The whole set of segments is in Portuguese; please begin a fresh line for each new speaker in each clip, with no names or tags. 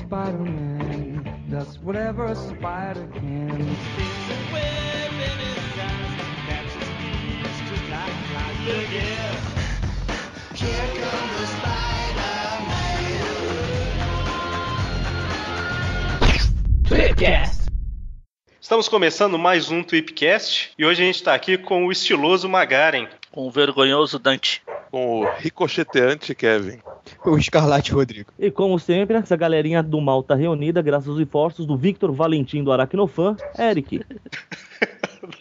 Spider Man does whatever a spider can.
There's a web in his eyes that just beats just like flies. Look out! Here comes the Spider-Man.
Estamos começando mais um Tweepcast e hoje a gente está aqui com o estiloso Magaren.
Com o vergonhoso Dante.
com o ricocheteante Kevin.
O Escarlate Rodrigo.
E como sempre, essa galerinha do mal tá reunida graças aos esforços do Victor Valentim do Aracnofan, Eric.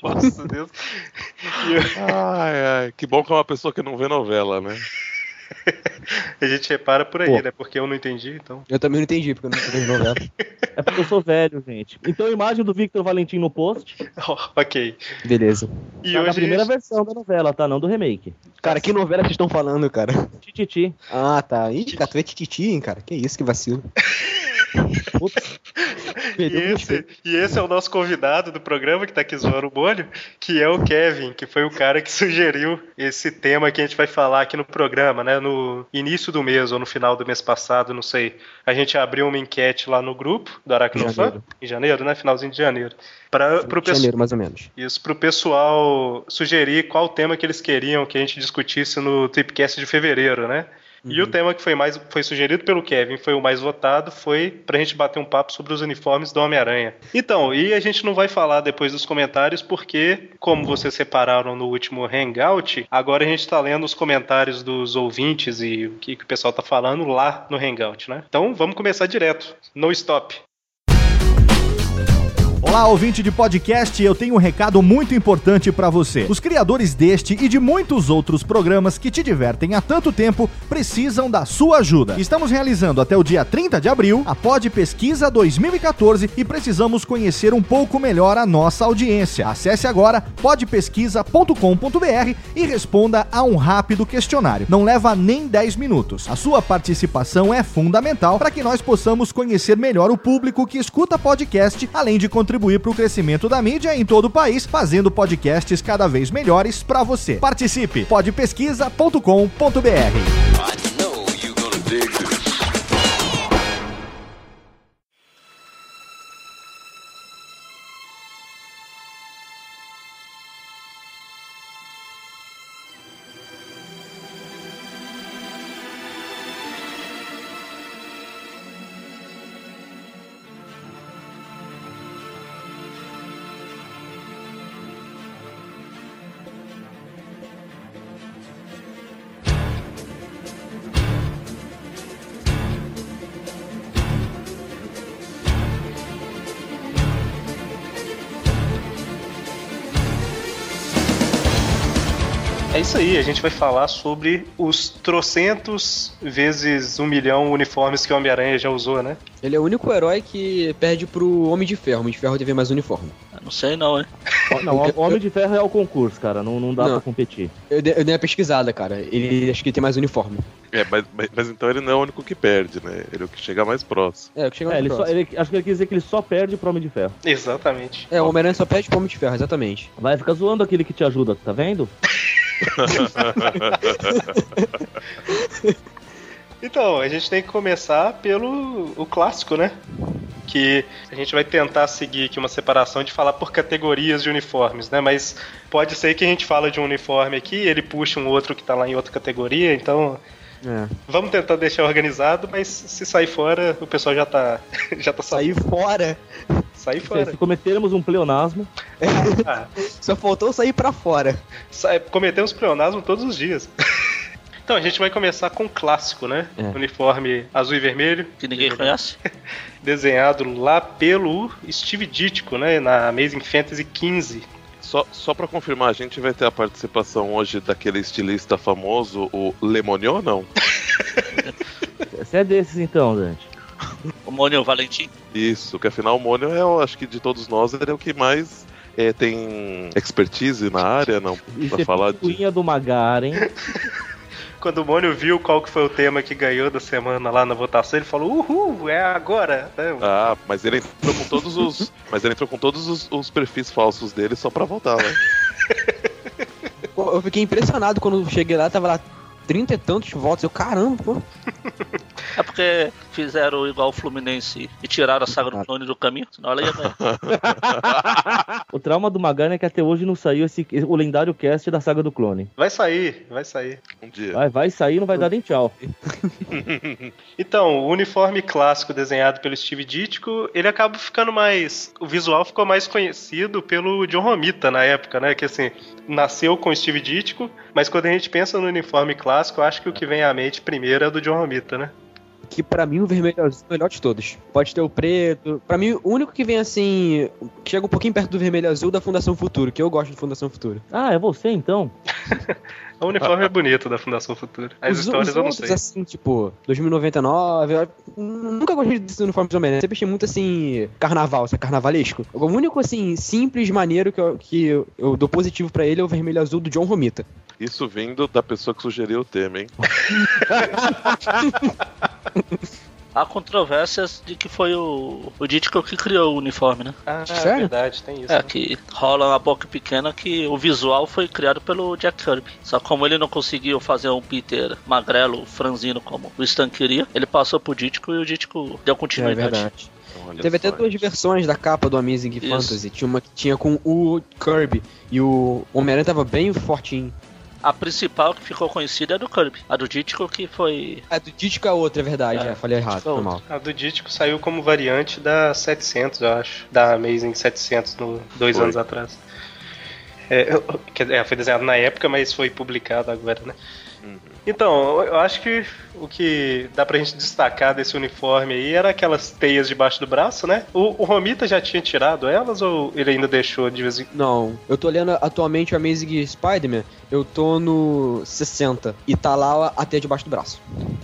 Nossa Deus. E
Ai, ai, que bom que é uma pessoa que não vê novela, né?
a gente repara por aí,
Pô.
né? Porque eu não entendi, então.
Eu também não entendi, porque eu não vejo novela.
É porque eu sou velho, gente. Então, imagem do Victor Valentim no post.
ok.
Beleza.
E
tá
hoje. é
na
a
primeira
gente-
versão da novela, tá? Não do remake.
Cara, que novela vocês estão falando, cara?
Tititi.
Ah, tá. Ih, cara, tu é tititi, hein, cara? Que isso, que vacilo. Putz.
E
Perdeu o
esse,
respeito.
e esse é o nosso convidado do programa que tá aqui zoando o bolho, que é o Kevin, que foi o cara que sugeriu esse tema que a gente vai falar aqui no programa, né? No início do mês ou no final do mês passado, não sei. A gente abriu uma enquete lá no grupo do Aracnofã,
Janeiro.
em janeiro, né? Finalzinho de janeiro. Para pro pessoal.
Janeiro, mais ou menos.
Isso pro pessoal sugerir qual tema que eles queriam que a gente discutisse no Tripcast de fevereiro, né? E o tema que foi mais foi sugerido pelo Kevin, foi o mais votado, foi pra gente bater um papo sobre os uniformes do Homem-Aranha. Então, e a gente não vai falar depois dos comentários porque, como vocês separaram no último Hangout, agora a gente tá lendo os comentários dos ouvintes e o que, que o pessoal tá falando lá no Hangout, né? Então, vamos começar direto. No stop.
Olá, ouvinte de podcast, eu tenho um recado muito importante pra você. Os criadores deste e de muitos outros programas que te divertem há tanto tempo precisam da sua ajuda. Estamos realizando até o dia 30 de abril a Pod Pesquisa 2014 e precisamos conhecer um pouco melhor a nossa audiência. Acesse agora podpesquisa.com.br e responda a um rápido questionário. Não leva nem 10 minutos. A sua participação é fundamental para que nós possamos conhecer melhor o público que escuta podcast, além de contribuir para o crescimento da mídia em todo o país, fazendo podcasts cada vez melhores para você. Participe! podpesquisa.com.br
É isso aí, a gente vai falar sobre os trocentos vezes um milhão uniformes que o Homem-Aranha já usou, né?
Ele é o único herói que perde pro Homem de Ferro. O Homem de Ferro teve mais uniforme.
Eu não sei não, hein?
Não, o Homem de Ferro é o concurso, cara. Não, não dá
Não.
pra competir.
Eu, dei- eu dei uma pesquisada, cara. Ele acho que ele tem mais uniforme.
É, mas, mas- mas então ele não é o único que perde, né? Ele é o que chega mais próximo.
É, o que chega
É,
mais
ele só,
próximo.
ele- acho que ele quis dizer que ele só perde pro Homem de Ferro.
Exatamente.
É, o Homem-Aranha só perde pro Homem de Ferro, exatamente.
Vai ficar zoando aquele que te ajuda, tá vendo?
Então, a gente tem que começar pelo o clássico, né? Que a gente vai tentar seguir aqui uma separação de falar por categorias de uniformes, né? Mas pode ser que a gente fala de um uniforme aqui, ele puxa um outro que tá lá em outra categoria, então
É.
vamos tentar deixar organizado, mas se sair fora, o pessoal já tá já tá saindo.
Sair fora.
Sair
Se,
fora.
se cometermos um pleonasmo,
Ah,
Só faltou sair pra fora.
Sai- Cometemos pleonasmo todos os dias. Então, a gente vai começar com o clássico, né?
É.
Uniforme azul e vermelho,
Que ninguém conhece.
desenhado lá pelo Steve Ditko, né? Na Amazing Fantasy XV.
Só, só pra confirmar, a gente vai ter a participação hoje daquele estilista famoso, o Lemonion, ou não?
você é desses então, Dante.
O Mônio Valentim.
Isso, que afinal o Mônio é, o- acho que de todos nós, ele é o que mais é, tem expertise na área, não?
Isso
Pra falar
é
de.
picuinha do Magaren.
Quando o Mônio viu qual que foi o tema que ganhou da semana lá na votação, ele falou, uhul, é agora! né?
Ah, mas ele entrou com todos os. Mas ele entrou com todos os, os perfis falsos dele só pra votar, né?
Pô, Eu fiquei impressionado quando eu cheguei lá, tava lá trinta e tantos votos. Eu, caramba, pô.
É porque fizeram igual o Fluminense e tiraram a saga do clone do caminho, senão ela ia ganhar.
O trauma do Magana é que até hoje não saiu esse, o lendário cast da saga do clone.
Vai sair, vai sair.
Um dia.
Vai, vai sair, não vai dar nem tchau.
Então, o uniforme clássico desenhado pelo Steve Ditko, ele acaba ficando mais. O visual ficou mais conhecido pelo John Romita na época, né? Que assim, nasceu com o Steve Ditko, mas quando a gente pensa no uniforme clássico, eu acho que o que vem à mente primeiro é do John Romita, né?
Que pra mim o vermelho é o melhor de todos. Pode ter o preto. Pra mim, o único que vem assim. Que chega um pouquinho perto do vermelho e azul da Fundação Futuro, que eu gosto do Fundação Futuro.
Ah, é você então?
O uniforme é bonito da Fundação Futura. As
os,
histórias
os
eu não
outros,
sei.
assim, tipo, 2099, eu nunca gostei desses uniformes do Homem-Aranha. né? Sempre achei muito, assim, carnaval, sabe, carnavalesco. O único, assim, simples, maneiro que eu, que eu- eu dou positivo pra ele é o vermelho e azul do John Romita.
Isso vindo da pessoa que sugeriu o tema, hein?
Há controvérsias de que foi o, o Ditko que criou o uniforme, né?
Ah,
Sério?
verdade, tem isso.
É, que rola uma boca pequena que o visual foi criado pelo Jack Kirby. Só que como ele não conseguiu fazer um Peter magrelo, franzino, como o Stan queria, ele passou pro Ditko e o Ditko deu
É
continuidade.
Olha
Teve
só,
até duas
hein?
versões da capa do Amazing
Isso.
Fantasy. Tinha uma que tinha com o Kirby e o Homem-Aranha tava bem fortinho.
a principal que ficou conhecida é a do Kirby. A do Ditko que foi
Ah, do Ditko é outra, é verdade.
É.
É, falei errado,
São
foi mal.
A do Ditko saiu como variante da 700, eu acho. Da Amazing 700, no, dois
Foi.
anos atrás. É, eu- quer dizer, é, foi desenhado na época, mas foi publicado agora, né? Então, eu- eu acho que o que dá pra gente destacar desse uniforme aí era aquelas teias debaixo do braço, né? O, o Romita já tinha tirado elas ou ele ainda deixou de vez em
Não, eu tô olhando atualmente o Amazing Spider-Man, eu tô no 60 e tá lá até debaixo do braço.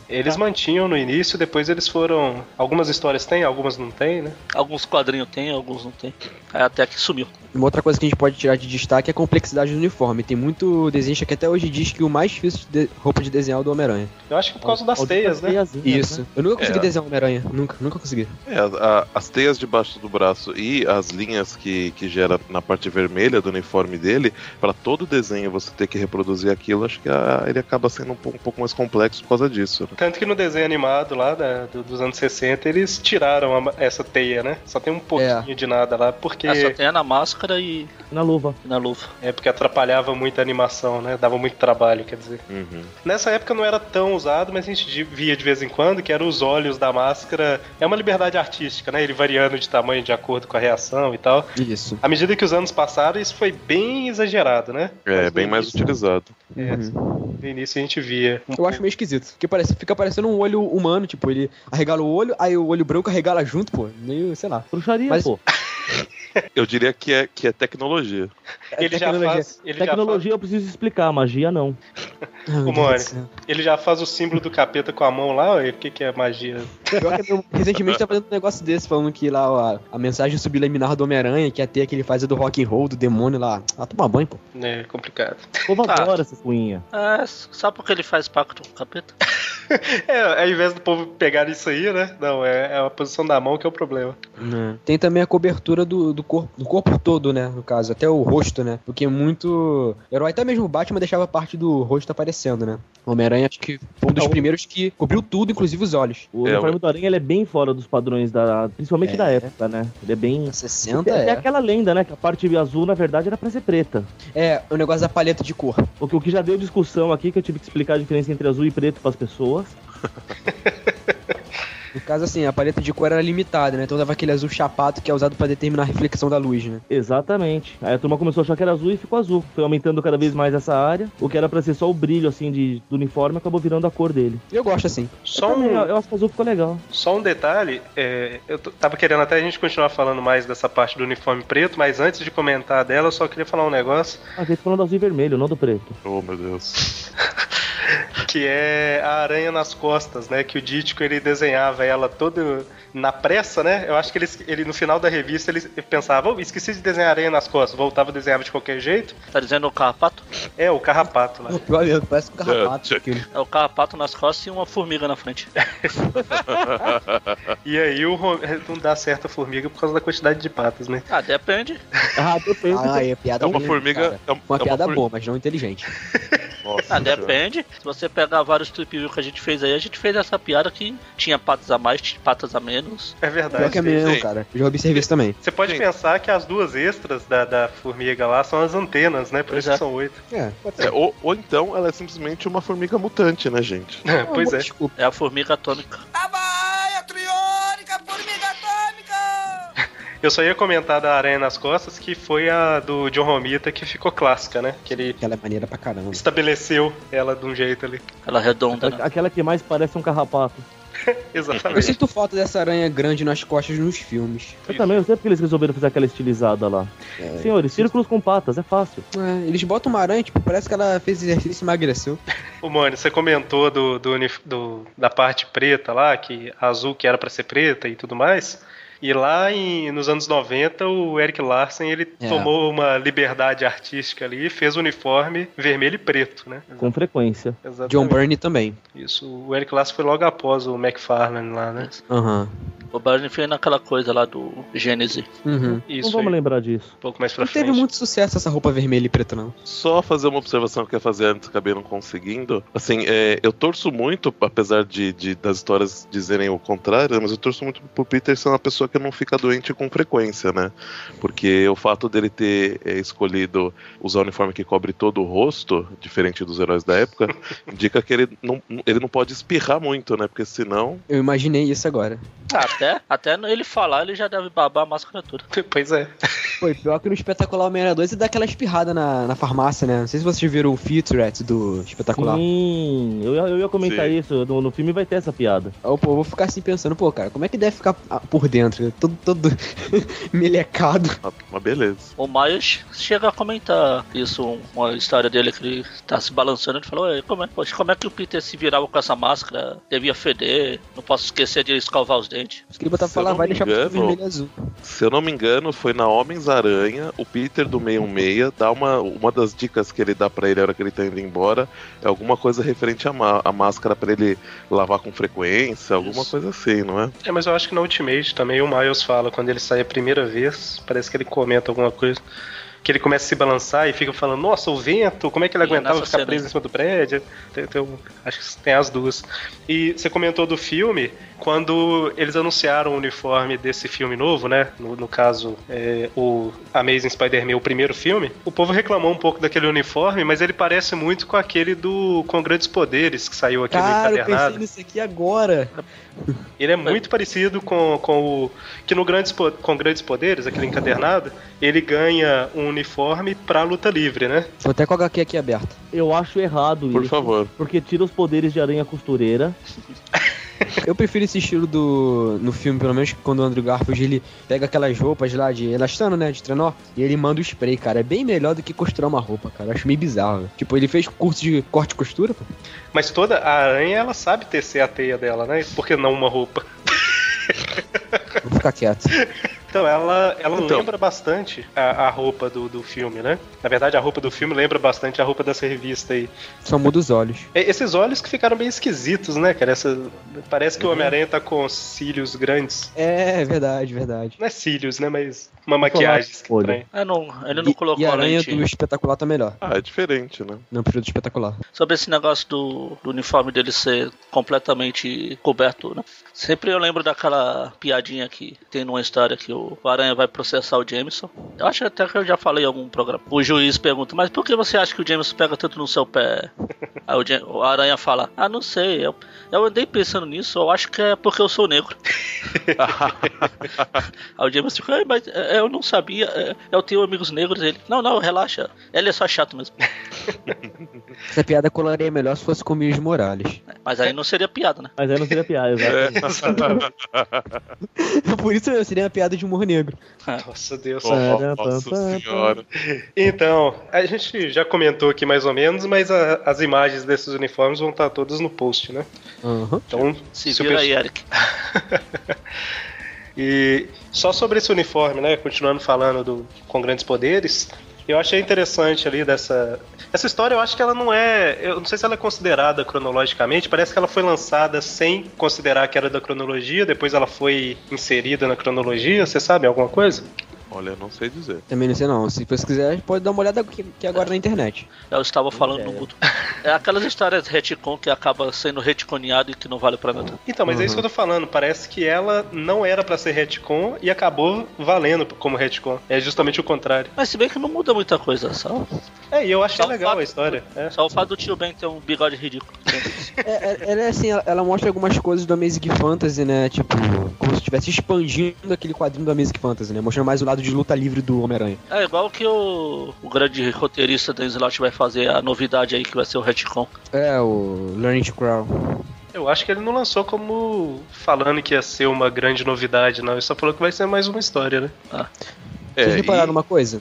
Eles mantinham no início, depois eles foram. Algumas histórias têm, algumas não têm, né?
Alguns quadrinhos tem, alguns não tem. Aí até que sumiu.
Uma outra coisa que a gente pode tirar de destaque é a complexidade do uniforme. Tem muito desenhista que até hoje diz que o mais difícil de de- roupa de desenhar é o do Homem-Aranha.
Eu acho que por causa das teias, né?
É,
Isso. Eu nunca consegui
É.
desenhar o Homem-Aranha. Nunca, nunca consegui.
É, a- as teias debaixo do braço e as linhas que, que gera na parte vermelha do uniforme dele, para todo desenho você ter que reproduzir aquilo, acho que a- ele acaba sendo um, po- um pouco mais complexo por causa disso. né?
Tanto que no desenho animado lá da- do- dos anos 60, eles tiraram a ma- essa teia, né? Só tem um
É.
pouquinho de nada lá, porque
Essa tem é na máscara e
Na luva.
na luva.
é porque atrapalhava muito a animação, né? Dava muito trabalho, quer dizer. Nessa época não era tão usado, mas a gente de- via de vez em quando que eram os olhos da máscara. É uma liberdade artística, né? Ele variando de tamanho de acordo com a reação e tal.
Isso.
À medida que os anos passaram, isso foi bem exagerado, né? Mas
É,
no
bem mais
início-
utilizado.
é, No início a gente via.
Eu acho meio esquisito. Porque parece, fica parecendo um olho humano, tipo, ele arregala o olho, aí o olho branco arregala junto, pô. Meio, sei lá.
Bruxaria,
Mas-
pô.
Eu diria que é, que é tecnologia.
É
Ele já
tecnologia.
faz. Ele já faz
Tecnologia eu preciso explicar, magia não.
Ah, meu
Ô,
Deus
Mori.
do céu.
Ele já faz o símbolo do capeta com a mão lá, ué, o que, que é magia?
Pior que eu recentemente tava fazendo um negócio desse, falando que lá a, a mensagem subliminar do Homem-Aranha, que a teia que ele faz é do rock and roll, do demônio lá. Ah, toma banho, pô.
É complicado.
O povo
Ah.
adora essa cunha.
É, só porque ele faz pacto com o capeta.
É, ao invés do povo pegar isso aí, né? Não, é, é a posição da mão que é o problema.
Tem também a cobertura do, do, corpo, do corpo todo, né? No caso, até o rosto, né? Porque muito. Herói, até mesmo o Batman deixava parte do rosto aparecendo, né? O Homem-Aranha, acho que foi um dos primeiros que cobriu tudo, inclusive os olhos.
O
É,
uniforme do Aranha ele é bem fora dos padrões da. Principalmente
É.
da época, né? Ele é bem.
60
Tem até
é.
aquela lenda, né? Que a parte azul, na verdade, era pra ser preta.
É, o negócio da paleta de cor.
O que, o que já deu discussão aqui, que eu tive que explicar a diferença entre azul e preto pras pessoas.
No caso, assim, a paleta de cor era limitada, né? Então dava aquele azul chapado que é usado pra determinar a reflexão da luz, né?
Exatamente. Aí a turma começou a achar que era azul e ficou azul. Foi aumentando cada vez mais essa área. O que era pra ser só o brilho, assim, de, do uniforme, acabou virando a cor dele.
Eu gosto assim.
Só
eu, também,
um,
eu acho que azul ficou legal.
só um detalhe, é, eu t- tava querendo até a gente continuar falando mais dessa parte do uniforme preto, mas antes de comentar dela, eu só queria falar um negócio,
Ah, gente falando do azul e vermelho, não do preto.
Oh, meu Deus.
que é a aranha nas costas, né? Que o Dítico, ele desenhava ela toda na pressa, né? Eu acho que ele, ele no final da revista, ele pensava, "Oh, esqueci de desenhar aranha nas costas, voltava e desenhava de qualquer jeito.
Tá dizendo o carrapato?
É, o carrapato lá.
Pô, pior mesmo, parece um carrapato.
É,
aquele.
É o carrapato nas costas e uma formiga na frente.
E aí o Ro- não dá certo a formiga por causa da quantidade de patas, né?
Ah, depende.
Ah, depende.
Ah, é piada
É uma
ruim,
formiga.
cara.
É uma,
Uma
é
piada
for-
boa, mas não inteligente.
Nossa,
Ah, depende. Se você pegar vários trip view que a gente fez aí, a gente fez essa piada que tinha patas a mais, tinha patas a menos.
É
Pior
verdade.
que é mesmo,
sim.
cara. Eu já observei isso também.
Você pode
Sim.
pensar que as duas extras da, da formiga lá são as antenas, né? Por
Pois
isso que
é.
são oito.
É,
É, ou, ou então ela é simplesmente uma formiga mutante, né, gente?
pois é.
Desculpa.
É a formiga atômica.
Eu só ia comentar da aranha nas costas, que foi a do John Romita que ficou clássica, né? Que ele
Ela é maneira pra caramba.
estabeleceu ela de um jeito ali.
Ela redonda, né?
A- Aquela que mais parece um carrapato.
Eu
Exatamente.
sinto falta dessa aranha grande nas costas nos filmes.
Eu também, eu sei porque eles resolveram fazer aquela estilizada lá. Senhores, círculos com patas, é fácil.
É, eles botam uma aranha, tipo, parece que ela fez exercício e emagreceu.
O Mônio, você comentou do, do unif- do- da parte preta lá, que a azul que era pra ser preta e tudo mais. E lá em- nos anos 90, o Eric Larsen ele
É.
tomou uma liberdade artística ali e fez o uniforme vermelho e preto, né?
Com frequência.
Exatamente.
John Burney também.
Isso, o Eric Larsen foi logo após o McFarlane lá, né?
Aham.
O Barney fez naquela coisa lá do Gênese.
Uhum.
Isso,
não vamos
aí,
lembrar disso.
um pouco mais pra
Não
frente.
teve muito sucesso essa roupa vermelha e preta, não.
Só fazer uma observação que eu ia fazer antes, acabei não conseguindo. Assim, é, eu torço muito, apesar de, de- das histórias dizerem o contrário, né, mas eu torço muito pro Peter ser uma pessoa que não fica doente com frequência, né? Porque o fato dele ter é, escolhido usar o uniforme que cobre todo o rosto, diferente dos heróis da época, indica que ele não, ele não pode espirrar muito, né? Porque senão.
Eu imaginei isso agora.
Até, até ele falar, ele já deve babar a máscara toda.
Pois é.
Foi pior que no Espetacular Homem-Aranha 2 e dá aquela espirrada na, na farmácia, né? Não sei se vocês viram o featurette do Espetacular.
Sim, eu, ia- eu ia comentar
Sim.
isso. No, no filme vai ter essa piada.
Aí, pô, eu vou ficar assim pensando, pô, cara, como é que deve ficar ah, por dentro? né? Todo, todo melecado.
ah, Uma beleza.
O Miles chega a comentar isso, um- uma história dele que ele tá se balançando. Ele falou: "Ué, como é, poxa, como é que o Peter se virava com essa máscara? Devia feder, não posso esquecer de escovar os dentes.
Acho que ele botava
Se
pra
eu
lá,
não
vai
me
deixar tudo
engano,
vermelho e azul.
Se eu não me engano, foi na Homens-Aranha, o Peter do 616 dá uma, uma das dicas que ele dá pra ele na hora que ele tá indo embora, é alguma coisa referente à, má- à máscara pra ele lavar com frequência, alguma
Isso.
coisa assim, não é?
É, mas eu acho que no Ultimate também o Miles fala, quando ele sai a primeira vez, parece que ele comenta alguma coisa, que ele começa a se balançar e fica falando, nossa, o vento, como é que ele
E
aguentava
nessa
ficar
cena,
preso
né?
em cima do prédio? Tem- tem um- acho que tem as duas. E você comentou do filme, quando eles anunciaram o uniforme desse filme novo, né? No, no caso, é, o Amazing Spider-Man, o primeiro filme, o povo reclamou um pouco daquele uniforme, mas ele parece muito com aquele do Com Grandes Poderes, que saiu aqui no
Cara, eu
encadernado.
pensei nisso aqui agora.
Ele é muito parecido com, com o. Que no grandes, Po- com Grandes Poderes, aquele encadernado, ele ganha um uniforme pra luta livre, né?
Vou até com a HQ aqui aberta.
Eu acho errado
Por
isso.
favor.
Porque tira os poderes de aranha costureira.
Eu prefiro esse estilo do. no filme, pelo menos, quando o Andrew Garfield ele pega aquelas roupas lá de elastano, né? De trenó, e ele manda o spray, cara. É bem melhor do que costurar uma roupa, cara. Eu acho meio bizarro. velho. Tipo, ele fez curso de corte e costura, pô.
Mas toda a aranha, ela sabe tecer a teia dela, né? Por que não uma roupa?
Vou ficar quieto.
Então, ela, ela
Então.
lembra bastante a, a roupa do, do filme, né? Na verdade, a roupa do filme lembra bastante a roupa dessa revista aí.
Só muda os olhos.
E- esses olhos que ficaram bem esquisitos, né, cara? Essa, parece que o Homem-Aranha tá com cílios grandes.
É, verdade, verdade.
Não é cílios, né? Mas uma maquiagem
olho.
estranha.
É, não, ele não
E-
colocou
e a aranha
lente.
do espetacular tá melhor.
Ah, é diferente, né?
Não, prefiro do espetacular.
Sobre esse negócio do, do uniforme dele ser completamente coberto, né? Sempre eu lembro daquela piadinha que tem numa história que o Aranha vai processar o Jameson. Eu acho até que eu já falei em algum programa. O juiz pergunta, mas por que você acha que o Jameson pega tanto no seu pé? Aí o, Ja- o Aranha fala, ah, não sei, eu, eu andei pensando nisso, eu acho que é porque eu sou negro. Aí o Jameson fica, "Ah, mas é, eu não sabia, é, eu tenho amigos negros. Ele, não, não, relaxa, ele é só chato mesmo.
Essa piada colaria melhor se fosse com o Miles Morales.
Mas aí não seria piada, né?
Mas aí não seria piada,
É.
exato.
Por isso eu seria uma piada de humor negro.
né?
Nossa, Deus.
Oh, nossa senhora.
Então, a gente já comentou aqui mais ou menos, mas a- as imagens desses uniformes vão estar todas no post, né?
Aham.
Então,
Se
se o
vira aí,
pessoal-
Eric.
E só sobre esse uniforme, né? Continuando falando do com grandes poderes, eu achei interessante ali dessa essa história. Eu acho que ela não é, eu não sei se ela é considerada cronologicamente. Parece que ela foi lançada sem considerar que era da cronologia. Depois ela foi inserida na cronologia. Você sabe alguma coisa?
Olha, não sei dizer.
Também não sei não. Se você quiser, pode dar uma olhada aqui, aqui agora na internet.
Eu estava falando do mudo. É aquelas histórias retcon que acaba sendo retconeado e que não vale pra nada.
Então, mas é isso que eu tô falando. Parece que ela não era pra ser retcon e acabou valendo como retcon. É justamente o contrário.
Mas se bem que não muda muita coisa, só,
É, e eu achei
Só o
legal
fato-
a história. É.
só o fato do tio Ben ter um bigode ridículo.
É, é- ela é assim, ela, ela mostra algumas coisas do Amazing Fantasy, né? Tipo, como se estivesse expandindo aquele quadrinho do Amazing Fantasy, né? Mostrando mais o lado de luta livre do Homem-Aranha.
É igual que o, o grande roteirista Dan Slott vai fazer a novidade aí que vai ser o retcon.
É, o Learning to Crawl.
Eu acho que ele não lançou como falando que ia ser uma grande novidade, não. Ele só falou que vai ser mais uma história, né?
É,
Vocês repararam
e-
uma coisa?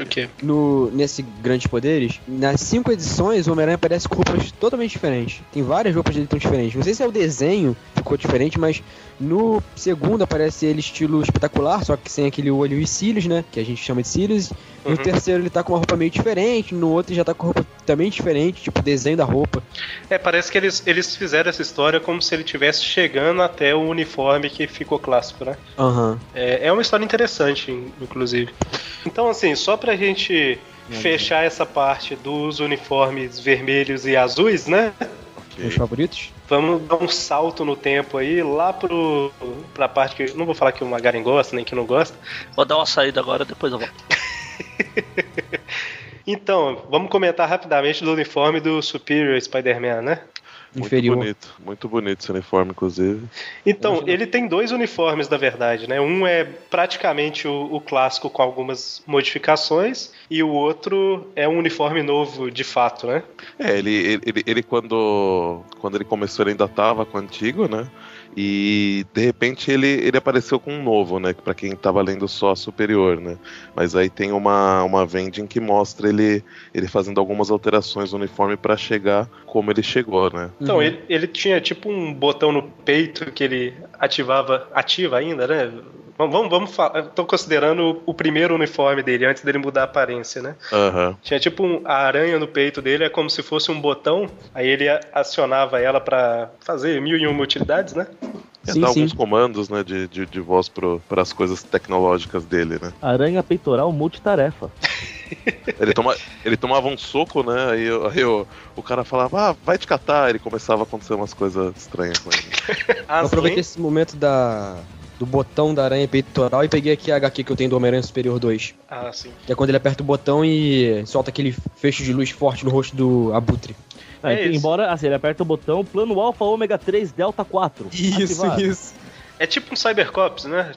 O quê?
No, nesse Grandes Poderes, nas cinco edições, o Homem-Aranha aparece com roupas totalmente diferentes. Tem várias roupas dele que estão diferentes. Não sei se é o desenho que ficou diferente, mas no segundo aparece ele estilo espetacular, só que sem aquele olho e cílios, né? Que a gente chama de cílios. No
Uhum.
terceiro ele tá com uma roupa meio diferente, no outro ele já tá com roupa também diferente, tipo desenho da roupa.
É, parece que eles, eles fizeram essa história como se ele estivesse chegando até o uniforme que ficou clássico, né?
Aham.
É, é uma história interessante, in- inclusive. Então, assim, só pra gente fechar essa parte dos uniformes vermelhos e azuis, né?
Meus favoritos?
Vamos dar um salto no tempo aí, lá pro, pra parte que. Não vou falar que o Magaren gosta, nem que não gosta.
Vou dar uma saída agora, depois eu volto.
Então, vamos comentar rapidamente do uniforme do Superior Spider-Man, né?
Muito
Inferior.
bonito, muito bonito esse uniforme, inclusive.
Então, ele tem dois uniformes, na verdade, né? Um é praticamente o, o clássico com algumas modificações, e o outro é um uniforme novo, de fato, né?
É, ele, ele, ele- ele quando, quando ele começou, ele ainda tava com o antigo, né? E de repente ele, ele apareceu com um novo, né? Pra quem tava lendo só a superior, né? Mas aí tem uma, uma vending que mostra ele, ele fazendo algumas alterações no uniforme pra chegar como ele chegou, né?
Então,
Uhum.
ele, ele tinha tipo um botão no peito que ele ativava, ativa ainda, né? Vamos, vamos, vamos falar. Estou considerando o primeiro uniforme dele, antes dele mudar a aparência, né?
Aham.
Tinha tipo um, a aranha no peito dele, é como se fosse um botão, aí ele a- acionava ela pra fazer mil e uma utilidades, né?
É,
Sim,
dá
sim.
alguns comandos, né? De, de, de voz para as coisas tecnológicas dele, né?
Aranha peitoral multitarefa.
Ele, toma, ele tomava um soco, né? Aí, eu- aí eu- o cara falava, ah, vai te catar. Ele começava a acontecer umas coisas estranhas com ele.
Eu
Assim,
aproveitei esse momento da do botão da aranha peitoral e peguei aqui a HQ que eu tenho do Homem-Aranha Superior 2.
ah, sim.
Que é quando ele aperta o botão e solta aquele fecho de luz forte no rosto do Abutre.
Aí,
É isso.
embora, assim, ele aperta o botão, plano Alpha Ômega 3 Delta 4. Ativado.
isso.
É tipo um Cybercops, né?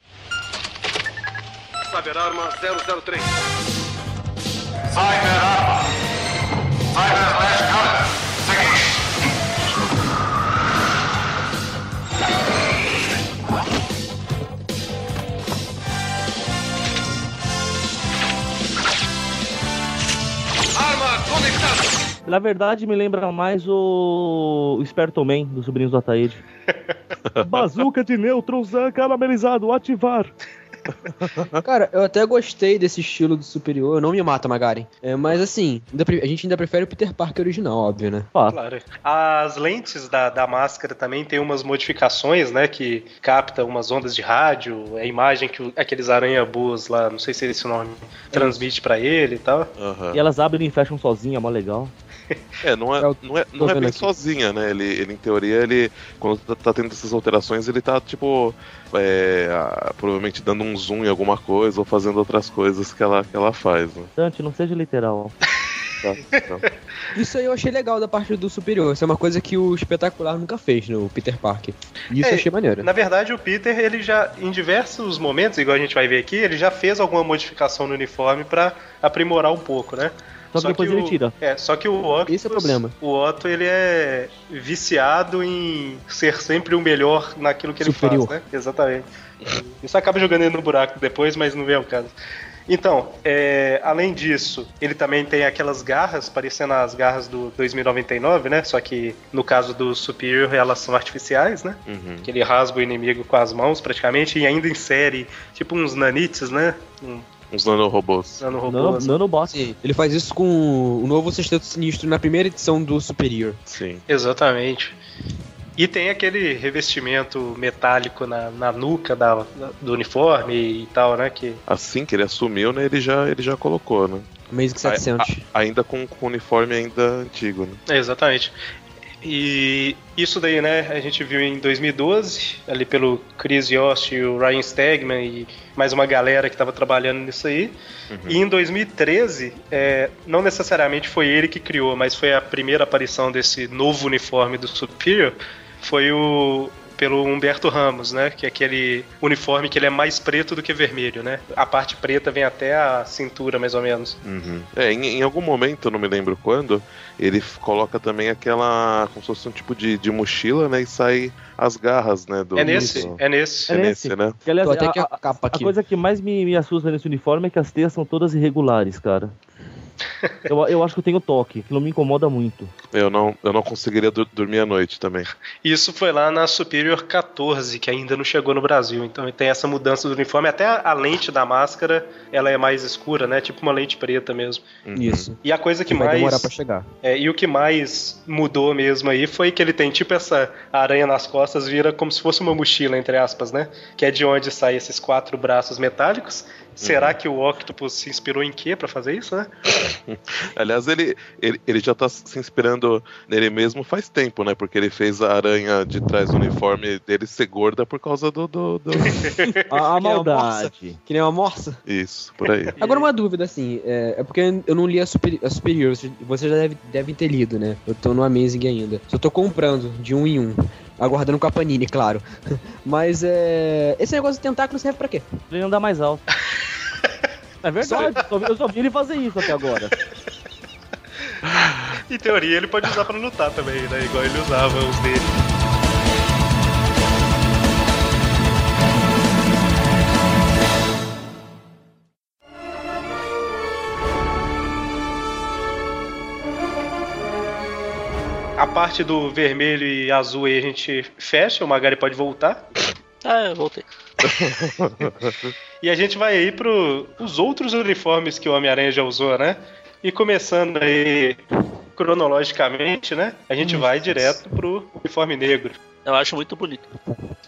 Na verdade, me lembra mais o, o Esperto Man, dos Sobrinhos do Ataíde. Bazuca de nêutrons ah, caramelizado, ativar.
Cara, eu até gostei desse estilo do superior. Não me mata, Magaren. É, mas assim, ainda pre- a gente ainda prefere o Peter Parker original, óbvio, né?
Fato.
Claro. As lentes da, da máscara também tem umas modificações, né? Que capta umas ondas de rádio, é a imagem que o- aqueles aranha-boas lá, não sei se é esse o nome, transmite pra ele e tal.
Aham.
E elas abrem e fecham sozinha, mó legal.
É, não é,
É o-
não é,
tô
não é
vendo
bem
aqui.
sozinha, né? Ele, ele, em teoria, ele, quando tá, tá tendo essas alterações, ele tá, tipo, é, ah, provavelmente dando um zoom em alguma coisa ou fazendo outras coisas que ela, que ela faz, né?
Dante, não seja literal.
Tá, então.
Isso aí eu achei legal da parte do superior. Isso é uma coisa que o espetacular nunca fez no Peter Parker. E isso
É,
eu achei maneiro.
Na verdade, o Peter, ele já, em diversos momentos, igual a gente vai ver aqui, ele já fez alguma modificação no uniforme pra aprimorar um pouco, né?
Só que depois ele
o-
tira.
É, só que o Otto.
Esse é o problema.
O Otto, ele é viciado em ser sempre o melhor naquilo que ele
Superior.
faz, né? Exatamente. Isso acaba jogando ele no buraco depois, mas não vem ao caso. Então, é, além disso, ele também tem aquelas garras, parecendo as garras do 2099, né? Só que no caso do Superior, elas são artificiais, né?
Uhum.
Que ele rasga o inimigo com as mãos praticamente e ainda insere tipo uns nanites, né? assim. Um
Uns nanorobôs.
Nano,
nanorobôs.
nanobot.
Sim, ele faz isso com o novo Sexteto Sinistro na primeira edição do Superior.
Sim.
Exatamente. E tem aquele revestimento metálico na, na nuca da, da- do uniforme e tal, né? Que
Assim que ele assumiu, né, ele já, ele já colocou, né?
Magic 700.
A- ainda com, com o uniforme ainda antigo, né?
É, exatamente. E isso daí, né, a gente viu em 2012, ali pelo Chris Yost e o Ryan Stegman e mais uma galera que estava trabalhando nisso aí. E em 2013, é, não necessariamente foi ele que criou, mas foi a primeira aparição desse novo uniforme do Superior, foi o pelo Humberto Ramos, né, que é aquele uniforme que ele é mais preto do que vermelho, né? A parte preta vem até a cintura, mais ou menos.
Uhum.
É, em, em algum momento, eu não me lembro quando, ele f- coloca também aquela. como se fosse um tipo de, de mochila, né? E sai as garras, né? Do,
É nesse,
do-
é nesse.
é
É
nesse,
nesse.
né?
Que, aliás,
Tô até
a-
aqui a,
a-
capa
A
aqui.
coisa que mais me, me assusta nesse uniforme é que as teias são todas irregulares, cara. Eu, eu acho que eu tenho toque, aquilo me incomoda muito.
Eu não, eu não conseguiria dur- dormir à noite também.
Isso foi lá na Superior 14, que ainda não chegou no Brasil. Então tem essa mudança do uniforme. Até a a lente da máscara, ela é mais escura, né? Tipo uma lente preta mesmo.
Uhum.
Isso.
E a coisa que
vai demorar pra
mais...
chegar.
é, e o que mais mudou mesmo aí foi que ele tem tipo essa aranha nas costas, vira como se fosse uma mochila, entre aspas, né? Que é de onde saem esses quatro braços metálicos.
Uhum.
Será que o Octopus se inspirou em quê pra fazer isso, né?
Aliás, ele, ele, ele já tá se inspirando nele mesmo faz tempo, né? Porque ele fez a aranha de trás do uniforme dele ser gorda por causa do. do, do-
Que é
A, a
uma
maldade.
Que nem uma morsa.
Isso, por aí.
Agora uma dúvida, assim, é, é porque eu não li a, super, a Superior, vocês vocês já deve- devem ter lido, né? Eu tô no Amazing ainda. Só tô comprando de um em um. Aguardando com a Panini, claro. Mas é. Esse negócio de tentáculo serve pra quê?
Pra ele andar mais alto. É verdade, só vi- eu só vi ele fazer isso até agora.
Em teoria, ele pode usar pra lutar também, né? Igual ele usava os dele. A parte do vermelho e azul aí a gente fecha, o Magari pode voltar.
Ah, eu voltei.
E a gente vai aí pro os outros uniformes que o Homem-Aranha já usou, né? E começando aí cronologicamente, né? A gente vai direto pro uniforme negro.
Eu acho muito bonito.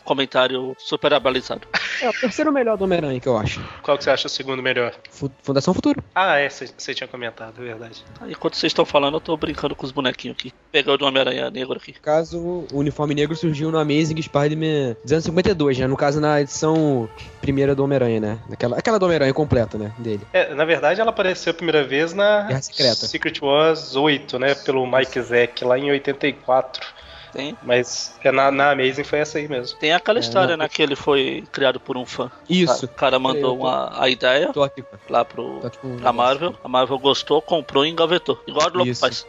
Comentário super abalizado.
É o terceiro melhor do Homem-Aranha que eu acho.
Qual que você acha o segundo melhor?
Fu- Fundação Futuro.
Ah, é, você você tinha comentado, é verdade.
Aí, Ah, Enquanto vocês estão falando, eu tô brincando com os bonequinhos aqui. Pegar o do Homem-Aranha Negro aqui.
No caso, o uniforme negro surgiu no Amazing Spider-Man 252, né? No caso, na edição primeira do Homem-Aranha, né? Aquela, aquela do Homem-Aranha completa, né? Dele.
É, na verdade, ela apareceu a primeira vez na
Guerra Secreta.
Secret Wars 8, né? Pelo Mike Zeck, lá em 84.
Tem,
Mas é na, na Amazing foi essa aí mesmo.
tem aquela
É,
história,
não.
né? Que ele foi criado por um fã.
Isso. É,
O cara mandou
Eu tô-
uma, a ideia
Tô aqui,
lá pro,
tô aqui com o
pra
negócio.
Marvel. A Marvel gostou, comprou e engavetou. Igual a Globo
Isso.
faz.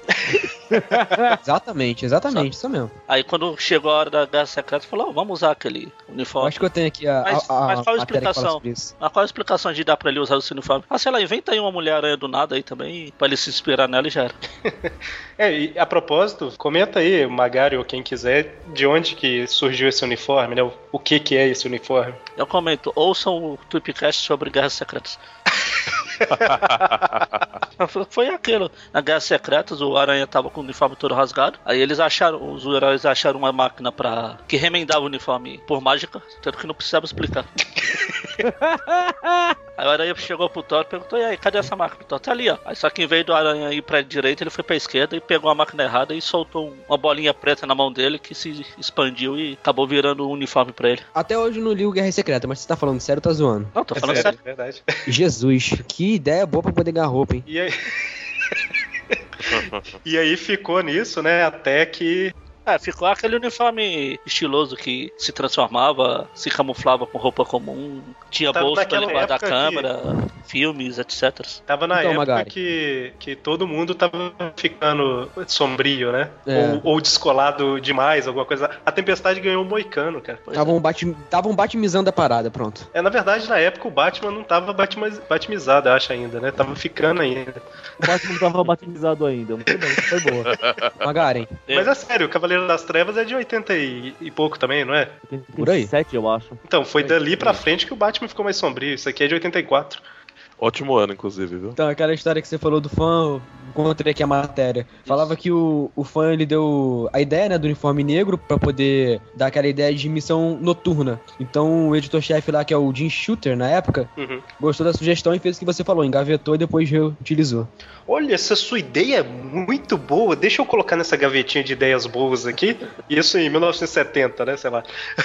Exatamente, exatamente, isso mesmo.
Aí quando chegou a hora da Guerra Secreta, falou, ó, vamos usar aquele
Eu
uniforme.
acho que eu tenho aqui a,
Mas-
a, a,
mas qual a
matéria que fala
explicação?
sobre isso.
Mas qual a explicação de dar pra ele usar esse uniforme? Ah, sei lá, inventa aí uma Mulher-Aranha do nada aí também, pra ele se inspirar nela e já era.
É, e a propósito, comenta aí, Magari ou quem quiser, de onde que surgiu esse uniforme, né? O, o que que é esse uniforme?
Eu comento, ouçam o Tweepcast sobre Guerras Secretas. Foi aquilo. Na Guerra Secretas, o Aranha tava com o uniforme todo rasgado. Aí eles acharam, os heróis acharam uma máquina pra. que remendava o uniforme por mágica, tanto que não precisava explicar. Aí o Aranha chegou pro Thor e perguntou: e aí, cadê essa máquina? O Thor tá ali, ó. Aí só que em vez do Aranha ir pra direita, ele foi pra esquerda e pegou a máquina errada e soltou um, uma bolinha preta na mão dele que se expandiu e acabou virando um uniforme pra ele.
Até hoje eu não li o Guerra Secreta, mas você tá falando sério ou tá zoando?
Não, tô falando
É
sério.
verdade.
Jesus, que ideia boa pra poder ganhar roupa, hein?
E aí... e aí ficou nisso, né? Até que.
É, ficou aquele uniforme estiloso que se transformava, se camuflava com roupa comum, tinha
Tava
bolso pra
naquela
levar da
época que-
câmera, filmes, etc.
Tava na
Então,
época
Magari.
que, que todo mundo tava ficando sombrio, né?
É.
Ou, ou descolado demais, alguma coisa. A Tempestade ganhou o Moicano, cara.
Tá. é.
Estavam um bate, tavam batimizando a parada, pronto.
É, na verdade, na época o Batman não tava batimiz- batimizado, eu acho, ainda, né? Tava ficando ainda.
O Batman não tava batizado ainda. Muito bem, foi boa.
Magaren,
É.
Mas é sério, o Cavaleiro das Trevas é de 80 e, e pouco também, não é?
Por aí.
87, eu acho.
Então, foi
Foi,
dali pra
foi.
frente que o Batman ficou mais sombrio. Isso aqui é de 84.
Ótimo ano, inclusive, viu?
Então, aquela história que você falou do fã, eu encontrei aqui a matéria. Falava que o, o fã ele deu a ideia né, do uniforme negro pra poder dar aquela ideia de missão noturna. Então, o editor-chefe lá, que é o Jim Shooter na época,
Uhum.
gostou da sugestão e fez o que você falou, engavetou e depois reutilizou.
Olha, essa sua ideia é muito boa. Deixa eu colocar nessa gavetinha de ideias boas aqui. Isso em 1970, né? Sei lá.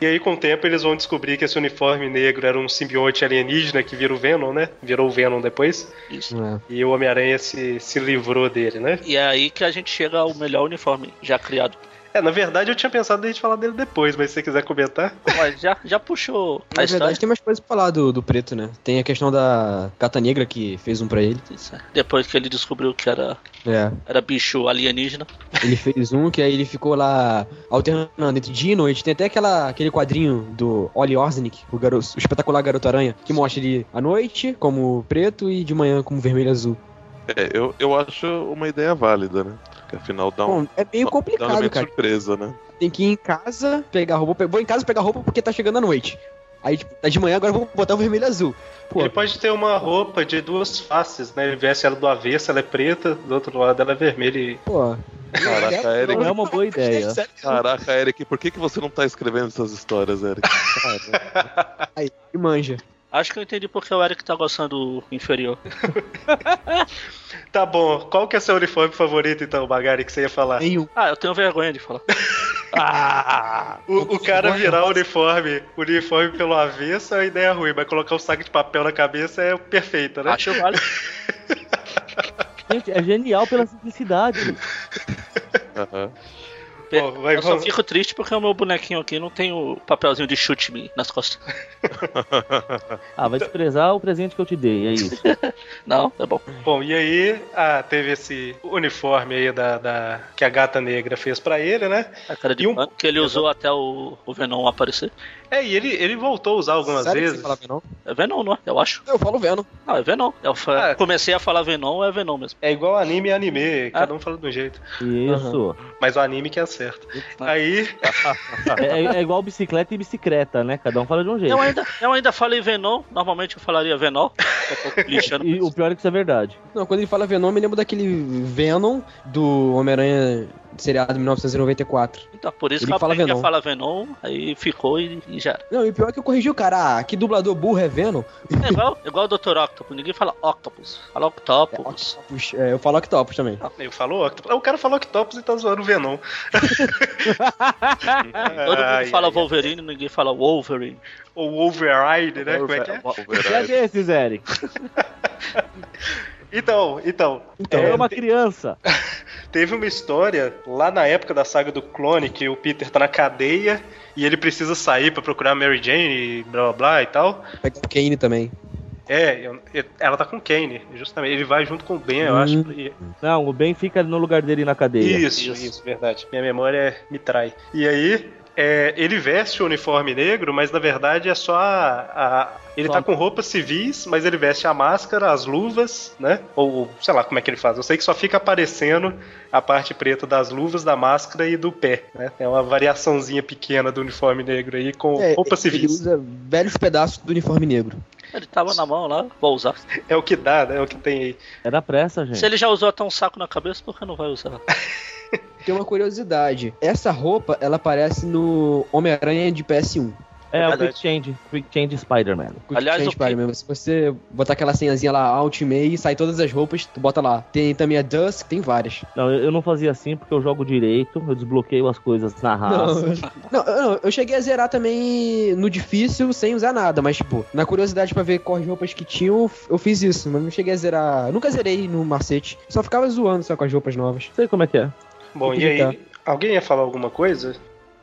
e aí, com o tempo, eles vão descobrir que esse uniforme negro era um simbionte alienígena que vira o Venom, né? Virou o Venom depois.
Isso.
É.
E o Homem-Aranha se, se livrou dele, né?
E é aí que a gente chega ao melhor uniforme já criado.
É, na verdade, eu tinha pensado em a gente falar dele depois, mas se você quiser comentar.
Mas já, já puxou a história.
Na É verdade, tem mais coisas pra falar do, do preto, né? Tem a questão da Cata Negra que fez um pra ele.
né? Depois que ele descobriu que era,
É.
era bicho alienígena.
Ele fez um que aí ele ficou lá alternando entre dia e noite. Tem até aquela, aquele quadrinho do Oli Orsenick, o, garoto, o espetacular Garoto Aranha, que mostra ele à noite como preto e de manhã como vermelho e azul.
É, eu, eu acho uma ideia válida, né? Porque afinal dá um.
Bom, é meio
dá um
complicado,
elemento
cara.
surpresa, né?
Tem que ir em casa, pegar roupa. pe- Vou em casa pegar roupa porque tá chegando a noite. Aí, tipo, tá de manhã, agora eu vou botar o vermelho e azul. Pô,
Ele pode ter uma roupa de duas faces, né? Ele veste ela do avesso, ela é preta, do outro lado ela é vermelha e
pô.
Caraca, Eric.
Não é uma boa ideia.
Sério,
Caraca, Eric, por que, que você não tá escrevendo essas histórias, Eric?
Aí, que manja.
Acho que eu entendi porque o Eric tá gostando do inferior.
Tá bom, qual que é seu uniforme favorito então, Magari, que você ia falar?
Nenhum.
Ah, eu tenho vergonha de falar.
O, o cara virar o uniforme, o uniforme pelo avesso é uma ideia ruim, mas colocar um saco de papel na cabeça é perfeita, né?
Acho válido.
Gente, é genial pela simplicidade.
Aham.
Bom, vai,
eu só
vamos.
fico triste porque o meu bonequinho aqui não tem o papelzinho de chute me nas costas.
Ah, vai desprezar o presente que eu te dei, é isso.
Não, tá bom.
Bom, e aí ah, teve esse uniforme aí da, da- que a gata negra fez pra ele, né?
A cara de
E um-
pano que ele usou até o, o Venom aparecer.
É, e ele, ele voltou a usar algumas
Sabe que você
vezes.
falava, não?
É Venom, não é? Eu acho.
Eu falo Venom.
Não, é Venom. Eu fa-
Ah.
comecei a falar Venom, é Venom mesmo.
É igual anime e anime, cada um fala de um jeito.
Isso.
Mas o anime que acerta.
Ah.
Aí,
É, é igual bicicleta e bicicleta, né? Cada um fala de um jeito.
Eu
é
ainda, eu ainda falei Venom, normalmente eu falaria Venom. Eu tô lixando.
E o pior é que isso é verdade.
Não, quando ele fala Venom, eu me lembro daquele Venom do Homem-Aranha seriado de 1994.
Então, por isso
Ele
que eu
fala
aprendi
Venom.
a falar Venom, aí ficou e, e já. era.
Não, e o pior é que eu corrigi o cara. Ah, que dublador burro é Venom?
É igual, igual o Dr. Octopus, ninguém fala Octopus, fala Octopus.
Puxa, é, eu falo Octopus também.
ele falou Octopus. Ah, O cara falou Octopus e tá zoando o Venom.
Todo
Ai,
mundo fala
ai,
Wolverine, ninguém fala Wolverine.
Ou Override, né? Como é que é?
É
Override.
desses, Eric.
Então, então.
Então,
é,
é uma
te-
criança.
Teve uma história lá na época da saga do clone que o Peter tá na cadeia e ele precisa sair pra procurar a Mary Jane e blá blá blá e tal.
Pega o Kane também.
É, eu- eu- ela tá com o Kane, justamente. Ele vai junto com o Ben, eu
Hum.
acho. e-
Não, o Ben fica no lugar dele na cadeia.
Isso, isso, verdade. Minha memória me trai. E aí, é, ele veste o uniforme negro, mas na verdade é só a. a- ele
Só.
tá com roupas civis, mas ele veste a máscara, as luvas, né? Ou, ou, sei lá como é que ele faz. Eu sei que só fica aparecendo a parte preta das luvas, da máscara e do pé, né? É uma variaçãozinha pequena do uniforme negro aí com
É,
roupas
Ele
civis.
usa velhos pedaços do uniforme negro.
Ele tava na mão lá, vou usar.
É o que dá, né? É o que tem aí.
É na pressa,
Se
gente.
ele já usou até um saco na cabeça, por que não vai usar?
Tem uma curiosidade. Essa roupa, ela aparece no Homem-Aranha de PS1.
É o
Verdade.
Quick Change, Quick Change Spider-Man.
Quick
Aliás,
Change
o que-
Spider-Man. Se você botar aquela senhazinha lá, Alt May, sai todas as roupas, tu bota lá. Tem também a Dusk, tem várias.
Não, eu eu não fazia assim porque eu jogo direito, eu desbloqueio as coisas na raça.
Não, eu- não, eu cheguei a zerar também no difícil sem usar nada, mas, tipo, na curiosidade pra ver quais roupas que tinham, eu f- eu fiz isso, mas não cheguei a zerar. Nunca zerei no macete. Só ficava zoando só com as roupas novas.
Sei como é que é.
Bom, e aí? Alguém ia falar alguma coisa?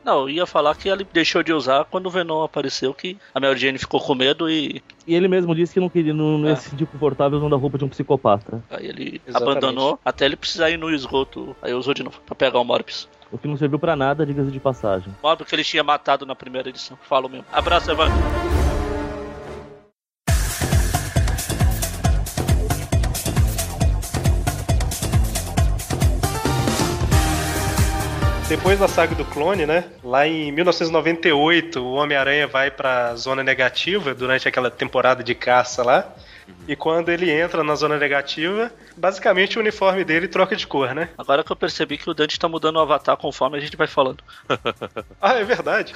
Não, eu ia falar que ele deixou de usar quando o Venom apareceu, que a Mary Jane ficou com medo e
E ele mesmo disse que não queria, não,
Ah.
não ia
É.
se sentir confortável usando a roupa de um psicopata.
aí ele
Exatamente.
abandonou até ele precisar ir no esgoto. Aí usou de novo pra pegar o Morbius.
O que não serviu pra nada, diga-se de passagem.
Morbius que ele tinha matado na primeira edição, falo mesmo. Abraço, Evan.
Depois da saga do clone, né? Lá em 1998, o Homem-Aranha vai pra zona negativa durante aquela temporada de caça lá.
Uhum.
E quando ele entra na zona negativa, basicamente o uniforme dele troca de cor, né?
Agora que eu percebi que o Dante tá mudando o avatar conforme a gente vai falando.
Ah, é verdade.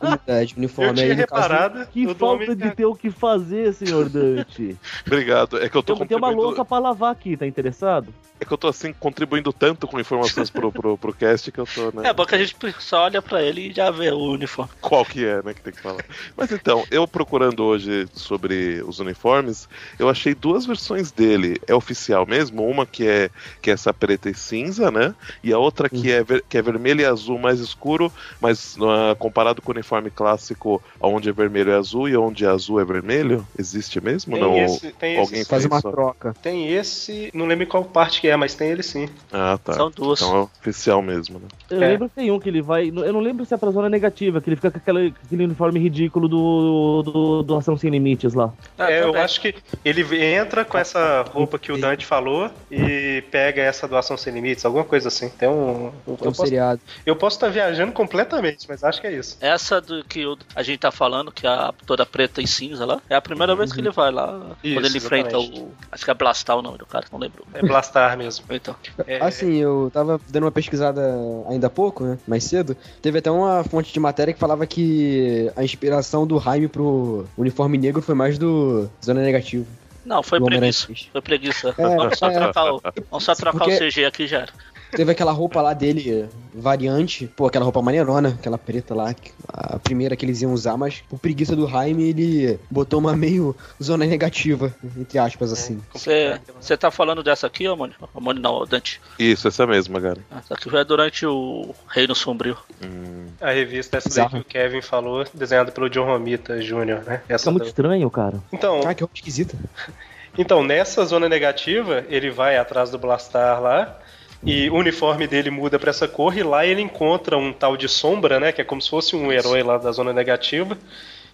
Unidade, uniforme.
eu tinha
aí, no caso,
reparado
né, Que
no do
falta
Homem-
de ter o que fazer, senhor Dante. um-
Obrigado. É que eu tô
Tem, tem uma
contribuindo-
louça pra lavar aqui, tá interessado?
É que eu tô assim contribuindo tanto com informações pro, pro, pro cast que eu tô, né?
É bom que a gente só olha pra ele e já vê o uniforme.
qual que é, né, que tem que falar. Mas então, eu procurando hoje sobre os uniformes, eu achei duas versões dele. É oficial mesmo, uma que é que é essa preta e cinza, né? E a outra que é ver- que é vermelho e azul mais escuro, mas ah, comparado com o uniforme clássico, onde é vermelho é azul e onde é azul é vermelho, existe mesmo?
Tem
não.
esse, tem
alguém
esse.
Faz uma
Só.
um-
troca.
Tem esse, não lembro qual parte que é, mas tem ele sim.
Ah, tá.
São duas.
Então é oficial mesmo, né?
Eu
É.
lembro que tem um que ele vai. Eu não lembro se é pra zona negativa, que ele fica com aquela- aquele uniforme ridículo do, do, do Ação Sem Limites lá.
Ah,
é, eu
também.
acho que ele entra com essa roupa que o Dante falou e pega essa doação sem limites, alguma coisa assim. Tem um.
Então,
eu
Tem um
posso-
seriado.
Eu posso estar viajando completamente, mas acho que é isso.
Essa do que o- a gente tá falando, que é a toda preta e cinza lá, é a primeira vez que ele vai lá.
Isso,
quando ele enfrenta
exatamente.
o. Acho que é Blastar o nome do cara, não lembro.
É Blastar mesmo.
Então.
É,
Assim, eu tava dando uma pesquisada ainda há pouco, né? Mais cedo. Teve até uma fonte de matéria que falava que a inspiração do Jaime pro uniforme negro foi mais do Zona Negativa.
Não, foi
do Homem-Aranha
preguiça.
3.
Foi preguiça.
É,
Vamos só
é.
trocar o, vamos só trocar
Porque-
o CG aqui já era.
Teve aquela roupa lá dele, variante, pô, aquela roupa maneirona, aquela preta lá, que- a primeira que eles iam usar, mas por preguiça do Jaime, ele botou uma meio zona negativa, entre aspas, assim.
é.
Você, você tá falando dessa aqui, ô Mônio? Ô, Mônio não, ô, Dante.
Isso, essa mesma, cara.
Essa aqui é durante o Reino Sombrio.
a revista essa daí que
Bizarro.
o Kevin falou, desenhada pelo John Romita Jr., né? Essa
Fica muito
da-
estranho, cara.
Então,
Ah, que roupa esquisita.
Então, nessa zona negativa, ele vai atrás do Blastar lá. E o uniforme dele muda pra essa cor e lá ele encontra um tal de Sombra, né, que é como se fosse um herói lá da zona negativa.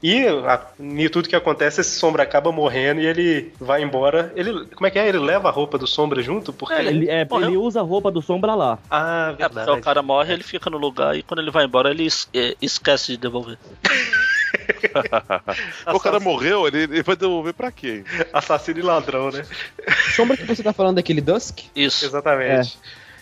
E a, em tudo que acontece, esse Sombra acaba morrendo e ele vai embora. Ele, como é que é? Ele leva a roupa do Sombra junto? Porque
Ele, é,
Morreu.
ele usa a roupa do Sombra lá.
Ah,
É, porque o
verdade.
cara morre, ele fica no lugar e quando ele vai embora, ele es- é, esquece de devolver.
o cara morreu, ele, ele vai devolver pra quem?
Assassino e ladrão, né?
Sombra que você tá falando daquele Dusk?
Isso.
Exatamente.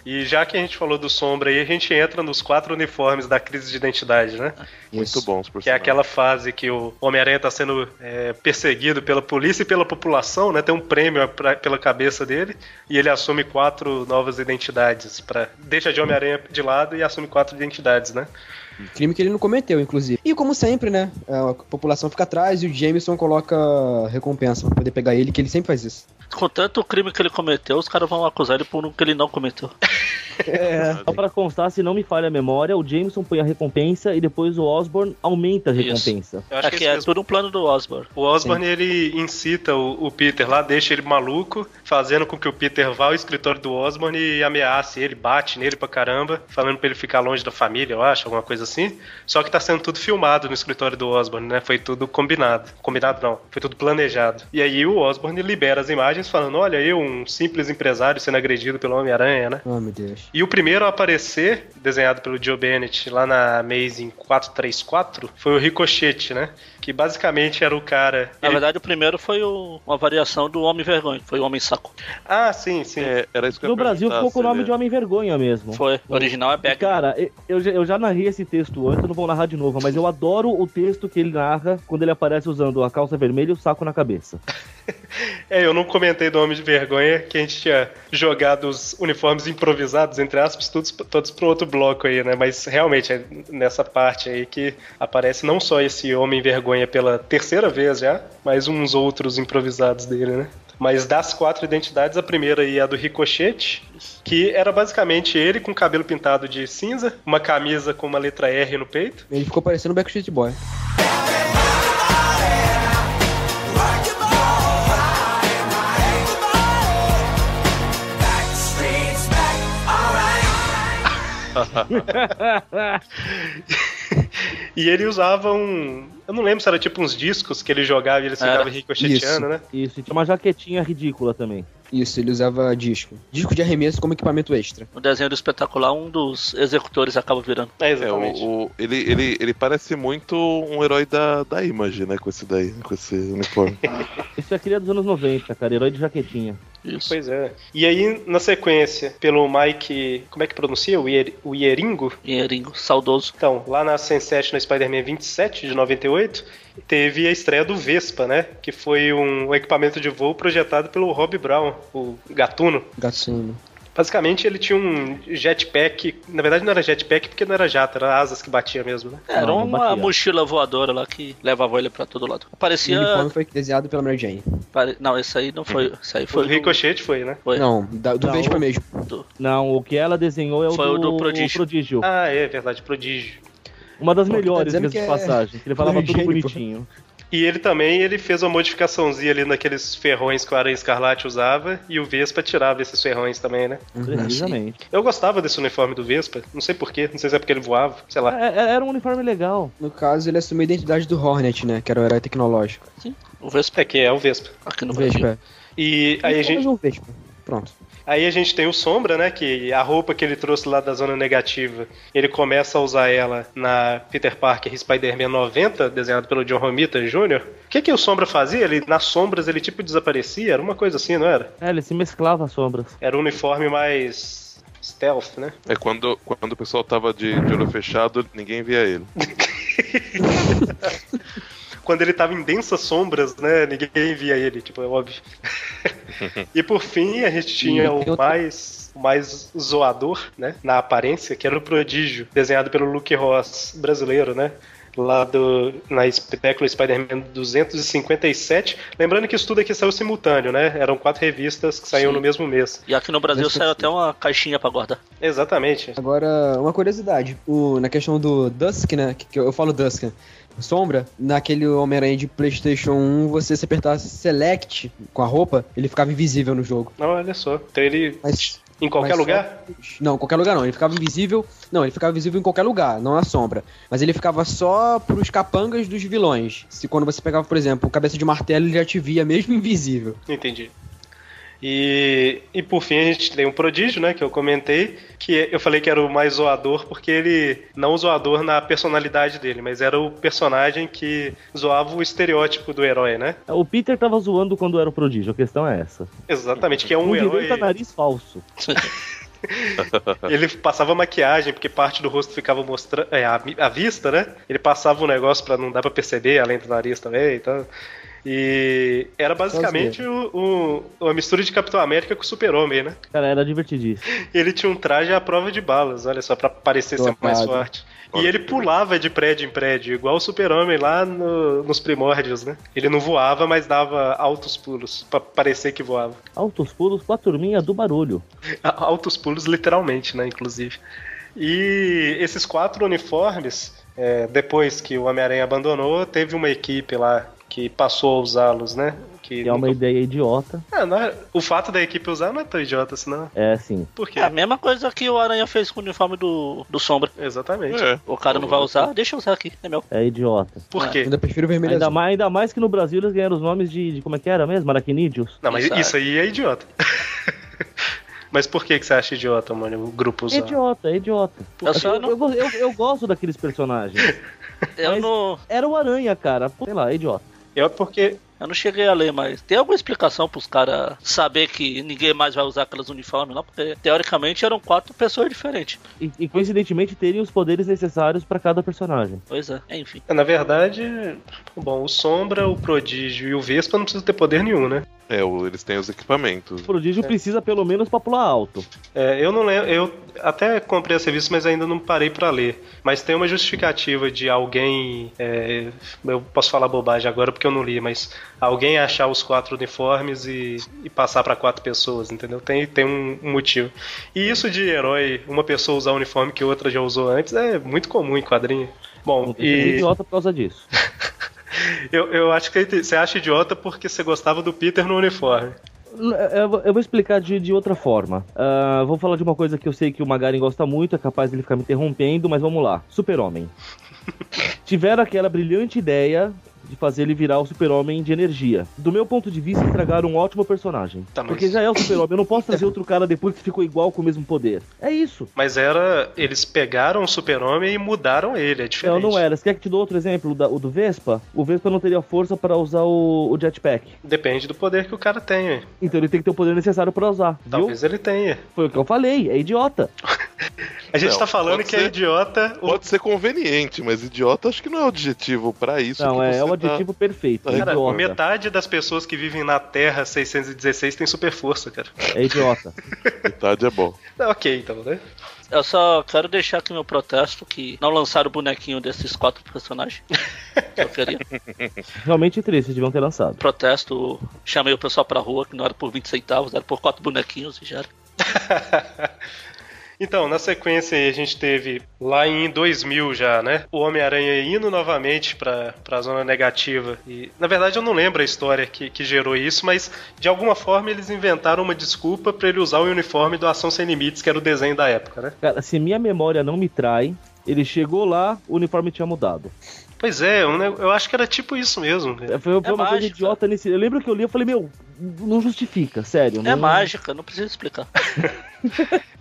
E já que a gente falou do Sombra aí, a gente entra nos quatro uniformes da crise de identidade, né?
Muito bons, por
Que é
sinal.
aquela fase que o Homem-Aranha tá sendo é, perseguido pela polícia e pela população, né? Tem um prêmio pra- pela cabeça dele e ele assume quatro novas identidades. Pra, deixa de Homem-Aranha de lado e assume quatro identidades, né?
Crime que ele não cometeu, inclusive. E como sempre, né? A população fica atrás e o Jameson coloca recompensa pra poder pegar ele, que ele sempre faz isso.
Com tanto crime que ele cometeu, os caras vão acusar ele por um que ele não cometeu.
Só pra constar, se não me falha a memória, o Jameson põe a recompensa e depois o Osborn aumenta a
Isso.
recompensa.
Eu acho
Aqui
que
é,
é
tudo um plano do Osborn.
O Osborn ele incita o, o Peter lá, deixa ele maluco, fazendo com que o Peter vá ao escritório do Osborn e ameace ele, bate nele pra caramba, falando pra ele ficar longe da família, eu acho, alguma coisa assim. Só que tá sendo tudo filmado no escritório do Osborn, né? Foi tudo combinado. Combinado não, foi tudo planejado. E aí o Osborn libera as imagens falando: olha, eu, um simples empresário sendo agredido pelo Homem-Aranha, né?
Oh, meu Deus.
E o primeiro a aparecer, desenhado pelo Joe Bennett lá na Amazing 434, foi o Ricochete, né? Que basicamente era o cara.
Na
ele-
verdade, o primeiro foi o- uma variação do Homem Vergonha, foi o Homem Saco.
Ah, sim, sim.
É, era isso que eu
No
ia
Brasil
perguntar,
ficou com o
se
nome
ele-
de Homem Vergonha mesmo.
Foi. O original é
E,
Beck.
Cara, eu- eu já, eu já narrei esse texto antes, eu não vou narrar de novo, mas eu adoro o texto que ele narra quando ele aparece usando a calça vermelha e o saco na cabeça.
É, eu não comentei do Homem de Vergonha que a gente tinha jogado os uniformes improvisados, entre aspas, todos, todos pro outro bloco aí, né? Mas realmente é nessa parte aí que aparece não só esse Homem Vergonha pela terceira vez já, mas uns outros improvisados dele, né? Mas das quatro identidades, a primeira aí é a do Ricochete, que era basicamente ele com cabelo pintado de cinza, uma camisa com uma letra R no peito.
Ele ficou parecendo o Backstreet Boy.
E ele usava um. Eu não lembro se era tipo uns discos que ele jogava e ele ficava
Era.
ricocheteando, né?
Isso, e tinha uma jaquetinha ridícula também.
Isso, ele usava disco. Disco de arremesso como equipamento extra.
No desenho do espetacular, um dos executores acaba virando.
É,
É,
exatamente.
o, o- ele, ele, ele parece muito um herói da, da Image, né? Com esse daí, com esse uniforme.
Isso é cria dos anos 90, cara, herói de jaquetinha.
Isso.
Pois é. E aí, na sequência, pelo Mike. Como é que pronuncia? O, Ier, o Ieringo?
Dinheirinho, saudoso.
Então, lá na Sense7, na Spider-Man 27 de 98, teve a estreia do Vespa, né? Que foi um equipamento de voo projetado pelo Rob Brown, o gatuno.
Gatinho.
Basicamente, ele tinha um jetpack. Na verdade, não era jetpack porque não era jato, era asas que batia mesmo, né?
É, Era
Não, não
uma
batia.
mochila voadora lá que levava ele pra todo lado.
Esse
Aparecia.
uniforme foi desenhado pela Mary Jane.
pare- Não, esse aí não foi. Esse aí
O
foi. do-
ricochete foi, né?
Foi.
Não, da- do
Não.
Vespa mesmo.
Não, o que ela desenhou é o
Foi o
do,
do Prodígio.
Prodígio.
Ah, é verdade, prodígio.
Uma das
Pô, tá
melhores
dizendo
vezes
que
de
é-
passagem. que Ele falava tudo
Prodígio, pô.
bonitinho.
E ele também ele fez uma modificaçãozinha ali naqueles ferrões que o Aranha Escarlate usava e o Vespa tirava esses ferrões também, né?
Precisamente.
Eu gostava desse uniforme do Vespa, não sei porquê, não sei se é porque ele voava, sei lá.
É, é- Era um uniforme legal.
No caso, ele assumiu a identidade do Hornet, né? Que era o herói tecnológico.
O Vespa
É que é o Vespa.
aqui no
Um
Brasil.
Vespa.
E aí a
Então,
gente,
mas um Vespa. Pronto.
aí a gente tem o Sombra, né? Que a roupa que ele trouxe lá da Zona Negativa, ele começa a usar ela na Peter Parker e Spider-Man 90, desenhado pelo John Romita Jr. O que, que o Sombra fazia? Ele, nas sombras ele tipo desaparecia? Era uma coisa assim, não era?
É, ele se mesclava às sombras.
Era um uniforme mais stealth, né?
É quando, quando o pessoal tava de, de olho fechado, ninguém via ele.
quando ele tava em densas sombras, né? Ninguém via ele, tipo, é óbvio. e por fim, a gente tinha
tem
o
outra-
mais, o mais zoador, né? Na aparência, que era o Prodígio, desenhado pelo Luke Ross, brasileiro, né? Lá do, na espetáculo Spider-Man 257. Lembrando que isso tudo aqui saiu simultâneo, né? Eram quatro revistas que saíam
Sim.
no mesmo mês.
E aqui no Brasil
Vespa
saiu
sim.
até uma caixinha pra guardar.
Exatamente.
Agora, uma curiosidade. O- na questão do Dusk, né? Que, que eu, eu falo Dusk, né? Sombra, naquele Homem-Aranha de Playstation 1, você se apertasse Select com a roupa, ele ficava invisível no jogo.
Olha só. Então ele.
Mas
Em qualquer
mas só-
lugar?
Não, em qualquer lugar não. Ele ficava invisível. Não, ele ficava visível em qualquer lugar, não na sombra. Mas ele ficava só pros capangas dos vilões. Se quando você pegava, por exemplo, o cabeça de martelo, ele já te via mesmo invisível.
Entendi. E, e por fim a gente tem um prodígio, né? Que eu comentei, que é- eu falei que era o mais zoador, porque ele. Não o zoador na personalidade dele, mas era o personagem que zoava o estereótipo do herói, né?
É, O Peter tava zoando quando era o prodígio, a questão é essa.
Exatamente, que é um
um
herói.
direito a nariz falso.
Ele passava maquiagem, porque parte do rosto ficava mostrando. É, a, mi- a vista, né? Ele passava um negócio pra não dar pra perceber, além do nariz também e tal. E era basicamente o, o- uma mistura de Capitão América com Super-Homem, né?
Cara, era divertidíssimo.
Ele tinha um traje à prova de balas, olha só, pra parecer ser
Dotado.
mais forte. E ele pulava de prédio em prédio, igual o super-homem lá no- nos primórdios, né? Ele não voava, mas dava altos pulos, pra parecer que voava.
Altos pulos com a turminha do barulho.
A- Altos pulos, literalmente, né, inclusive. E esses quatro uniformes, é, depois que o Homem-Aranha abandonou, teve uma equipe lá que passou a usá-los, né? Que
Que é uma
nunca-
ideia idiota.
Ah, não é- O fato da equipe usar não é tão idiota, senão...
É, sim.
Por quê?
É a mesma coisa que o Aranha fez com o uniforme do, do Sombra.
Exatamente.
É.
O cara não vai usar, deixa eu usar aqui, é meu.
É idiota.
Por
É.
quê?
Eu ainda prefiro o vermelho
Ainda
azul.
mais, ainda mais que no Brasil eles ganharam os nomes de, de como é que era mesmo? Aracnídeos?
Não, mas
Isso,
isso aí é idiota. mas por que, que você acha idiota, mano, o grupo
É
usar?
idiota, é idiota.
Eu só
Eu,
não.
eu, go- eu- eu gosto daqueles personagens.
Eu
mas-
não,
Era o Aranha, cara. Pô, Sei lá, é idiota.
É porque
eu não cheguei a ler, mas tem alguma explicação pros caras saber que ninguém mais vai usar aqueles uniformes lá? Porque teoricamente eram quatro pessoas diferentes.
E, e, coincidentemente terem os poderes necessários pra cada personagem.
Pois é, enfim.
na verdade, bom, o Sombra, o Prodígio e o Vespa não precisam ter poder nenhum, né?
É, o- eles têm os equipamentos.
O prodígio precisa pelo menos pra pular alto.
É, eu não lembro, eu até comprei essa revista, mas ainda não parei pra ler. Mas tem uma justificativa de alguém, é, eu posso falar bobagem agora porque eu não li, mas alguém achar os quatro uniformes e, e passar pra quatro pessoas, entendeu? Tem, tem um, um motivo. E isso de herói, uma pessoa usar o uniforme que outra já usou antes, é muito comum em quadrinho.
O
Bom,
Peter é
e
idiota por causa disso.
eu, eu acho que você acha idiota porque você gostava do Peter no uniforme.
N- eh, Eu vou- eu vou explicar de, de outra forma. Ah, vou falar de uma coisa que eu sei que o Magaren gosta muito, é capaz dele ficar me interrompendo, mas vamos lá. Super-Homem. tiveram aquela brilhante ideia de fazer ele virar o super-homem de energia. Do meu ponto de vista, estragaram um ótimo personagem.
Tá, mas-
Porque já é o super-homem, eu não posso trazer outro cara depois que ficou igual com o mesmo poder. É isso.
Mas era. Eles pegaram o super-homem e mudaram ele, é
Não,
diferente.
não era. Você quer que te dou outro exemplo? O, da- o do Vespa? O Vespa não teria força para usar o, o jetpack.
Depende do poder que o cara tem.
Então ele tem que ter o poder necessário para usar. Viu?
Talvez ele tenha.
Foi o que eu falei, é idiota.
A gente
Não,
tá falando
pode
que é
ser.
idiota. O...
Pode ser conveniente, mas idiota acho que não é o adjetivo pra isso.
não,
que
é,
você
é o
tá-
adjetivo perfeito. É
Cara,
Cara,
idiota.
metade das pessoas que vivem na Terra 616 tem super força, cara.
É idiota.
Metade é bom.
Tá, ok, então, né?
Eu só quero deixar aqui meu protesto que não lançaram o bonequinho desses quatro personagens. Eu queria. um
Realmente triste, deviam ter lançado.
Protesto, chamei o pessoal pra rua, que não era por 20 centavos, era por quatro bonequinhos e já era.
Então, na sequência aí, a gente teve lá em 2000 já, né? O Homem-Aranha indo novamente pra, pra zona negativa. E, na verdade, eu não lembro a história que, que gerou isso, mas de alguma forma eles inventaram uma desculpa pra ele usar o uniforme do Ação Sem Limites, que era o desenho da época, né?
Cara, se minha memória não me trai, ele chegou lá, o uniforme tinha mudado.
Pois é, eu, ne- eu acho que era tipo isso mesmo. né?
É, Foi, foi uma coisa
mágica.
idiota nesse. Eu lembro que eu li e falei, meu, não justifica, sério.
É
não-
mágica, não precisa explicar.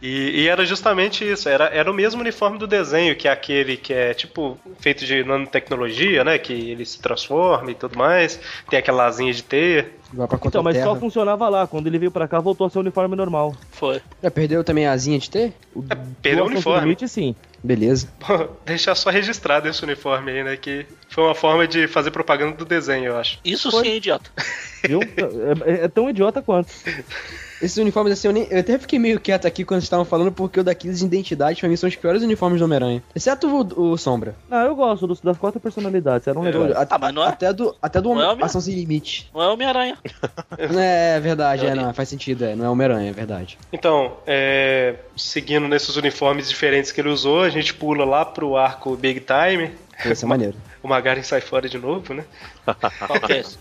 E, e era justamente isso, era, era o mesmo uniforme do desenho, que é aquele que é tipo feito de nanotecnologia, né? Que ele se transforma e tudo mais, tem aquela asinha de teia.
Vai pra conta
Então, mas só
terra.
funcionava lá. Quando ele veio pra cá, voltou a ser o uniforme normal.
Foi.
Já perdeu também a asinha de T?
Perdeu o
Doação sem
uniforme.
Limite, sim.
Beleza.
Pô, deixar só registrado esse uniforme aí, né? Que foi uma forma de fazer propaganda do desenho, eu acho.
Isso
Foi.
sim é idiota.
Viu? É- é, é tão idiota quanto.
Esses uniformes, assim, eu, nem, eu até fiquei meio quieto aqui quando vocês estavam falando, porque o da Kids de Identidade, pra mim, são os piores uniformes do Homem-Aranha. Exceto o, o Sombra.
Não, eu gosto dos- das quatro personalidades. um Eram legais.
A-
Ah, mas não é-
Até do, até do
não é o
Homem-
mesmo?
Ação Sem Limite.
Não é Homem-Aranha.
É, é verdade, é, não, faz sentido, é, não é Homem-Aranha, é verdade.
Então, é, seguindo nesses uniformes diferentes que ele usou, a gente pula lá pro arco Big Time.
Foi essa maneira.
O Magaren sai fora de novo, né?
Qual que é esse?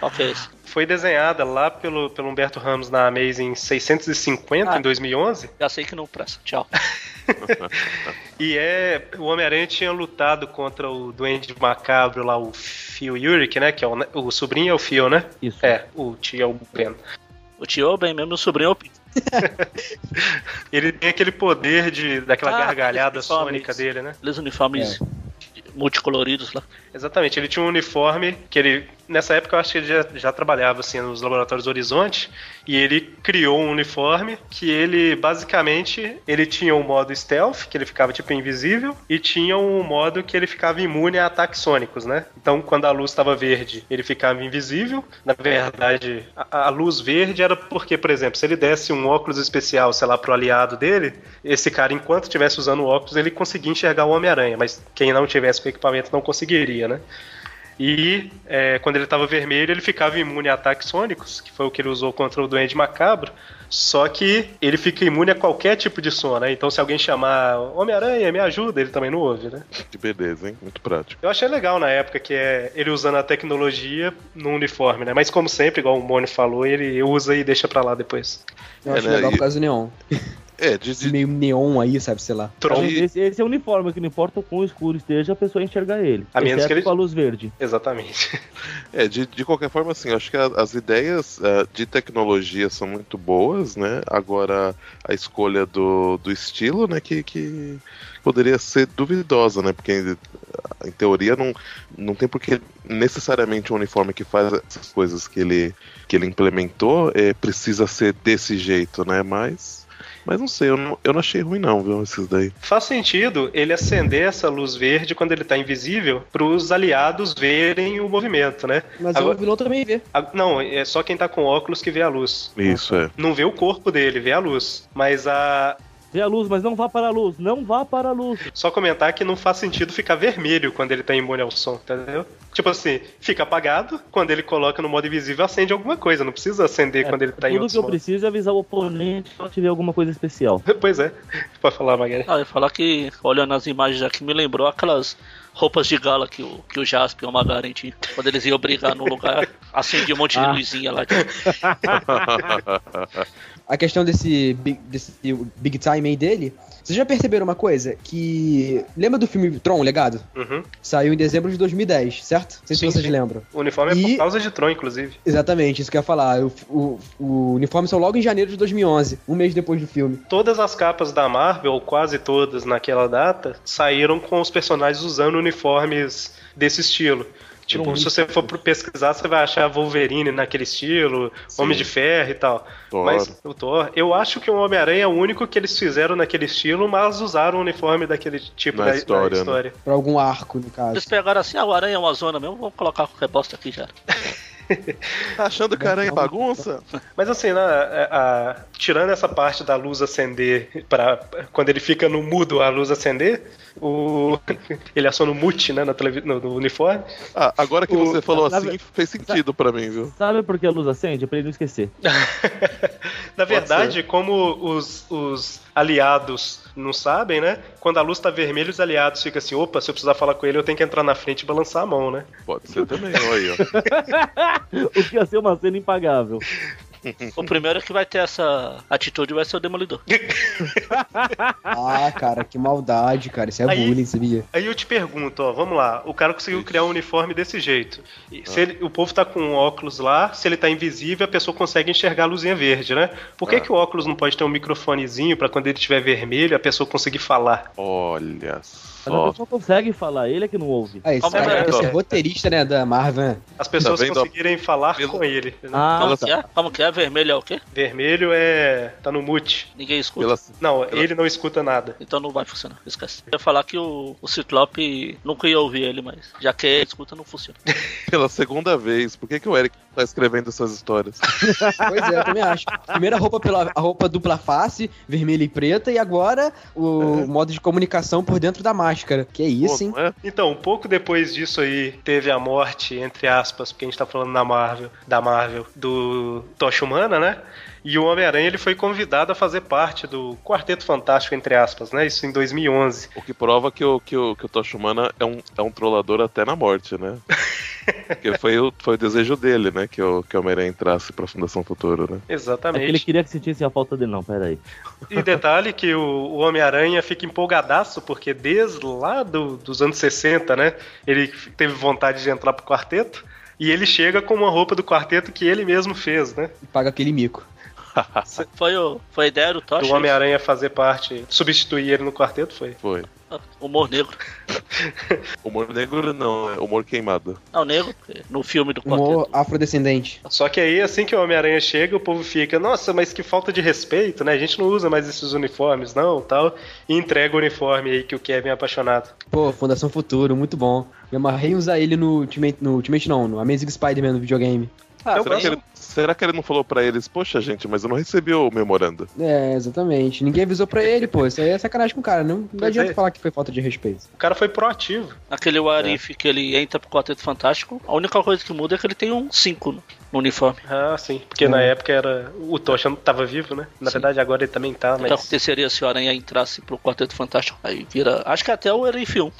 Qual que é esse?
Foi desenhada lá pelo, pelo Humberto Ramos na Amazing 650,
Ah.
em 2011.
Já sei que não presta. Tchau.
E é. O Homem-Aranha tinha lutado contra o Duende Macabro lá, o Phil Urich, né? Que é o, o sobrinho é o Phil, né?
Isso.
É, o tio é o Ben.
O tio bem mesmo, o sobrinho é o Peter.
Ele tem aquele poder de, daquela
Ah,
gargalhada
aqueles uniformes.
sônica dele, né?
Aqueles uniformes multicoloridos lá.
Exatamente, ele tinha um uniforme que ele. Nessa época eu acho que ele já, já trabalhava assim nos laboratórios Horizonte. E ele criou um uniforme que ele basicamente ele tinha um modo stealth, que ele ficava tipo invisível, e tinha um modo que ele ficava imune a ataques sônicos, né? Então quando a luz estava verde, ele ficava invisível. Na verdade, a, a luz verde era porque, por exemplo, se ele desse um óculos especial, sei lá, pro aliado dele, esse cara, enquanto estivesse usando o óculos, ele conseguia enxergar o Homem-Aranha, mas quem não tivesse com o equipamento não conseguiria, né? E é, quando ele tava vermelho, ele ficava imune a ataques sônicos, que foi o que ele usou contra o Duende Macabro. Só que ele fica imune a qualquer tipo de som, né? Então se alguém chamar Homem-Aranha, me ajuda, ele também não ouve, né?
Que beleza, hein? Muito prático.
Eu achei legal na época que é ele usando a tecnologia no uniforme, né? Mas como sempre, igual o Mônio falou, ele usa e deixa pra lá depois.
Eu
É,
acho
né,
legal
e-
por causa do neon.
É, de, de-
Esse meio neon aí, sabe, sei
um
lá.
Tron.
Esse, esse é o uniforme, que não importa o quão escuro esteja, a pessoa enxerga ele.
A menos
exceto
que ele-
com a luz verde.
Exatamente.
É, de, de qualquer forma, assim, eu acho que a- as ideias eh, de tecnologia são muito boas, né? Agora, a escolha do, do estilo, né, que, que poderia ser duvidosa, né? Porque, em, em teoria, não, não tem porque necessariamente o uniforme que faz essas coisas que ele, que ele implementou eh, precisa ser desse jeito, né? Mas, mas não sei, eu não, eu não achei ruim, não, viu, esses daí.
Faz sentido ele acender essa luz verde quando ele tá invisível pros aliados verem o movimento, né?
Mas
Agora-
o vilão também vê.
A- Não, é só quem tá com óculos que vê a luz.
Isso, é.
Não vê o corpo dele, vê a luz. Mas a.
Vê a luz, mas não vá para a luz. Não vá para a luz.
Só comentar que não faz sentido ficar vermelho quando ele tá imune ao som, entendeu? Tipo assim, fica apagado, quando ele coloca no modo invisível, acende alguma coisa. Não precisa acender quando ele tá em
Tudo que
outro
eu
modo.
preciso é avisar o oponente se eu tiver alguma coisa especial.
Pois é. Pode falar, Magali.
Ah, eu ia falar que, olhando as imagens aqui, me lembrou aquelas roupas de gala que o, que o Jasper e o Magaren tinham. Quando eles iam brigar no lugar, acendia um monte de
Ah.
luzinha lá.
a questão desse big, desse big time aí dele. Vocês já perceberam uma coisa? Que. Lembra do filme Tron, Legado?
Uhum.
Saiu em dezembro de 2010, certo? Não sei
Sim,
se vocês
sim.
lembram.
O uniforme é
E-
por causa de Tron, inclusive.
Exatamente, isso que eu ia falar. O, o, o uniforme saiu logo em janeiro de 2011, um mês depois do filme.
Todas as capas da Marvel, ou quase todas naquela data, saíram com os personagens usando uniformes desse estilo. Tipo, se você for pro- pesquisar, você vai achar Wolverine naquele estilo, Homem de Ferro e tal.
Thor.
Mas o Thor, eu acho que o Homem-Aranha é o único que eles fizeram naquele estilo, mas usaram o uniforme daquele tipo
Na
da da
história, né?
história.
Pra algum arco, no caso.
Eles pegaram assim, ah, o aranha é uma zona mesmo, vamos colocar qualquer bosta aqui já.
Tá achando que aranha é bagunça?
Mas assim, né, a- a- tirando essa parte da luz acender, pra, quando ele fica no mudo a luz acender, o, ele aciona o mute né, na televi- no, no uniforme.
Ah, agora que
O-
você falou
na-
assim, fez sentido pra mim, viu?
Sabe por que a luz acende? Pra ele não esquecer.
Na verdade, como os, os aliados não sabem, né? Quando a luz tá vermelha, os aliados ficam assim, opa, se eu precisar falar com ele, eu tenho que entrar na frente e balançar a mão, né?
Pode ser também, olha aí, ó.
O que ia ser uma cena impagável.
O primeiro é que vai ter essa atitude vai ser o Demolidor.
Ah, cara, que maldade, cara. Isso é
Aí-
bullying, sabia?
Aí eu te pergunto, ó, vamos lá, o cara conseguiu criar um uniforme desse jeito. E
Ah.
se ele- o povo tá com um óculos lá, se ele tá invisível, a pessoa consegue enxergar a luzinha verde, né? Por
Ah.
que, que o óculos não pode ter um microfonezinho pra quando ele estiver vermelho a pessoa conseguir falar?
Olha
Mas a
só.
pessoa consegue falar, ele é que não ouve.
Ah, esse
Calma aí,
cara
peraí,
que esse é
ó.
roteirista, né, da Marvel, né?
As pessoas
vendo, ó?
conseguirem falar
Pelo-
com ele. né?
Ah,
Como que é? Como que é? Vermelho é o quê?
Vermelho é. tá no mute.
Ninguém escuta.
Pela...
Não, ele não escuta nada.
Então não vai funcionar, esquece. Eu ia falar que o, o Ciclope nunca ia ouvir ele, mas já que ele escuta, não funciona.
Pela segunda vez, por que, que o Eric tá escrevendo essas histórias?
Pois é, eu também acho. Primeiro a roupa, pela, a roupa dupla face, vermelha e preta, e agora o modo de comunicação por dentro da máscara. Que é isso,
Pô,
hein?
não é?
Então, um pouco depois disso aí, teve a morte, entre aspas, porque a gente tá falando na Marvel, da Marvel, do Tocha Humana, né? E o Homem-Aranha ele foi convidado a fazer parte do Quarteto Fantástico, entre aspas, né? Isso em 2011.
O que prova que o, que o, que o Toshimana é um, é um trollador até na morte, né? Porque foi o, foi o desejo dele, né? Que o, que o Homem-Aranha entrasse pra Fundação Futuro, né?
é que ele
Exatamente.
queria que sentisse a falta dele, não, peraí.
E detalhe que o, o Homem-Aranha fica empolgadaço, porque desde lá do- dos anos 60, né? Ele teve vontade de entrar pro quarteto. E ele chega com uma roupa do quarteto que ele mesmo fez, né?
E paga aquele mico.
Foi, o, foi a ideia do Tocha?
Do Homem-Aranha fazer parte, substituir ele no quarteto foi.
Foi.
Humor negro.
Humor negro não, é humor queimado.
Não, negro, porque no filme do
Humor
quarteto.
afrodescendente.
Só que aí, assim que o Homem-Aranha chega, o povo fica, nossa, mas que falta de respeito, né? A gente não usa mais esses uniformes, não, tal. E entrega o uniforme aí que o Kevin é apaixonado.
Pô, Fundação Futuro, muito bom. Me amarrei em usar ele no Ultimate, no Ultimate não, no Amazing Spider-Man no videogame.
Ah,
será, que ele, será que ele não falou pra eles, poxa gente, mas eu não recebi o memorando?
É, exatamente. Ninguém avisou pra ele, pô. Isso aí é sacanagem com o cara. Não, não adianta
é.
falar que foi falta de respeito.
O cara foi proativo.
Aquele
É.
Warif que ele entra pro Quarteto Fantástico, a única coisa que muda é que ele tem um 5 no, no uniforme.
Ah, sim. Porque na época era. O Tocha não tava vivo, né? Na
Sim.
verdade, agora ele também tá,
O que
mas.
aconteceria se o Aranha entrasse pro Quarteto Fantástico? Aí vira. Acho que até o Warif 1.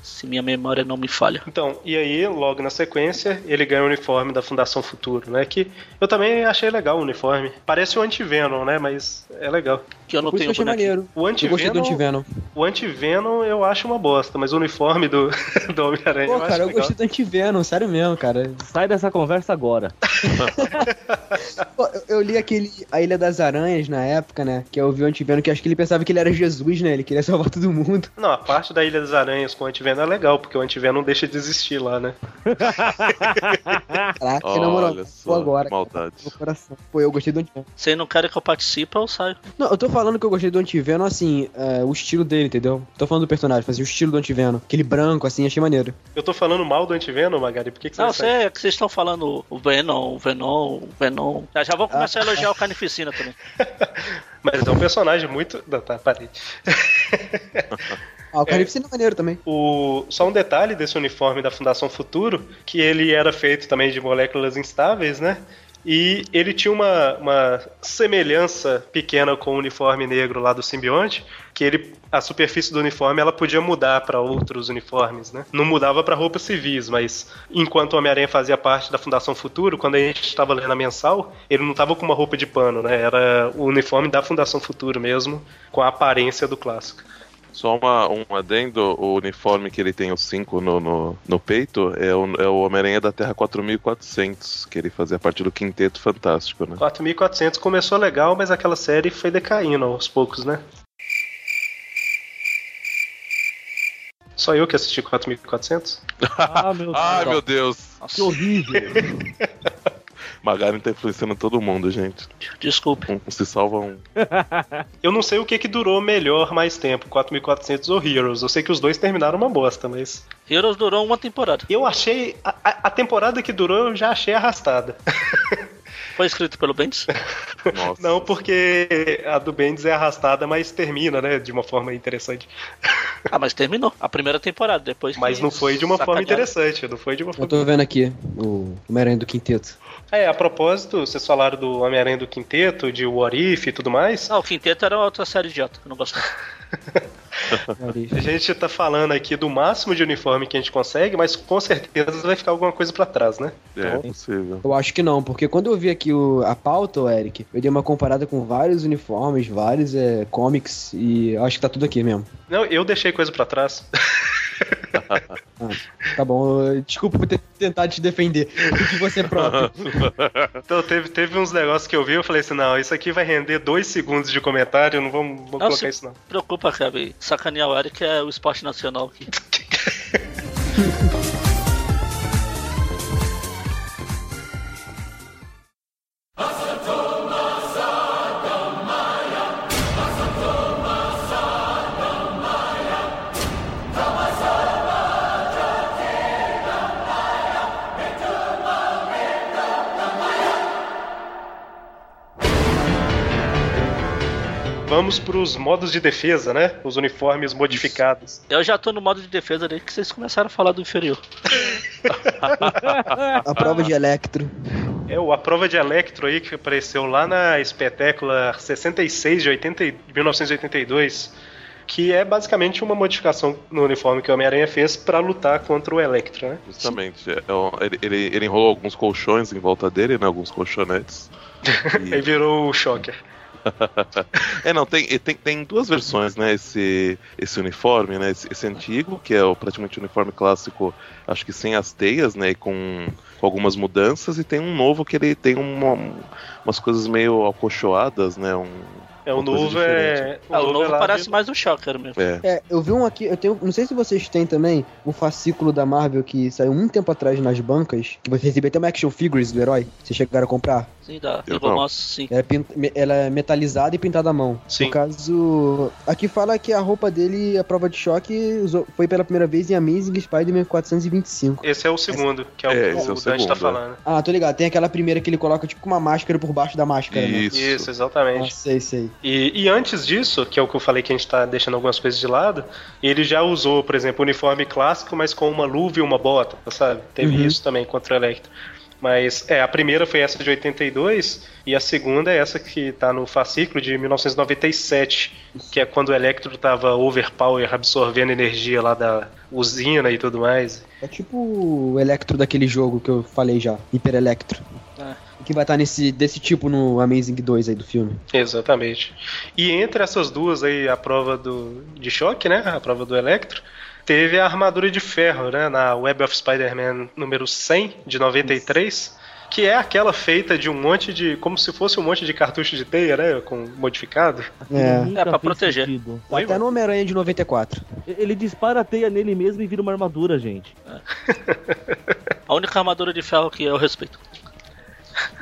Se minha memória não me falha.
Então, e aí, logo na sequência, ele ganha o uniforme da Fundação Futuro, né? Que eu também achei legal o uniforme. Parece o anti-Venom, né? Mas é legal.
Que eu não
Por isso que eu
tenho
achei
bonequinho.
maneiro.
O
Eu gostei do
anti-Venom.
Antivenom.
O anti-Venom eu acho uma bosta, mas o uniforme do, do Homem-Aranha
Pô,
eu acho
cara, eu
legal.
gostei do Antivenom, sério mesmo, cara.
Sai dessa conversa agora.
Pô, eu, eu li aquele A Ilha das Aranhas na época, né? Que eu vi o Antivenom, que acho que ele pensava que ele era Jesus, né? Ele queria salvar todo mundo.
Não, a parte da Ilha das Aranhas com o Antiveno é legal, porque o Antiveno não deixa de existir lá, né?
Caraca, na moral,
Olha
pô,
só,
agora.
que maldade.
Meu coração. Pô, eu gostei do Antivenom.
Se não querem que eu participe, eu saio.
Não, eu tô falando que eu gostei do Antivenom, assim, é, o estilo dele, entendeu? Tô falando do personagem, mas assim, o estilo do Antivenom. Aquele branco, assim, achei maneiro.
Eu tô falando mal do Antiveno, Magari, por que, que você
Não,
vai
sei,
sair?
é que vocês estão falando o Venom, o Venom, o Venom. Já, já
Ah.
vou começar a elogiar o Carnificina também.
Mas é um personagem muito. Não, tá, parei.
Ah, o Carnificina é maneiro também.
O... Só um detalhe desse uniforme da Fundação Futuro, que ele era feito também de moléculas instáveis, né? E ele tinha uma, uma semelhança pequena com o uniforme negro lá do simbionte, que ele a superfície do uniforme ela podia mudar para outros uniformes, né? Não mudava para roupas civis, mas enquanto o Homem-Aranha fazia parte da Fundação Futuro, quando a gente estava lendo a mensal, ele não estava com uma roupa de pano, né? Era o uniforme da Fundação Futuro mesmo, com a aparência do clássico.
Só uma, um adendo, o uniforme que ele tem, os cinco no, no, no peito, é o, é o Homem-Aranha da Terra 4400, que ele fazia parte do Quinteto Fantástico, né?
4400 começou legal, mas aquela série foi decaindo aos poucos, né? Só eu que assisti 4400?
Ah, meu Deus.
Ai, meu Deus!
Que horrível.
Magaren tá influenciando todo mundo, gente.
Desculpe.
Um, se salva um.
Eu não sei o que que durou melhor mais tempo, 4400 ou Heroes. Eu sei que os dois terminaram uma bosta, mas
Heroes durou uma temporada.
eu achei a, a- a temporada que durou eu já achei arrastada.
Foi escrito pelo Bendis?
Nossa.
Não porque a do Bendis é arrastada, mas termina, né, de uma forma interessante.
Ah, mas terminou. A primeira temporada, depois que
Mas não foi de uma forma
sacanearam.
interessante, não foi de uma
Eu
forma
tô vendo aqui o Homem-Aranha do Quinteto.
É, a propósito, vocês falaram do Homem-Aranha do Quinteto, de What If e tudo mais.
Não, o Quinteto era outra série idiota, que eu não gostava.
A gente tá falando aqui do máximo de uniforme que a gente consegue, mas com certeza vai ficar alguma coisa pra trás, né?
É possível.
Eu acho que não, porque quando eu vi aqui o- a pauta, o Eric, eu dei uma comparada com vários uniformes, vários é, comics, e eu acho que tá tudo aqui mesmo.
Não, eu deixei coisa pra trás.
Tá bom, eu- desculpa por ter tentado te defender de você próprio.
Então teve, teve uns negócios que eu vi, eu falei assim, não, isso aqui vai render dois segundos de comentário, não vamos, vamos colocar
se
isso não.
preocupa, Kevin. Sacanear o Eric é o esporte nacional aqui.
Vamos pros modos de defesa, né? Os uniformes modificados.
Eu já tô no modo de defesa desde que vocês começaram a falar do inferior.
A prova de Electro.
É o- a prova de Electro aí que apareceu lá na espetácula 66 de 80, e- 1982, que é basicamente uma modificação no uniforme que o Homem-Aranha fez pra lutar contra o Electro, né?
Justamente. é um- ele, ele- ele enrolou alguns colchões em volta dele, né? Alguns colchonetes. E-
Aí virou o Shocker.
É, não, tem, e tem, tem duas versões, né? Esse, esse uniforme, né? Esse, esse antigo, que é o, praticamente o uniforme clássico, acho que sem as teias, né? E com, com algumas mudanças. E tem um novo que ele tem uma- umas coisas meio alcochoadas, né? Um,
É o
Uma coisa
novo é.
Ah, o novo
lá
parece
de-
mais um Shocker mesmo.
é.
É, eu vi um aqui, eu tenho, não sei se vocês têm também, um fascículo da Marvel que saiu um tempo atrás nas bancas, que você recebeu até uma action figures do herói, vocês chegaram a comprar.
Sim, dá.
Eu
Igual
não.
nosso, sim.
Ela é, pint- me- ela é metalizada e pintada à mão.
Sim.
No caso, aqui fala que a roupa dele, a prova de choque, usou- foi pela primeira vez em Amazing Spider-Man 425.
Esse é o segundo, que é o
É,
que
esse
o
é o
Dante tá
segundo, é.
falando.
Ah, tô ligado, tem aquela primeira que ele coloca tipo uma máscara por baixo da máscara, né?
Isso.
Isso,
Ah,
exatamente.
sei, sei.
E, e antes disso, que é o que eu falei que a gente tá deixando algumas coisas de lado, ele já usou, por exemplo, o uniforme clássico, mas com uma luva e uma bota, sabe? Teve
Uhum.
isso também contra o Electro. Mas é, a primeira foi essa de 82 e a segunda é essa que tá no fascículo de 1997, que é quando o Electro tava overpower, absorvendo energia lá da usina e tudo mais.
É tipo o Electro daquele jogo que eu falei já, Hiper Electro.
Ah.
Que vai estar nesse, desse tipo no Amazing 2 aí do filme.
Exatamente. E entre essas duas aí, a prova do, de choque, né? A prova do Electro, teve a armadura de ferro, né? Na Web of Spider-Man número 100, de 93, que é aquela feita de um monte de. como se fosse um monte de cartucho de teia, né? Com, modificado.
É.
É, pra
fez
proteger.
sentido.
Oi,
Até
mano.
no Homem-Aranha de 94.
Ele dispara a teia nele mesmo e vira uma armadura, gente.
A única armadura de ferro que eu respeito.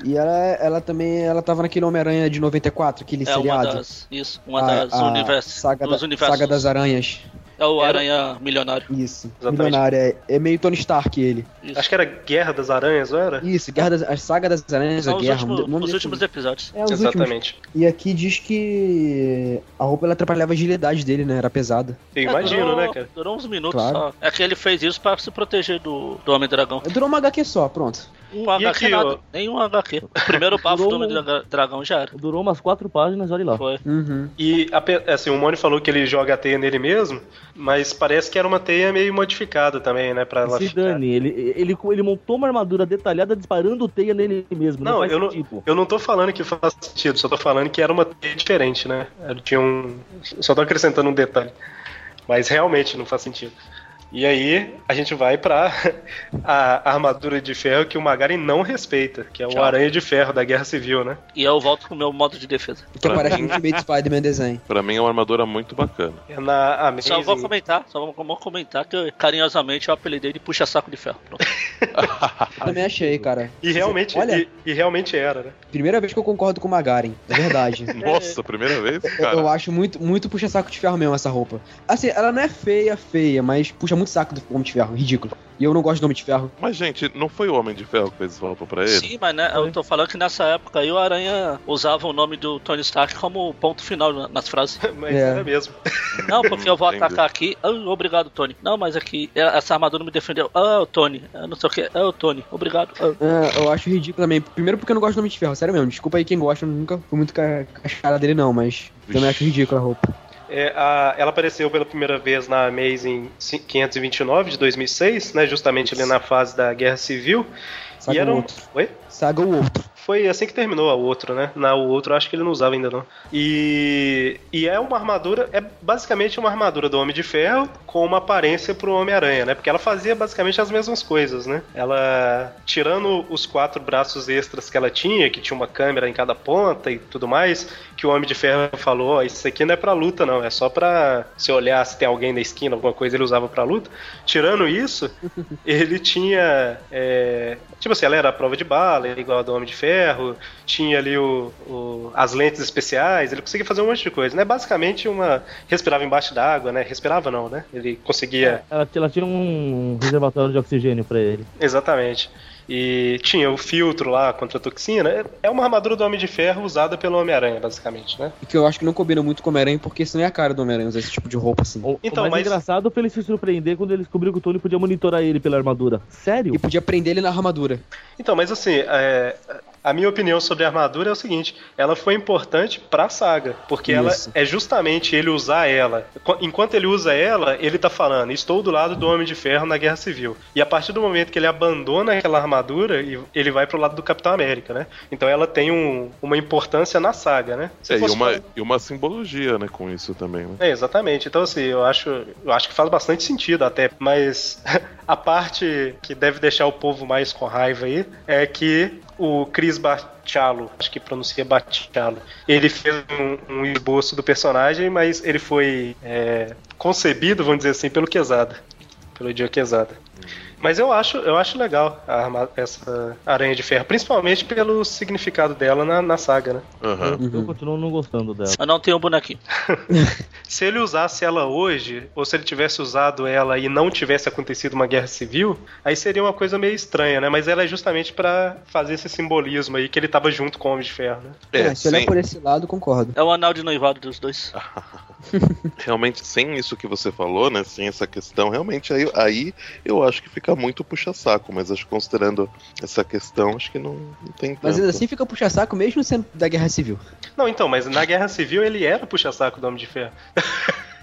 E ela, ela também ela tava naquele Homem-Aranha de 94, aquele
é uma
seriado.
das. Isso, uma
A-
das
a
universos.
Saga,
dos
da-
universos.
Saga das Aranhas.
É o
Era-
Aranha Milionário.
Isso.
Exatamente.
Milionário. É, é meio Tony Stark ele.
Isso.
Acho que era Guerra das Aranhas, não era?
Isso, Guerra das, a Saga das Aranhas, a
É. São os,
Guerra. um
últimos,
o nome
os
desse-
últimos episódios.
É, os últimos.
Exatamente.
E aqui diz que a roupa ela atrapalhava a agilidade dele, né? Era pesada.
Eu imagino,
durou,
né, cara?
Durou uns minutos
Claro.
só. É que ele fez isso pra se proteger do, do Homem-Dragão.
Durou uma HQ só, pronto.
um HQ
aqui,
nada.
ó?
Nenhum HQ. O primeiro bafo do
Durou
Homem
um-
Dra- Dragão já era.
Durou umas quatro páginas, olha lá.
Foi.
Uhum.
E ape- assim, o Mônio falou que ele joga a teia nele mesmo, mas parece que era uma teia meio modificada também, né? Pra ela
Se
ficar.
dane, ele, ele, ele montou uma armadura detalhada disparando teia nele mesmo. Não,
Não,
faz
eu não-
sentido.
Eu não tô falando que faz sentido, só tô falando que era uma teia diferente, né? Era- Tinha um. Só tô acrescentando um detalhe. Mas realmente não faz sentido. E aí a gente vai pra a armadura de ferro que o Magari não respeita, que é o
Tchau.
Aranha de Ferro da Guerra Civil, né?
E eu volto com o meu modo de defesa.
Que parece um filme de Spider-Man desenho.
Pra mim é uma armadura muito bacana.
É na Amazing.
Só vou comentar, só vou- vou comentar que eu, carinhosamente eu apelidei de puxa-saco de ferro. Pronto.
Também achei, cara.
E realmente,
Olha-
e, e realmente era, né?
Primeira vez que eu concordo com o Magaren, é verdade.
Nossa, primeira vez,
Eu- Eu
cara.
acho muito, muito puxa saco de ferro mesmo essa roupa. Assim, ela não é feia, feia, mas puxa muito saco do Homem de Ferro, ridículo. E eu não gosto do Homem de Ferro.
Mas, gente, não foi o Homem de Ferro que fez essa roupa pra ele?
Sim, mas né, eu tô falando que nessa época aí o Aranha usava o nome do Tony Stark como ponto final na- nas frases.
Mas
É.
era mesmo.
Não, porque eu vou
Entendi.
atacar aqui. Ah, obrigado, Tony. Não, mas aqui é, essa armadura me defendeu. Ah, o Tony. Ah, não sei o que. Ah, o Tony. Obrigado. Ah.
É, eu acho ridículo também. Primeiro porque eu não gosto do Homem de Ferro, sério mesmo. Desculpa aí quem gosta, eu nunca fui muito com a com a cara dele não, mas também acho ridícula a roupa.
É, a- ela apareceu pela primeira vez na Amazing 529 de 2006, né? Justamente ali na fase da Guerra Civil.
Saga
e era
o
um...
outro.
Oi?
Saga o outro.
Foi assim que terminou a outro, né? Na o outro acho que ele não usava ainda não. E e é uma armadura, é basicamente uma armadura do Homem de Ferro com uma aparência pro Homem-Aranha, né? Porque ela fazia basicamente as mesmas coisas, né? Ela tirando os quatro braços extras que ela tinha, que tinha uma câmera em cada ponta e tudo mais, que o Homem de Ferro falou, ó, isso aqui não é pra luta não, é só pra se olhar se tem alguém na esquina, alguma coisa ele usava pra luta. Tirando isso, ele tinha. é, tipo assim, ela era a prova de bala, igual a do Homem de Ferro, tinha ali o, o- as lentes especiais, ele conseguia fazer um monte de coisa, né? Basicamente, uma. Respirava embaixo d'água, né? Respirava não, né? Ele conseguia.
Ela, ela tinha um reservatório de oxigênio pra ele.
Exatamente. E tinha o filtro lá contra a toxina. É- É uma armadura do Homem de Ferro usada pelo Homem-Aranha, basicamente, né?
Que eu acho que não combina muito com o Homem-Aranha, porque isso não é a cara do Homem-Aranha usar esse tipo de roupa assim.
O,
Então,
então, o mais
mas-
engraçado foi ele se surpreender quando ele descobriu que o Tony podia monitorar ele pela armadura. Sério?
E podia prender ele na armadura.
Então, mas assim, é, a minha opinião sobre a armadura é o seguinte: ela foi importante pra saga, porque ela
Isso.
é justamente ele usar ela. Qu- Enquanto ele usa ela, ele tá falando: estou do lado do Homem de Ferro na Guerra Civil. E a partir do momento que ele abandona aquela armadura, e- ele vai pro lado do Capitão América, né? Então ela tem um- uma importância na saga, né? Se
É, e,
fosse
uma,
pra-
e uma simbologia, né, com isso também, né?
é, exatamente. Então, assim, eu acho, eu acho que faz bastante sentido até. Mas a parte que deve deixar o povo mais com raiva aí é que o Chris Bachalo, acho que pronuncia Bachalo, ele fez um, um esboço do personagem, mas ele foi é, concebido, vamos dizer assim, pelo Quesada. Pelo Dio Quesada. Mas eu acho, eu acho legal a arma- essa aranha de ferro, principalmente pelo significado dela na, na saga, né?
Ah.
Aham.
Eu
Uhum.
continuo não gostando dela.
Eu não tenho um bonequinho.
Se ele usasse ela hoje, ou se ele tivesse usado ela e não tivesse acontecido uma guerra civil, aí seria uma coisa meio estranha, né? Mas ela é justamente pra fazer esse simbolismo aí que ele tava junto com o Homem de Ferro, né?
É,
É, se olhar
sem-
por esse lado, concordo.
É o anel de noivado dos dois.
realmente sem isso que você falou, né? Sem essa questão, realmente aí, aí eu acho que fica muito puxa-saco, mas acho que considerando essa questão, acho que não, não tem tanto.
Mas ainda assim fica puxa saco mesmo sendo da Guerra Civil.
Não, então, mas na guerra civil ele era o puxa-saco do Homem de Ferro.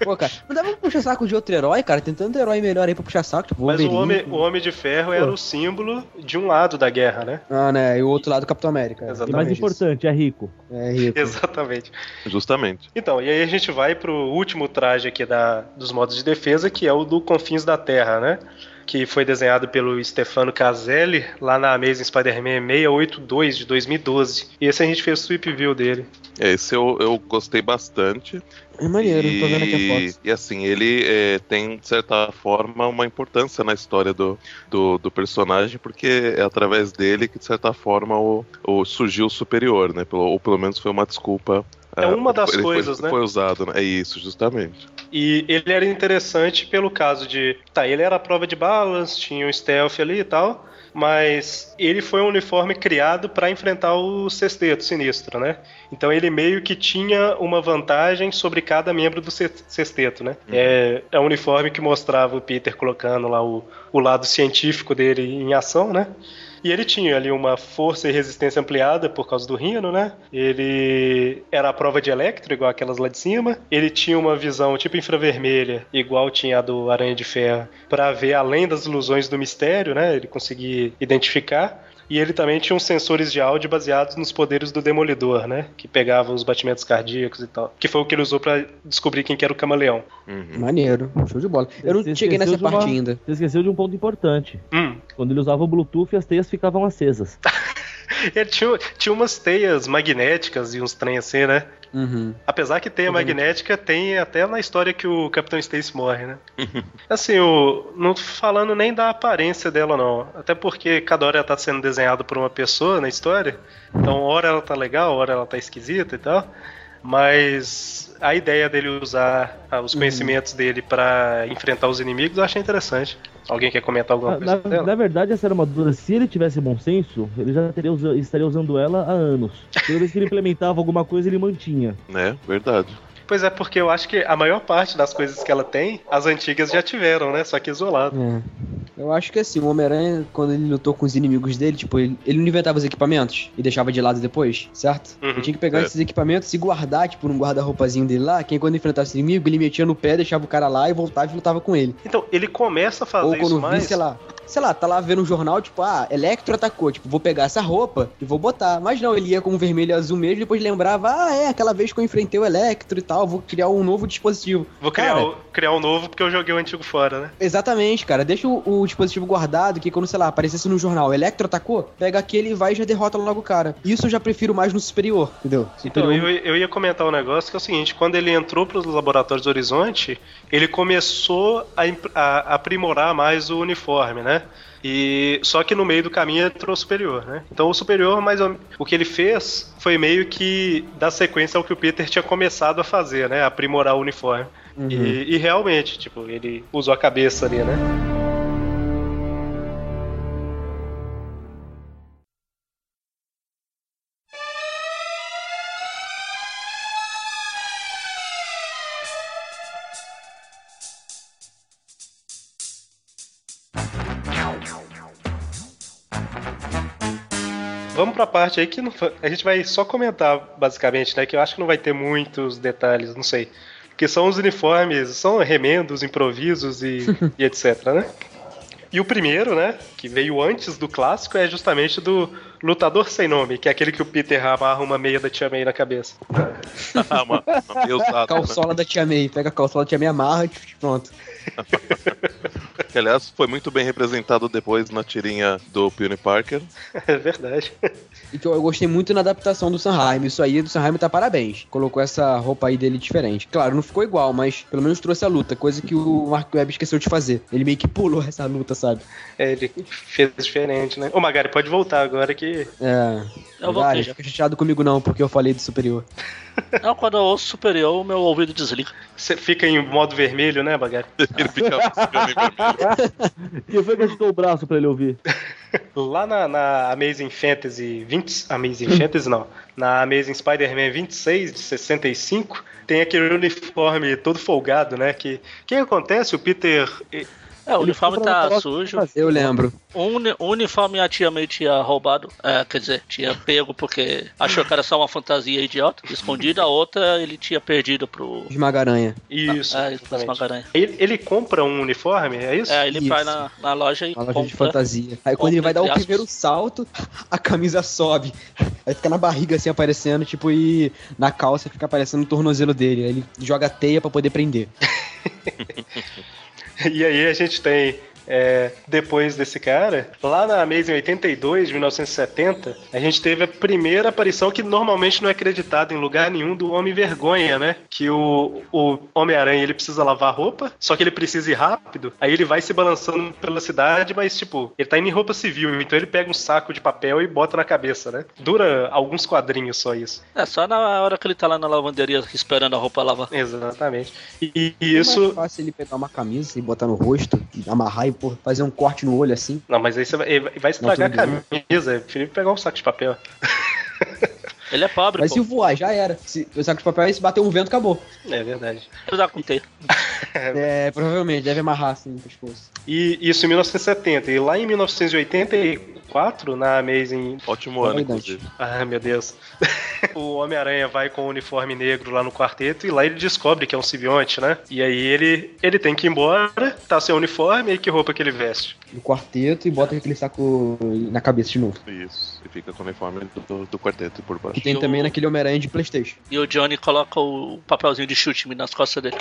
Pô, cara, não dava pra puxar saco de outro herói, cara? Tem tanto herói melhor aí pra puxar saco, tipo
Mas o
Wolverine.
homem, o homem de Ferro era o símbolo de um lado da guerra, né?
Ah, né? E o outro lado, Capitão América.
Exatamente.
E mais importante, é rico.
É
Tipo
rico.
Exatamente.
assim-
Justamente.
Então, e aí a gente vai pro último traje aqui da, dos modos de defesa, que é o do Confins da Terra, né? Que foi desenhado pelo Stefano Caselli lá na Amazing Spider-Man 682 de 2012. E esse a gente fez o sweep view dele.
É, Esse eu, eu gostei bastante.
É maneiro, tô vendo aqui a
e,
foto.
e assim, ele é, tem, de certa forma, uma importância na história do, do, do personagem, porque é através dele que, de certa forma, o, o surgiu o superior, né? Pelo- ou pelo menos foi uma desculpa. ah,
É uma das
ele foi-
coisas, né?
Foi usado, né? É isso, justamente.
E ele era interessante pelo caso de. Tá, ele era a prova de balas, tinha um stealth ali e tal. Mas ele foi um uniforme criado para enfrentar o sexteto sinistro, né? Então ele meio que tinha uma vantagem sobre cada membro do se- sexteto, né? É, é um uniforme que mostrava o Peter colocando lá o, o lado científico dele em ação, né? E ele tinha ali uma força e resistência ampliada por causa do rino, né? Ele era a prova de electro, igual aquelas lá de cima. Ele tinha uma visão tipo infravermelha, igual tinha a do Aranha de Ferro, para ver além das ilusões do mistério, né? Ele conseguir identificar. E ele também tinha uns sensores de áudio baseados nos poderes do Demolidor, né? Que pegava os batimentos cardíacos e tal. Que foi o que ele usou pra descobrir quem que era o camaleão.
Maneiro, show de bola. Eu não
Você
cheguei nessa
esqueceu de uma-
parte ainda.
Você esqueceu de um ponto importante.
Hum.
Quando ele usava o Bluetooth, as teias ficavam acesas.
Tá,
Ele tinha, tinha umas teias magnéticas e uns trem assim, né?
Uhum.
Apesar que teia magnética tem até na história que o Capitão Stacy morre, né? assim, o, não tô falando nem da aparência dela, não. Até porque cada hora ela tá sendo desenhada por uma pessoa na história. Então, hora ela tá legal, hora ela tá esquisita e tal. Mas a ideia dele usar ah,
Uhum.
os conhecimentos dele pra enfrentar os inimigos eu achei interessante. Alguém quer comentar alguma
Ah,
Na,
coisa
na-
dela?
na verdade, essa armadura, se ele tivesse bom senso, ele já teria usa- estaria usando ela há anos. Toda vez que ele implementava alguma coisa, ele mantinha.
Né? Verdade.
Pois é, porque eu acho que a maior parte das coisas que ela tem, as antigas já tiveram, né? Só que isolado.
É. Eu acho que assim, o Homem-Aranha, quando ele lutou com os inimigos dele, tipo, ele, ele não inventava os equipamentos e deixava de lado depois, certo?
Uhum.
Ele tinha que pegar
É.
esses equipamentos e guardar, tipo, num guarda-roupazinho dele lá, que aí quando enfrentasse o inimigo, ele metia no pé, deixava o cara lá e voltava e lutava com ele.
Então, ele começa a
Ou
fazer
quando
isso
vi,
mais.
sei lá, sei lá, tá lá vendo um jornal, tipo, ah, Electro atacou, tipo, vou pegar essa roupa e vou botar. Mas não, ele ia com um vermelho e azul mesmo, depois lembrava, ah, é, aquela vez que eu enfrentei o Electro e tal, vou criar um novo dispositivo.
Vou criar,
Cara,
o- criar um novo porque eu joguei o antigo fora, né?
Exatamente, cara. Deixa o, o dispositivo guardado que quando, sei lá, aparecesse no jornal Electro atacou, pega aquele e vai e já derrota logo o cara. Isso eu já prefiro mais no superior, entendeu?
Então,
Superior.
eu, eu ia comentar um negócio que é o seguinte: quando ele entrou para os laboratórios do Horizonte, ele começou a, imp- a- a aprimorar mais o uniforme, né? E só que no meio do caminho entrou o superior, né? Então o superior, mais ou- o que ele fez foi meio que dar sequência ao que o Peter tinha começado a fazer, né? Aprimorar o uniforme. E, e realmente, tipo, ele usou a cabeça ali, né? Vamos pra parte aí que não fa- a gente vai só comentar, basicamente, né? Que eu acho que não vai ter muitos detalhes, não sei. Porque são os uniformes, são remendos, improvisos e, e etc, né? E o primeiro, né, que veio antes do clássico, é justamente do Lutador Sem Nome, que é aquele que o Peter amarra uma meia da Tia May na cabeça.
Ah, uma, uma meia usada,
Calçola da Tia May. Pega a calçola da Tia May, amarra e pronto.
né? Que, aliás, foi muito bem representado depois na tirinha do Peony Parker.
É verdade.
E que eu eu gostei muito na adaptação do Sanheim. Isso aí do Sanheim tá parabéns. Colocou essa roupa aí dele diferente. Claro, não ficou igual, mas pelo menos trouxe a luta, coisa que o Mark Webb esqueceu de fazer. Ele meio que pulou essa luta, sabe?
É, ele fez diferente, né? Ô, Magari, pode voltar agora que.
É.
Eu vou
Cara,
ter.
já fica chateado comigo não, porque eu falei do superior.
Não, quando eu ouço superior, o meu ouvido desliga.
Você fica em modo vermelho, né, Magari?
Ele fica ficando em vermelho.
Quem foi que agitou o braço pra ele ouvir?
Lá na, na Amazing Fantasy 20, Amazing Fantasy não, na Amazing Spider-Man 26 de 65, tem aquele uniforme todo folgado, né? Que o que acontece? O Peter eh,
É, o uniforme
ficou pra
tá
mostrar
sujo.
o que
Eu lembro.
O uni- o uniforme a tia May tinha roubado, é, quer dizer, tinha pego porque achou que era só uma fantasia idiota, escondida. A outra ele tinha perdido pro.
Esmagaranha.
isso.
é,
Ah, exatamente.
Magaranha.
ele, ele compra um uniforme, é isso?
É, ele
Isso.
vai na, na loja e
Uma loja de
compra.
fantasia. Aí quando ele vai dar o
entre aspas.
primeiro salto, a camisa sobe. Aí fica na barriga assim aparecendo, tipo, e na calça fica aparecendo o tornozelo dele. Aí ele joga a teia pra poder prender.
E aí a gente tem. é, depois desse cara, lá na Amazing 82, de 1970, a gente teve a primeira aparição que normalmente não é acreditada em lugar nenhum do Homem Vergonha, né? Que o, o Homem-Aranha ele precisa lavar roupa, só que ele precisa ir rápido, aí ele vai se balançando pela cidade, mas tipo, ele tá indo em roupa civil, então ele pega um saco de papel e bota na cabeça, né? Dura alguns quadrinhos só isso.
É, só na hora que ele tá lá na lavanderia esperando a roupa lavar.
Exatamente. E, e
É
isso.
mais fácil ele pegar uma camisa e botar no rosto, e amarrar e pô, fazer um corte no olho assim.
Não, mas aí você vai, vai estragar a é
Não, tudo
camisa. Felipe pegar um saco de papel.
Ele é pobre,
Mas se
pô.
voar, já era. Se o saco de papel, aí se bater um vento, acabou.
É verdade.
Ele dá com T.
É, provavelmente, deve amarrar assim no pescoço.
E isso em 1970. E lá em 1984, na Amazing.
Ótimo ano,
Verdade.
inclusive.
Ah, meu Deus. o Homem-Aranha vai com o uniforme negro lá no quarteto e lá ele descobre que é um simbionte, né? E aí ele, ele tem que ir embora, tá sem uniforme e que roupa que ele veste.
No quarteto e bota aquele saco na cabeça de novo.
Isso. E fica com o uniforme do, do quarteto por baixo.
E tem
Eu-
também naquele Homem-Aranha de Playstation.
E o Johnny coloca o papelzinho de chute nas costas dele.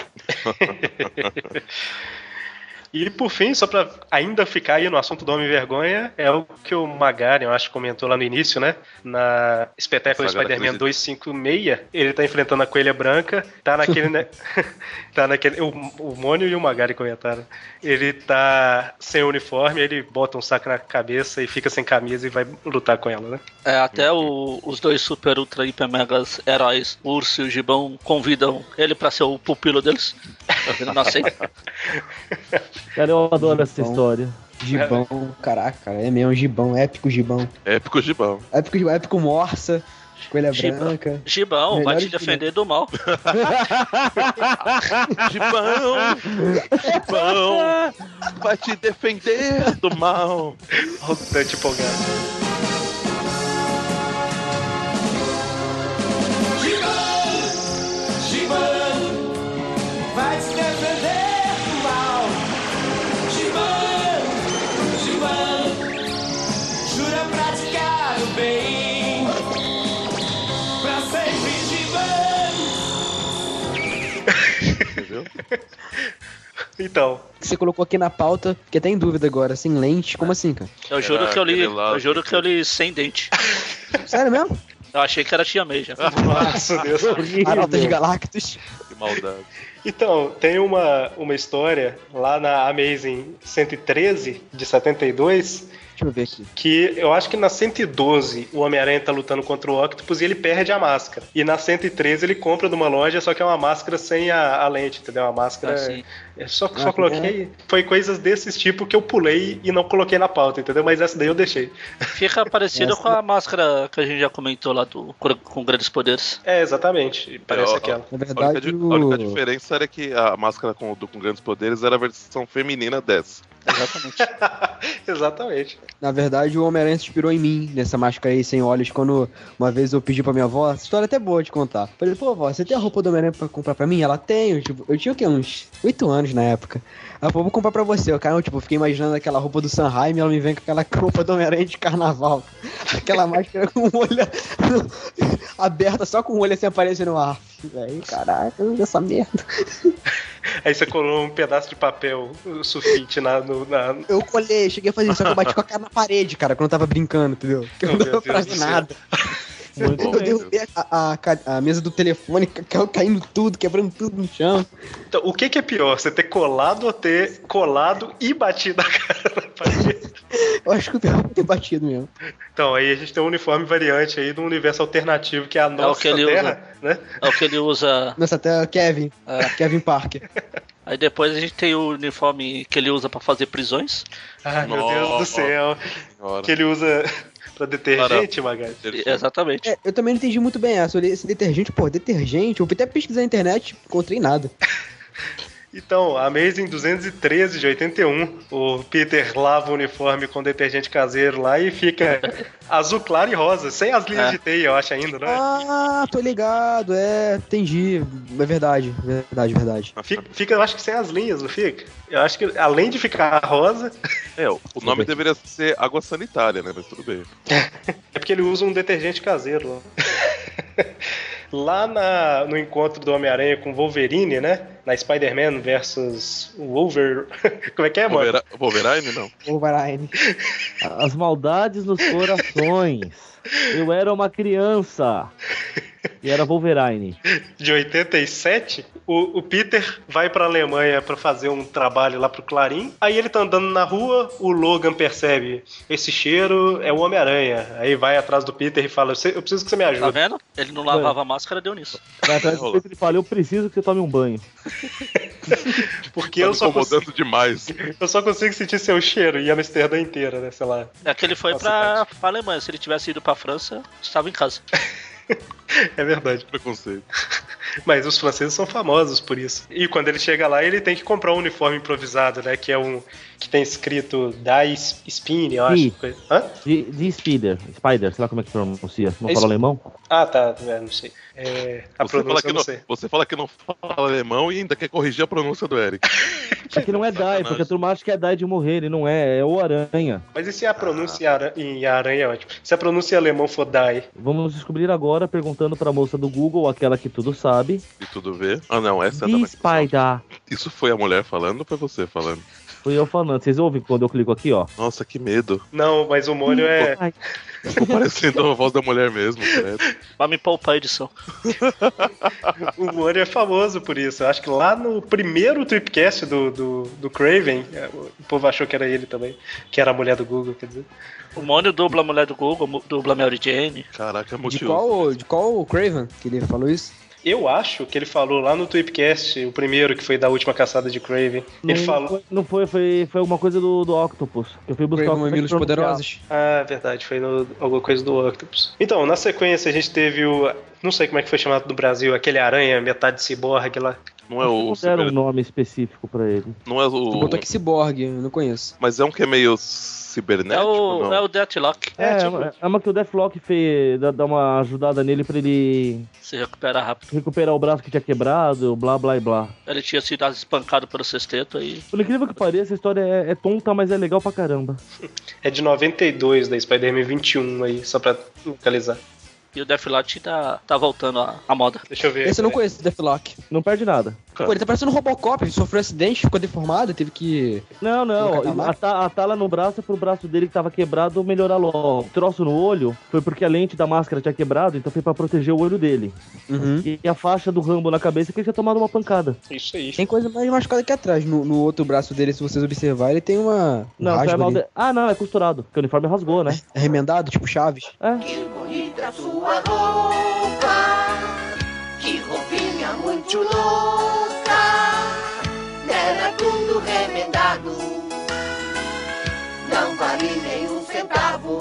E por fim, só pra ainda ficar aí no assunto do Homem-Vergonha, é o que o Magari, eu acho, comentou lá no início, né? Na espetáculo
Saga da
Spider-Man
crise.
256, ele tá enfrentando a Coelha Branca, tá naquele... né? tá naquele o, o Mônio e o Magari comentaram. Ele tá sem uniforme, ele bota um saco na cabeça e fica sem camisa e vai lutar com ela, né?
É, até o- os dois super, ultra, hiper, megas heróis, o Urso e o Gibão, convidam ele pra ser o pupilo deles. Ele não aceita.
Cara, eu adoro essa
Então.
história.
Gibão, caraca, cara, é mesmo, Gibão, épico Gibão.
Épico de bom.
Épico, épico Morsa, Coelha
Gibão.
Branca.
Gibão, vai te
Melhores
defender do mal.
Gibão! Gibão! Vai te defender do mal!
Olha o Dante tá empolgado.
Entendeu?
Então,
Que você colocou aqui na pauta, fiquei até em dúvida agora, sem lente, como assim, cara?
Eu juro que eu li.
aquele lá,
Eu juro
que-
que eu li sem dente.
Sério mesmo?
Eu achei que era Tia May já.
nossa Deus.
Arauta de Galactus.
Que maldade.
Então, tem uma, uma história lá na Amazing 113 de 72
Deixa eu ver aqui.
que eu acho que na 112 o Homem-Aranha tá lutando contra o Octopus e ele perde a máscara. E na 113 ele compra numa loja, só que é uma máscara sem a, a lente, entendeu? Uma máscara.
Assim,
Eu só, só coloquei. Foi coisas desses tipo que eu pulei e não coloquei na pauta, entendeu? Mas essa daí eu deixei.
fica parecido
Essa-
com a máscara que a gente já comentou lá do Cor- Com Grandes Poderes.
É, exatamente. Parece
Eu-
aquela.
Na
A única,
verdade,
di- a
o...
única diferença era que a máscara com, do- com grandes poderes era a versão feminina dessa.
Exatamente.
Exatamente.
Na verdade, o Homem-Aranha se inspirou em mim, nessa máscara aí sem olhos, quando uma vez eu pedi pra minha avó, essa história é até boa de contar. Falei, pô, avó, você tem a roupa do Homem-Aranha pra comprar pra mim? Ela tem, eu, tipo, eu tinha o quê? Uns 8 anos na época. Ela falou, vou comprar pra você. Eu, cara, eu, tipo, fiquei imaginando aquela roupa do Sanheim e ela me vem com aquela roupa do Homem-Aranha de carnaval. Aquela máscara com o olho aberta, só com o olho assim aparecendo no ar. Véi, caraca, essa merda.
Aí você colou um pedaço de papel o sulfite na, no, na,
Eu colhei, cheguei a fazer isso, só que eu bati com a cara na parede, cara, quando eu tava brincando, entendeu? Porque eu
Meu
não dava
Deus
pra
do
ver
céu.
nada.
Muito
Eu derrubei a, a ca- a mesa do telefone, ca- caindo tudo, quebrando tudo no chão.
Então, o que, que é pior? Você ter colado ou ter colado e batido a cara na parede?
Eu acho que eu devo ter batido mesmo.
Então, aí a gente tem um uniforme variante aí do universo alternativo, que é a nossa
que ele
terra, né?
É o que ele usa.
Nossa, até o Kevin. Kevin Parker.
Aí depois a gente tem o uniforme que ele usa pra fazer prisões.
Ai, Ah, meu
Nossa.
Deus do céu.
Senhora.
Que ele usa pra deter
Cara.
gente, Magali.
Exatamente.
É, eu também não entendi muito bem essa. Eu li esse detergente, pô, detergente. Eu fui até pesquisar na internet, encontrei nada.
Então, Amazing 213 de 81, o Peter lava o uniforme com detergente caseiro lá e fica azul claro e rosa, sem as linhas
É.
de teia, eu acho ainda, né?
Ah, tô ligado, é, entendi. É verdade, verdade, verdade.
Fica, fica, eu acho que sem as linhas, não fica? Eu acho que além de ficar rosa,
É, o o nome deveria ser água sanitária, né? Mas tudo bem.
É porque ele usa um detergente caseiro lá. Lá na- no encontro do Homem-Aranha com Wolverine, né? Na Spider-Man versus Wolver. Como é que é, mano?
Wolvera- Wolverine, não.
Wolverine.
As maldades nos corações. Eu era uma criança. E era Wolverine.
De 87, o, o Peter vai pra Alemanha pra fazer um trabalho lá pro Clarim. Aí ele tá andando na rua, o Logan percebe: esse cheiro é o Homem-Aranha. Aí vai atrás do Peter e fala: "Você- Eu preciso que você me
Tá
ajude.
vendo? Ele não lavava a máscara, deu nisso.
Vai atrás do peito e fala: Eu preciso que você tome um banho.
Porque
Tá
eu
me
só,
incomodando
consigo,
demais.
eu só consigo sentir seu cheiro e Amsterdã inteira, né? Sei lá.
É que ele foi
Nossa,
pra, pra Alemanha. Se ele tivesse ido pra França, estava em casa.
É verdade.
Preconceito.
Mas os franceses são famosos por isso. E quando ele chega lá, ele tem que comprar um uniforme improvisado, né? Que é um. que tem escrito Die Spin, eu acho.
Sim.
coisa- Hã?
De, de Spider, Spider, sei lá como é que pronuncia. Não
É
fala
isso.
alemão?
Ah, tá. é, não sei. É, a
Você fala,
pronúncia
que
eu não
não,
sei.
você fala que não fala alemão e ainda quer corrigir a pronúncia do Eric.
É que não é Die,
Sacanagem.
porque a turma acha que é Die de morrer, e não é, é o Aranha.
Mas e se a pronúncia em ara- em aranha é ótimo? Se a pronúncia em alemão for die,
Vamos descobrir agora, perguntando pra moça do Google, aquela que tudo sabe.
E tudo vê. Ah, não, essa é da
De
Microsoft.
Spider.
Isso foi a mulher falando ou foi você falando?
Fui eu falando, vocês ouvem quando eu clico aqui, ó.
Nossa, que medo.
não, mas o
Hum.
molho é.
Ai,
Ficou parecendo a voz da mulher mesmo, credo.
Vai me poupar a edição.
O Mori é famoso por isso. Eu acho que lá no primeiro tripcast do, do, do Craven, é, o povo achou que era ele também, que era a mulher do Google, quer dizer.
O Mônio dubla a mulher do Google, mu- dubla a Mary Jane.
Caraca, é
De
multiuso.
qual, de qual o Craven que ele falou isso?
Eu acho que ele falou lá no Tweepcast, o primeiro que foi da última caçada de Craven. Ele
não
falou.
Foi, não foi, foi, foi uma coisa do, do Octopus. Eu fui buscar
Craven
como é que
Mamilos
pronuncia.
Poderosos?
Ah, verdade, foi no- alguma coisa do Octopus. Então, na sequência a gente teve o. Não sei como é que foi chamado no Brasil, aquele aranha, metade ciborgue lá.
Não é o.
Não deram um nome específico pra ele.
Não é
Tu
o.
botou aqui Cyborg, eu não conheço.
Mas é um que é meio
É o,
cibernético, Né? Tipo, não?
é o Deathlock,
É, é,
tipo-
uma- é uma que o Deathlock fez, dá, dá uma ajudada nele pra ele
se recupera rápido.
recuperar o braço que tinha quebrado, blá blá e blá.
Ele tinha sido espancado pelo sexteto aí.
Por incrível que pareça, a história é, é tonta, mas é legal pra caramba.
É de 92 da Spider-Man 21 aí, só pra localizar.
E o Deathlock tá, tá voltando à, à moda.
Deixa eu ver.
Esse eu não
peraí.
conheço, Deathlock.
Não perde nada.
Cara.
Pô, ele tá parecendo um Robocop, ele sofreu um acidente, ficou deformado, teve que...
Não,
Colocar
não.
na
A, ta- a tala no braço é pro braço dele que tava quebrado melhorar logo. O troço no olho foi porque a lente da máscara tinha quebrado, então foi pra proteger o olho dele.
Uhum.
E a faixa do Rambo na cabeça que ele tinha tomado uma pancada.
É Isso aí.
Tem coisa mais machucada que atrás. No, no outro braço dele, se vocês observarem, ele tem uma... um
Não,
rasgo
foi mal
ali.
de... Ah, não, é costurado. Porque o uniforme rasgou, né?
É remendado, tipo Chaves.
É.
Que roupinha muito louca, nela tudo remendado, não vale nem um centavo,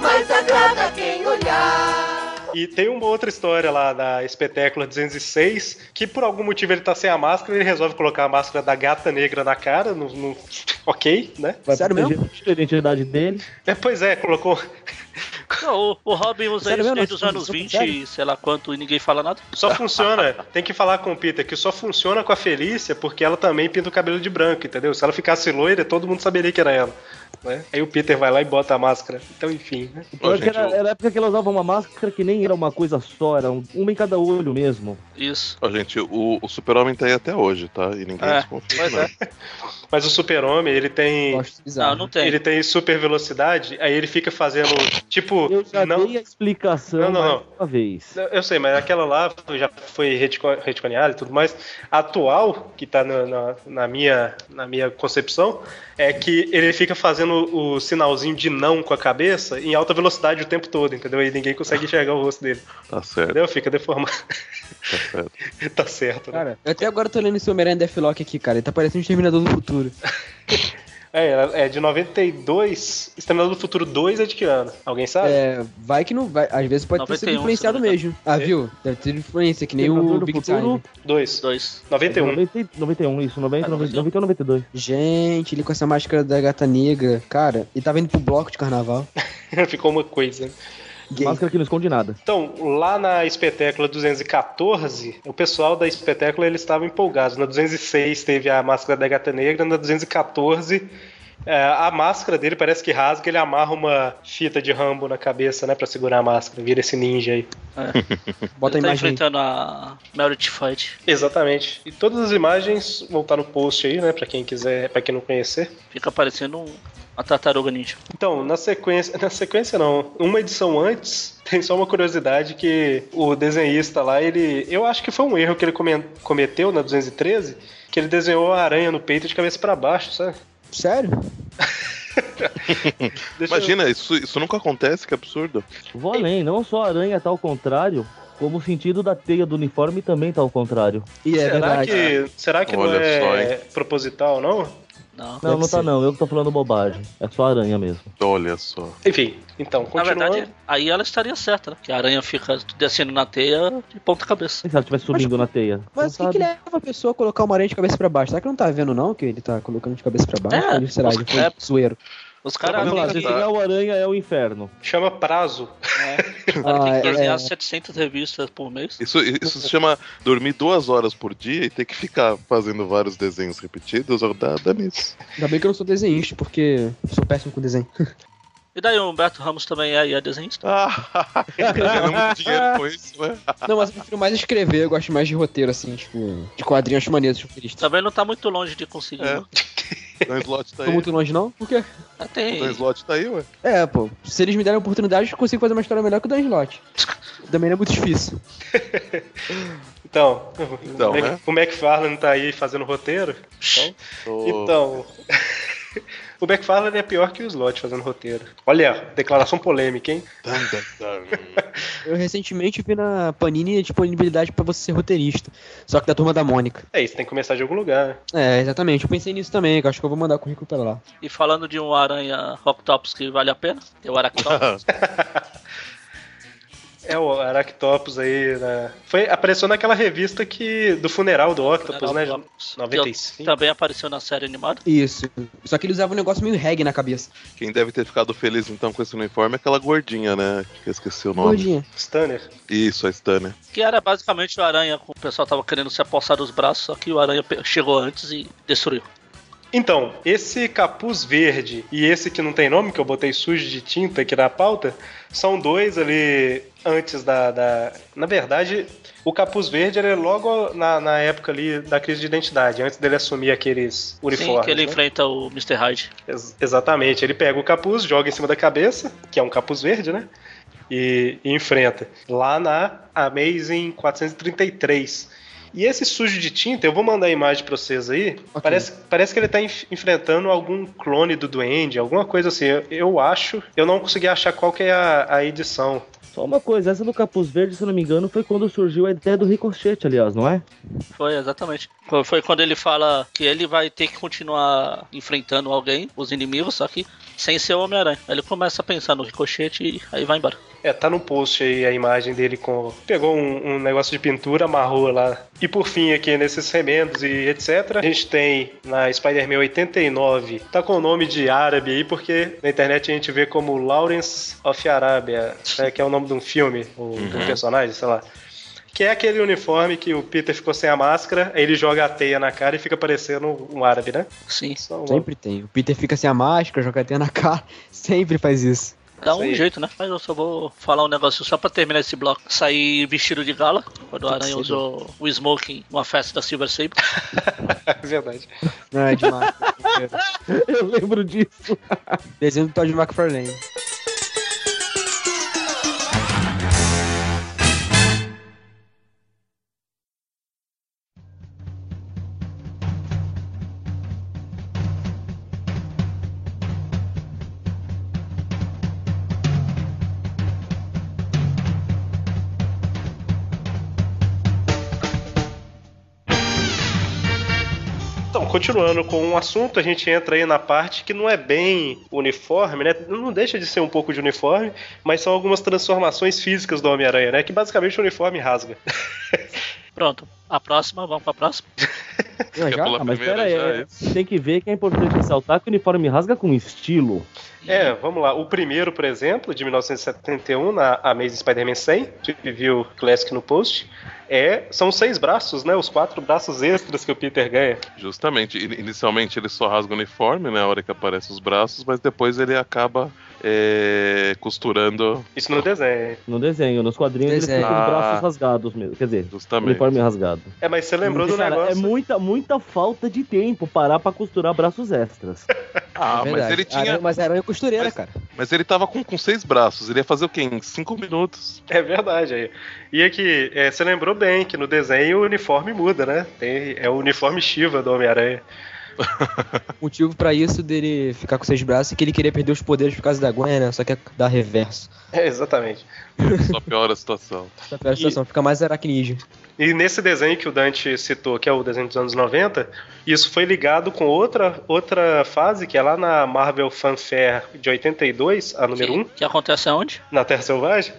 mas agrada quem olhar.
E tem uma outra história lá da Espetácula 206, que por algum motivo ele tá sem a máscara, ele resolve colocar a máscara da gata negra na cara, no, no- ok, né?
Vai
Sério
proteger a identidade dele.
É, pois é, colocou.
Não, o, o Robin usa
Sério
isso
mesmo?
desde os
Isso-
anos
isso-
20
sério?
e sei lá quanto e ninguém fala nada.
Só funciona, tem que falar com o Peter, que só funciona com a Felícia porque ela também pinta o cabelo de branco, entendeu? Se ela ficasse loira, todo mundo saberia que era ela. Né? Aí o Peter vai lá e bota a máscara. Então, enfim, né?
Eu
Ô,
acho que
gente,
era,
eu-
era a época que ela usava uma máscara que nem era uma coisa só, era um- uma em cada olho mesmo.
Isso.
Ó, gente, o, o super-homem tá aí até hoje, tá? E ninguém
É,
desconfia. né?
Pois
não.
é.
Mas o super-homem, ele tem.
Gosto
Não,
bizarro. né?
não tem.
Ele tem super velocidade, aí ele fica fazendo. Tipo,
Eu já
não.
dei a explicação
Não, não,
mais
não.
uma vez.
Eu sei, mas aquela lá já foi retcon- retconeada e tudo mais. A atual, que tá na, na- na minha, na minha concepção, é que ele fica fazendo o sinalzinho de não com a cabeça em alta velocidade o tempo todo, entendeu? E ninguém consegue enxergar o rosto dele,
Tá certo,
entendeu? Fica deformado.
tá certo.
tá certo, né?
Cara, eu até agora tô lendo esse Homem-Aranha Deathlock aqui, cara. Ele tá parecendo um Exterminador do Futuro.
É, ela- é de 92, Exterminador do Futuro 2 é de que ano? Alguém sabe?
É, vai que não vai. Às vezes pode ter sido
91,
influenciado
se não me
mesmo. Ah, viu? Deve ter influência, que nem
Exterminador
o
do
Big
Futuro.
Time.
2.
Dois.
91.
90 91, isso, 90,
Ah,
90,
91.
91, 92.
Gente, ele com essa máscara da gata negra. Cara, ele tava indo pro bloco de carnaval.
um. Ficou uma coisa.
Gay.
Máscara que não esconde nada.
Então, lá na espetácula 214, o pessoal da espetácula eles estavam empolgados. Na 206 teve a máscara da gata negra, na 214 é, a máscara dele parece que rasga, ele amarra uma fita de rambo na cabeça, né, Pra segurar a máscara, vira esse ninja aí.
Bota a
ele tá
imagem aí.
enfrentando a Mary Fight.
Exatamente. E todas as imagens vão estar no post aí, né, Pra quem quiser, para quem não conhecer.
Fica parecendo um- uma tartaruga ninja.
Então, na sequência, na sequência não, uma edição antes, tem só uma curiosidade que o desenhista lá, ele, eu acho que foi um erro que ele come- cometeu na 213, que ele desenhou a aranha no peito de cabeça pra baixo, sabe?
Sério?
Deixa eu-
Imagina, isso, isso nunca acontece, que absurdo.
Vou além, não só a aranha tá ao contrário, como o sentido da teia do uniforme também tá ao contrário.
E é
será
verdade.
que será que não
Olha só,
é proposital não?
Não.
Não, não tá não. Eu que tô falando bobagem. É só aranha mesmo.
Olha só.
Enfim, então,
Na
continuando.
verdade, aí ela estaria certa, né? Que a aranha fica descendo na teia de ponta cabeça.
E se ela estiver subindo na teia?
Mas o
Não
que, é? que
sabe.
leva a pessoa a colocar uma aranha de cabeça pra baixo? Será que não tá vendo, não? Que ele tá colocando de cabeça pra baixo?
É,
Ou, será
os-
que foi
é.
zoeiro?
Os caras
Vamos lá,
tá-
têm que,
desenhar o aranha é o inferno.
Chama prazo.
o cara tem que
Ah, é.
desenhar 700 revistas por mês.
Isso, isso se chama dormir duas horas por dia e ter que ficar fazendo vários desenhos repetidos. Ou dá, dá nisso.
Ainda bem que eu não sou desenhista, porque sou péssimo com desenho.
E daí o Humberto Ramos também é, é desenhista.
Ah, ganhando muito dinheiro com isso, né?
Não, mas eu prefiro mais escrever, eu gosto mais de roteiro, assim, tipo, de quadrinhos maneiros, tipo, eles-
Também não tá muito longe de conseguir.
É.
né?
Dan Slot tá
Tô
aí.
muito longe, não? Por quê?
Ah,
Dan
Tem,
Slot tá aí, ué.
É, pô, se eles me derem oportunidade, eu consigo fazer uma história melhor que o Dan Slott. Também não é muito difícil.
Então,
Então,
o, Mac,
né?
o McFarlane tá aí fazendo roteiro.
Tô-
Então. o McFarlane é pior que o Slot fazendo roteiro. Olha, declaração polêmica, hein?
Dan, dan, dan.
Eu recentemente vi na Panini a disponibilidade pra você ser roteirista, só que da turma da Mônica.
É isso, tem que começar de algum lugar, né?
É, exatamente, eu pensei nisso também, que eu acho que eu vou mandar currículo pra lá.
e falando de um aranha Rocktops que vale a pena, tem o né, Aractop.
É o Aractopus aí, né? Foi, apareceu naquela revista que do funeral do Octopus,
Funeral
né?
do Octopus.
95.
também apareceu na série animada.
Isso, só que ele usava um negócio meio reggae na cabeça.
Quem deve ter ficado feliz então com esse uniforme é aquela gordinha, né? Que eu esqueci o nome.
Gordinha.
Stunner.
Isso, a né? Stanner.
Que era basicamente o Aranha, o pessoal tava querendo se apossar dos braços, só que o Aranha pe- chegou antes e destruiu.
Então, esse capuz verde e esse que não tem nome, que eu botei sujo de tinta aqui na pauta, são dois ali antes da. da- Na verdade, o capuz verde ele é logo na, na época ali da crise de identidade, antes dele assumir aqueles uniformes.
Sim, que ele
né?
enfrenta o Mr. Hyde.
Ex- exatamente, ele pega o capuz, joga em cima da cabeça, que é um capuz verde, né? E, e enfrenta. Lá na Amazing 433. E esse sujo de tinta, eu vou mandar a imagem pra vocês aí. Parece, parece que ele tá enf- enfrentando algum clone do Duende, alguma coisa assim. Eu, eu acho, eu não consegui achar qual que é a, a edição.
Só uma coisa, essa do Capuz Verde, se eu não me engano, foi quando surgiu a ideia do ricochete, aliás, não é?
Foi, exatamente. Foi- Foi quando ele fala que ele vai ter que continuar enfrentando alguém, os inimigos, só que sem ser o Homem-Aranha. Aí Ele começa a pensar no ricochete e aí vai embora.
É, tá no post aí a imagem dele com. Pegou um, um negócio de pintura, amarrou lá. E por fim, aqui nesses remendos e etc., a gente tem na Spider-Man 89. Tá com o nome de árabe aí, porque na internet a gente vê como Lawrence of Arabia, né, que é o nome de um filme, ou de um personagem, sei lá. Que é aquele uniforme que o Peter ficou sem a máscara, aí ele joga a teia na cara e fica parecendo um árabe, né?
Sim.
Só uma-
Sempre tem. O Peter fica sem a máscara, joga a teia na cara, sempre faz isso.
Dá um
Isso aí.
jeito, né? Mas eu só vou falar um negócio só pra terminar esse bloco. Saí vestido de gala, quando o Aranha
Tuxedo.
usou o smoking numa festa da Silver Sable.
Verdade.
Não, é de máscara.
Eu lembro disso.
Desenho do Todd McFarlane.
Então, continuando com um assunto, a gente entra aí na parte que não é bem uniforme, né? Não deixa de ser um pouco de uniforme, mas são algumas transformações físicas do Homem-Aranha, né? Que basicamente o uniforme rasga.
Pronto. A próxima, vamos pra próxima.
Eu já?
Pela
Ah, mas
primeira
pera aí,
já é.
é- tem que ver que é importante ressaltar que o uniforme rasga com estilo.
É, vamos lá. O primeiro, por exemplo, de 1971, na Amazing Spider-Man 100, que viu Classic no post, é, são seis braços, né? Os quatro braços extras que o Peter ganha.
Justamente, in- inicialmente ele só rasga o uniforme, né? A hora que aparece os braços, mas depois ele acaba é, costurando
Isso no desenho.
No desenho, nos quadrinhos eles
Desenho.
ficam com os
Ah.
braços rasgados mesmo. Quer dizer,
justamente.
uniforme rasgado.
É, mas você lembrou do
Cara, É
negócio...
muita, muita falta de tempo parar pra costurar braços extras.
Ah,
É
mas
verdade.
ele tinha.
Aranha- mas aranha costureira,
Mas-
cara.
Mas ele tava com, com seis braços. Ele ia fazer o quê? Em cinco minutos?
É verdade aí. E aqui, é, você lembrou bem que no desenho o uniforme muda, né? Tem, é o uniforme Shiva do Homem-Aranha.
O motivo pra isso dele ficar com seis braços é que ele queria perder os poderes por causa da Gwen, né? Só que dá reverso.
É, exatamente.
Só piora a situação.
Essa pior a situação, fica mais aracnídeo.
E nesse desenho que o Dante citou, que é o desenho dos anos 90, isso foi ligado com outra, outra fase, que é lá na Marvel Fanfare de 82, a número 1,
Que, que acontece aonde?
na Terra Selvagem.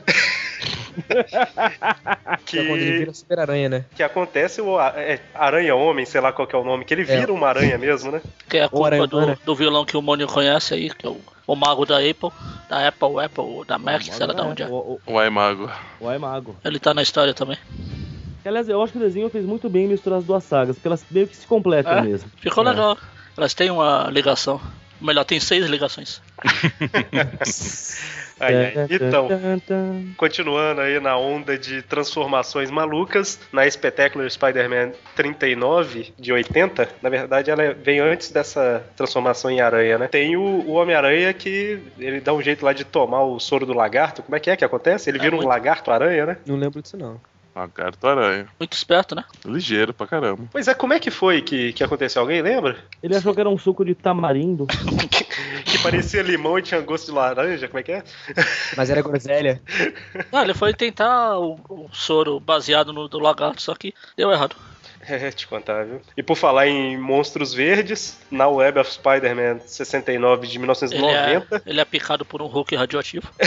Que é quando ele
que,
vira Super-Aranha, né?
que acontece o a- é, Aranha Homem, sei lá qual que é o nome, que ele vira uma aranha mesmo, né?
Que é a culpa
Aranha
do,
Humana.
do vilão que o Mônio conhece aí, que é o, o mago da Apple, da Apple, Apple, da Mac, sei lá de onde é.
O, o,
Uai, mago.
o é mago.
Ele tá na história também.
Aliás, eu acho que o desenho fez muito bem misturar as duas sagas, porque elas meio que se completam
É?
mesmo.
Ficou legal. Elas têm uma ligação. Melhor, tem seis ligações.
Aí, aí. Então,
Tan, tan.
Continuando aí na onda de transformações malucas, na Spectacular Spider-Man 39 de 80, na verdade ela vem antes dessa transformação em aranha, né? Tem o, o Homem-Aranha que ele dá um jeito lá de tomar o soro do lagarto. Como é que é que acontece? Ele
É
vira um
muito-
lagarto-aranha, né?
Não lembro disso, não.
Lagarto Ah, aranha.
Muito esperto, né?
Ligeiro pra caramba.
Pois é, como é que foi que, que aconteceu? Alguém lembra?
Ele achou que era um suco de tamarindo.
Que parecia limão e tinha gosto de laranja, como é que é?
Mas era groselha.
Ah, ele foi tentar o, o soro baseado no do lagarto, só que deu errado.
É, te contar, viu? E por falar em monstros verdes, na Web of Spider-Man 69 de
Ele é,
1990,
ele é picado por um Hulk radioativo.
É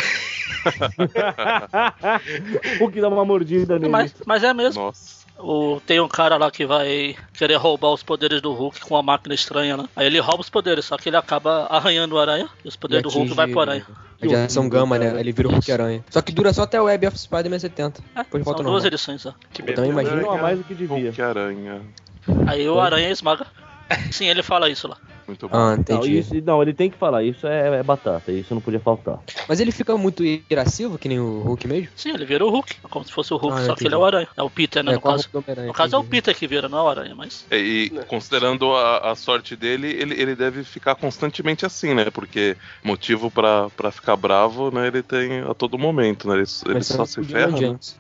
o que dá uma mordida nele.
Mas, mas é mesmo.
Nossa.
O, tem um cara lá que vai querer roubar os poderes do Hulk com uma máquina estranha, né? Aí ele rouba os poderes, só que ele acaba arranhando o aranha e os poderes do Hulk vai pro aranha.
Radiação gama, né? Ele vira o Hulk-Aranha. Só que dura só até o Web of Spider-Man 70.
É, são
Depois volta
duas
normal.
edições, é. ó.
que
Então imagina-
Não há mais do que devia.
Que aranha.
Aí o aranha esmaga. Sim, ele fala isso lá.
Muito bom.
Ah,
Não,
entendi.
isso- não, ele tem que falar, isso é, é batata, isso não podia faltar.
Mas ele fica muito irascivo, que nem o Hulk mesmo?
Sim, ele vira o Hulk, é como se fosse o Hulk,
Ah,
só que
entendi.
ele é o aranha. É o Peter, né, no
com a
caso.
roupa do Homem-Aranha,
No caso é o
entendi.
Peter que vira, não é o aranha, mas...
E considerando a, a sorte dele, ele, ele deve ficar constantemente assim, né? Porque motivo pra, pra ficar bravo, né? Ele tem a todo momento, né? Ele, ele
Mas
só se
o Indiana
ferra. né?
Jones.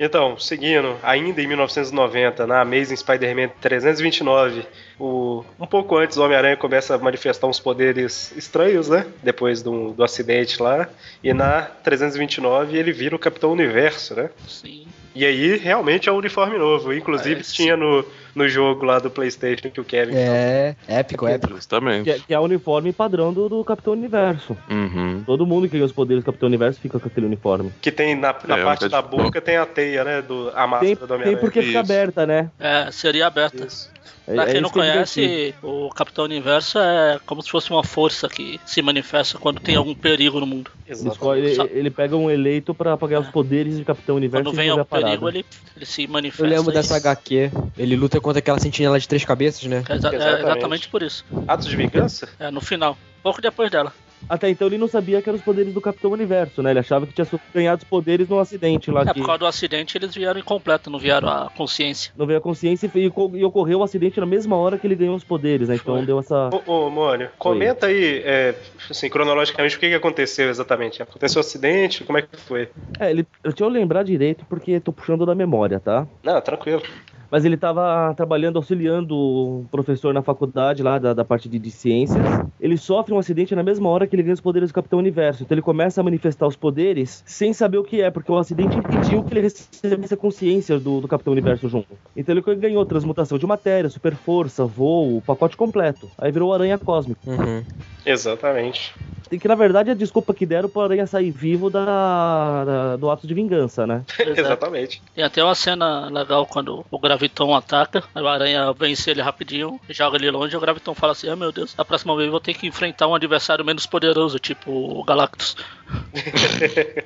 Então, seguindo, ainda em 1990, na Amazing Spider-Man 329, o, um pouco antes o Homem-Aranha começa a manifestar uns poderes estranhos, né? Depois do, do acidente lá. E na 329 ele vira o Capitão Universo, né?
Sim.
E aí realmente é um uniforme novo. Inclusive
É, sim.
tinha no, no jogo lá do PlayStation que o Kevin.
É, épico, épico.
Que,
Justamente.
é- que é o uniforme padrão do, do Capitão Universo.
é-
Uhum.
Todo mundo que ganha os poderes do Capitão Universo fica com aquele uniforme.
Que tem na, na
É,
parte
nunca
da
de-
boca tem a teia, né? Do, a máscara
Tem,
do
tem
Homem-Aranha.
porque fica
Isso.
aberta, né?
É, seria aberta.
Isso.
É-
pra
é
quem
isso
não
que é divertido.
conhece, o Capitão Universo é como se fosse uma força que se manifesta quando
É.
tem algum perigo no mundo.
Ele,
Exato.
escolhe-
Só-
ele- ele pega um eleito pra pagar os poderes de Capitão Universo
Quando
e
vem
resolver
algum
a parada.
perigo, ele, ele se manifesta.
Eu lembro
e-
dessa HQ. Ele luta contra aquela sentinela de três cabeças, né?
É, exa- é
Exatamente.
exatamente por isso.
Atos de vingança?
É, no final. Pouco depois dela.
Até então ele não sabia que eram os poderes do Capitão Universo, né? Ele achava que tinha so- ganhado os poderes num acidente lá
É,
que
por causa do acidente, eles vieram incompleto, não vieram a consciência.
não veio a consciência e, foi- e co- e ocorreu o acidente na mesma hora que ele ganhou os poderes, né? Então
Foi.
deu essa.
Ô, ô Mônio, comenta aí, é, assim, cronologicamente, o que, que aconteceu exatamente? Aconteceu um acidente? Como é que foi?
É, ele... deixa eu lembrar direito porque tô puxando da memória, tá?
Não, tranquilo.
Mas ele estava trabalhando, auxiliando o professor na faculdade lá da, da parte de, de ciências. Ele sofre um acidente na mesma hora que ele ganha os poderes do Capitão Universo. Então ele começa a manifestar os poderes sem saber o que é, porque o acidente impediu que ele recebesse a consciência do, do Capitão Universo junto. Então ele ganhou transmutação de matéria, super força, voo, o pacote completo. Aí virou o Aranha Cósmico.
Uhum.
Exatamente.
E que na verdade é a desculpa que deram pro Aranha sair vivo da, da- do ato de vingança, né?
Exatamente.
Tem até uma cena legal quando o Graviton ataca, aí o Aranha vence ele rapidinho, joga ele longe, o Graviton fala assim, ah meu Deus, da próxima vez eu vou ter que enfrentar um adversário menos poderoso, tipo o Galactus.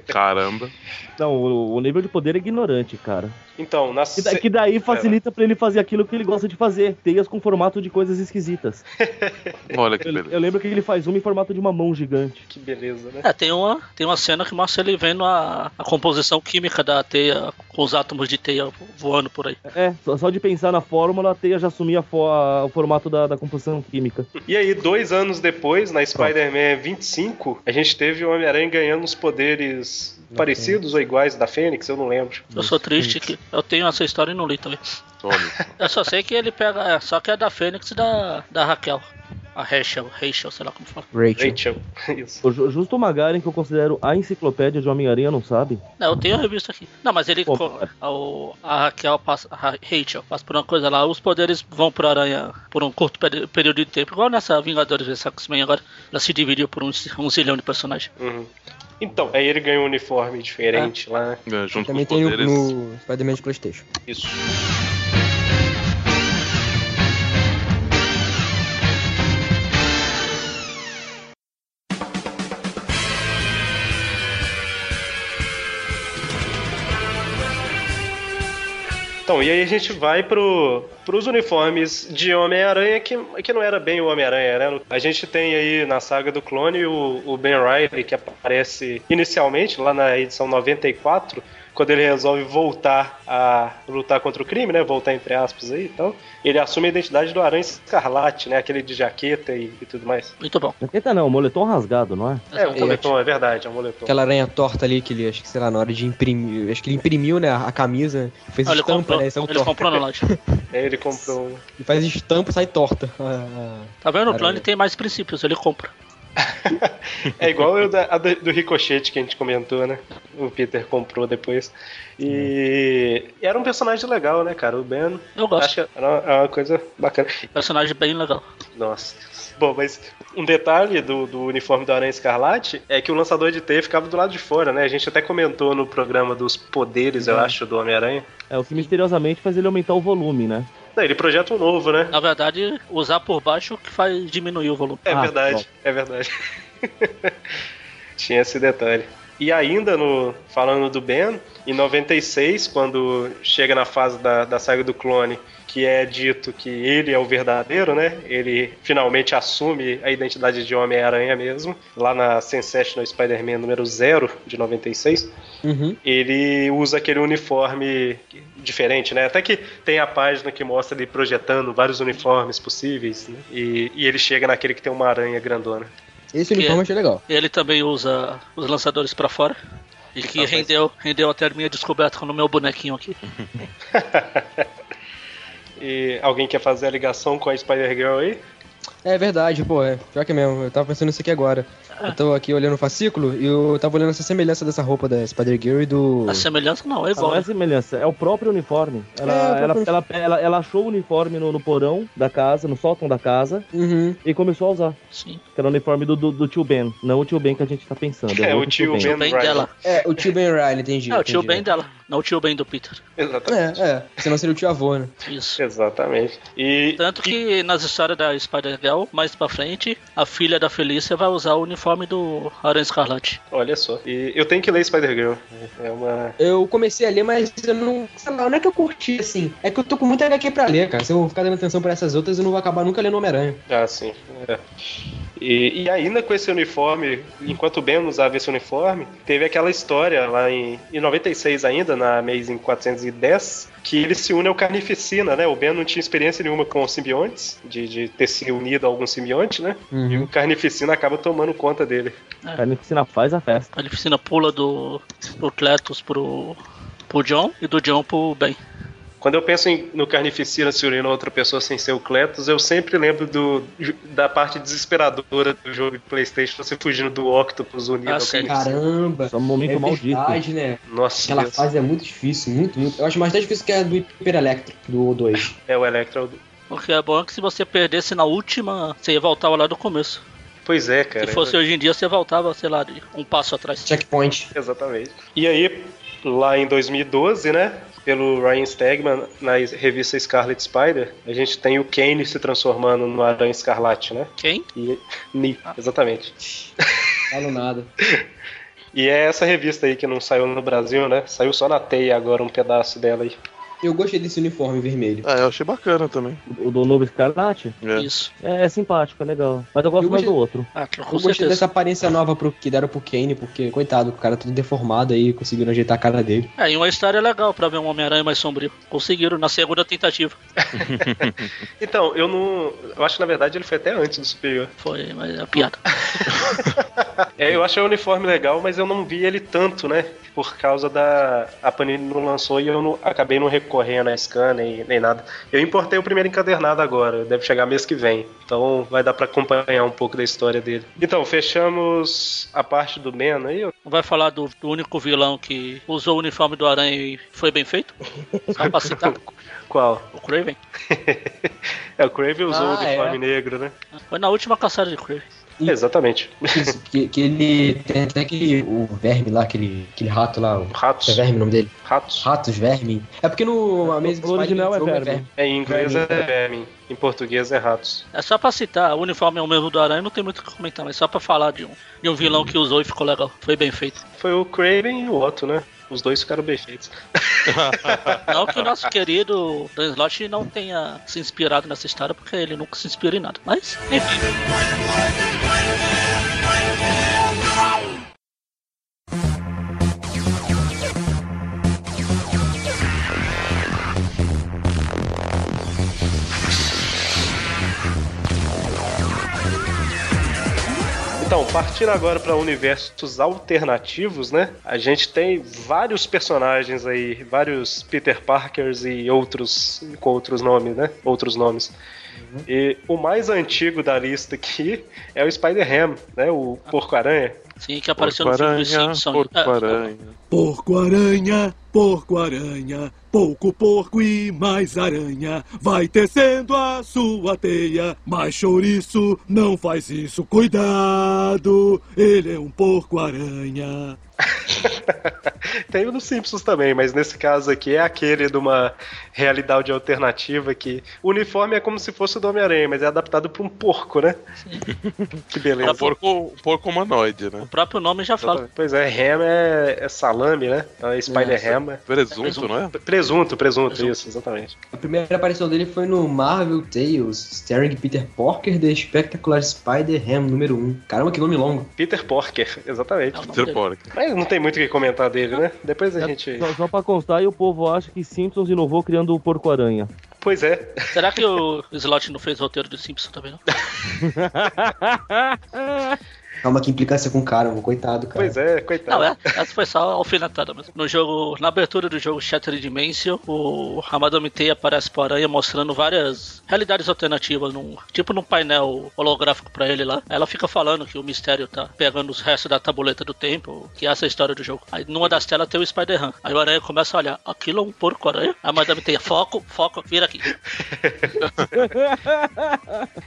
Caramba.
Não, o, o nível de poder é ignorante, cara.
Então, na
Que, da-
se-
que daí facilita pra ele fazer aquilo que ele gosta de fazer, teias com formato de coisas esquisitas.
Olha que
Eu,
beleza.
eu lembro que ele faz uma em formato de uma mão gigante.
Que beleza, né?
É, tem uma, tem uma cena que mostra ele vendo a, a composição química da teia, com os átomos de teia voando por aí.
É, só, só de pensar na fórmula, a teia já assumia a fo- a- o formato da, da composição química.
E aí, dois anos depois, na Spider-Man 25, a gente teve o Homem-Aranha ganhando os poderes parecidos ou iguais da Fênix, eu não lembro.
Eu sou triste que eu tenho essa história e não li também.
Tome.
Eu só sei que ele pega. é, Só que é da Fênix e da, da Raquel. A Rachel, Rachel, sei lá como fala.
Rachel.
Rachel. Isso.
O Ju- Justo o Magaren, que eu considero a enciclopédia de Homem-Aranha, não sabe.
Não, eu tenho a revista aqui. Não, mas ele.
Pô,
co- a, o- a Raquel passa. A Ra- Rachel passa por uma coisa lá. Os poderes vão pro Aranha por um curto peri- período de tempo. Igual nessa Vingadores vs X-Men agora. Ela se dividiu por um, um zilhão de personagens.
Uhum. Então, aí ele ganhou um uniforme diferente lá, né?
É, junto com
Também
os
tem
poderes.
no Spider-Man de Playstation.
Isso. Então, e aí a gente vai pro, pros uniformes de Homem-Aranha, que, que não era bem o Homem-Aranha, né? A gente tem aí na saga do clone o, o Ben Riley, que aparece inicialmente, lá na edição 94, quando ele resolve voltar a lutar contra o crime, né? Voltar entre aspas aí e tal. Ele assume a identidade do Aranha Escarlate, né? Aquele de jaqueta e, e tudo mais.
Muito bom.
Jaqueta tá, não, moletom rasgado, não é?
É, um moletom, é verdade, é um moletom.
Aquela aranha torta ali que ele, acho que sei lá, na hora de imprimir. Acho que ele imprimiu, né? A camisa, fez
é
Ah, ele
um
estampa,
comprou,
né? Saiu
ele
torta.
comprou na loja.
É, ele comprou um.
Ele faz estampa, sai torta. Ah,
Tá vendo? O
Caramba.
plano tem mais princípios, ele compra.
É igual o da, a do do ricochete que a gente comentou, né? O Peter comprou depois. E era um personagem legal, né, cara? O Ben.
Eu gosto.
Acho que era uma, era uma coisa bacana.
Personagem bem legal.
Nossa. Bom, mas um detalhe do, do uniforme do Aranha Escarlate é que o lançador de teia ficava do lado de fora, né? A gente até comentou no programa dos poderes, eu acho, do Homem-Aranha.
É, o que misteriosamente faz ele aumentar o volume, né?
Não, ele projeta um novo, né?
Na verdade, usar por baixo que faz diminuir o volume.
É
Ah,
verdade, é verdade. Tinha esse detalhe. E ainda no falando do Ben, em 96, quando chega na fase da, da saga do clone, que é dito que ele é o verdadeiro, né? Ele finalmente assume a identidade de Homem-Aranha mesmo, lá na Sensational Spider-Man número 0 de 96
uhum.
ele usa aquele uniforme diferente, né? Até que tem a página que mostra ele projetando vários uniformes possíveis, né? E, e ele chega naquele que tem uma aranha grandona.
Que
Esse uniforme
é?
eu achei legal.
Ele também usa os lançadores pra fora. E que
Ah, mas-
rendeu, rendeu até a minha descoberta no meu bonequinho aqui.
E alguém quer fazer a ligação com a Spider-Girl aí?
É verdade, pô, é. Pior que mesmo, eu tava pensando nisso aqui agora.
Ah.
Eu tô aqui olhando o fascículo e eu tava olhando essa semelhança dessa roupa da Spider-Girl e do.
A semelhança não, é
Ah, Não
igual.
é semelhança, é o próprio uniforme. Ela,
É, o próprio
ela, ela, ela, ela achou o uniforme no, no porão da casa, no sótão da casa,
Uhum.
e começou a usar.
Sim.
Que era o uniforme do, do, do tio Ben, não o tio Ben que a gente tá pensando.
É, o
outro
tio Ben.
O bem
Riley.
dela.
É, o tio Ben Riley, entendi.
É, o tio
entendi.
bem dela. Não o tio bem do Peter.
Exatamente.
É, é. Senão seria o tio avô, né?
Isso.
Exatamente. E
Tanto que nas histórias da Spider-Girl, mais pra frente, a filha da Felícia vai usar o uniforme do Aranha Escarlate.
olha só. E eu tenho que ler Spider-Girl. É uma.
Eu comecei a ler, mas eu não. Sei lá, não é que eu curti, assim. É que eu tô com muita HQ pra ler, cara. Se eu ficar dando atenção pra essas outras, eu não vou acabar nunca lendo Homem-Aranha.
Ah, sim. É. E, e ainda com esse uniforme, enquanto o Ben usava esse uniforme, teve aquela história lá em, em 96 ainda, na Amazing 410, que ele se une ao Carnificina, né? O Ben não tinha experiência nenhuma com os simbiontes, de, de ter se unido a algum simbionte, né? E o Carnificina acaba tomando conta dele.
A Carnificina faz a festa.
A Lificina pula do, do Cletus pro, pro John e do John pro Ben.
Quando eu penso em- no Carnificina se unindo a outra pessoa sem ser o Cletus, eu sempre lembro do, da parte desesperadora do jogo de Playstation, você fugindo do Octopus unido
Ah,
ao
sim.
Carnificina.
Caramba!
Só um momento
É
maldito.
verdade, né?
Nossa,
Aquela
Deus.
fase é muito difícil, muito, muito. Eu acho mais até difícil que a do Hyper Electro, do 2.
é o Electro
O que é bom é que se você perdesse na última, você voltava lá do começo.
Pois é, cara.
Se fosse hoje em dia, você voltava, sei lá, de um passo atrás.
É. Checkpoint.
Exatamente. E aí, lá em 2012, né? Pelo Ryan Stegman, na revista Scarlet Spider, a gente tem o Kane se transformando no Aranha Escarlate, né?
Quem?
E. Ni, exatamente.
Falo nada.
E é essa revista aí que não saiu no Brasil, né? Saiu só na teia agora um pedaço dela aí.
Eu gostei desse uniforme vermelho.
Ah, eu achei bacana também.
O do novo Escarlate
É.
Isso.
é, é simpático, é legal. Mas eu gosto
Eu
mais
gostei-
do outro.
Ah, com
eu gostei
certeza.
dessa aparência nova pro, que deram pro Kane, porque, coitado, o cara todo deformado aí, conseguiram ajeitar a cara dele.
É, e uma história legal pra ver um Homem-Aranha mais sombrio. Conseguiram na segunda tentativa.
Então, eu não. Eu acho que na verdade ele foi até antes do Superior.
Foi mas é piada.
É, eu achei o uniforme legal, mas eu não vi ele tanto, né? por causa da. A Panini não lançou e eu não- acabei não recorrendo a scan nem, nem nada. Eu importei o primeiro encadernado agora, deve chegar mês que vem. Então vai dar pra acompanhar um pouco da história dele. Então, fechamos a parte do Ben aí. ó.
Vai falar do, do único vilão que usou o uniforme do Aranha e foi bem feito? Capacitado?
Qual?
O Craven?
É, o Crave usou o
Ah,
uniforme
é.
negro, né?
Foi na última caçada de Craven.
E-
Exatamente.
Que, que- que ele tem até aquele. O verme lá, aquele, aquele rato lá. O,
Ratos.
é verme o nome dele?
Ratos.
Ratos, verme. É porque no Amazing
O original é
Spider-Man
verme.
É, em inglês é
Vermin.
vermin, em português é ratos.
É só pra citar, o uniforme é o mesmo do Aranha, não tem muito o que comentar, mas só pra falar de um, de um vilão que usou e ficou legal. Foi bem feito.
Foi o Craven e o Otto, né? Os dois ficaram bem feitos.
Não que o nosso querido Dan Slott não tenha se inspirado nessa história, porque ele nunca se inspira em nada. Mas, enfim.
Então, partindo agora para universos alternativos, né? A gente tem vários personagens aí, vários Peter Parkers e outros com outros nomes, né? Outros nomes. E o mais antigo da lista aqui é o Spider-Ham, né? O Porco-Aranha.
Sim, que apareceu no filme dos
Porco-aranha,
Simpsons. É,
porco-aranha.
Porco-aranha, porco-aranha, pouco porco e mais aranha. Vai tecendo a sua teia, mas chouriço não faz isso, cuidado, ele é um porco-aranha.
Tem o dos Simpsons também, mas nesse caso aqui é aquele de uma realidade alternativa que o uniforme é como se fosse o do Homem-Aranha, mas é adaptado para um porco, né? que
É um
beleza.
porco, um porco humanoide, né?
o próprio nome já fala.
Pois é, ham é, é salame, né? Então é Spider-Ham. é-
Presunto, não é?
Presunto, presunto, isso, exatamente.
A primeira aparição dele foi no Marvel Tales, Staring Peter Porker The Spectacular Spider-Ham número 1. Caramba, que nome longo.
Peter Porker, exatamente.
É o nome
Peter
dele.
Um Porco.
Mas não tem muito o que comentar dele, né? Depois a gente.
é Só, só pra constar, e o povo acha que Simpsons inovou criando o Porco-Aranha.
Pois é.
Será que o Slot não fez roteiro do Simpsons também, não?
Calma, que implicância com o cara, meu, coitado, cara.
Pois é,
Não,
coitado.
é, essa foi só a alfinetada mesmo. No jogo, na abertura do jogo Shattered Dimension, o Hamada Mitei aparece pro Aranha mostrando várias realidades alternativas, num, tipo num painel holográfico pra ele lá. Ela fica falando que o mistério tá pegando os restos da tabuleta do tempo, que é essa a história do jogo. Aí numa das telas tem o Spider-Man. Aí o Aranha começa a olhar, aquilo é um porco-aranha? A Madame Teia, foco, foco, vira aqui.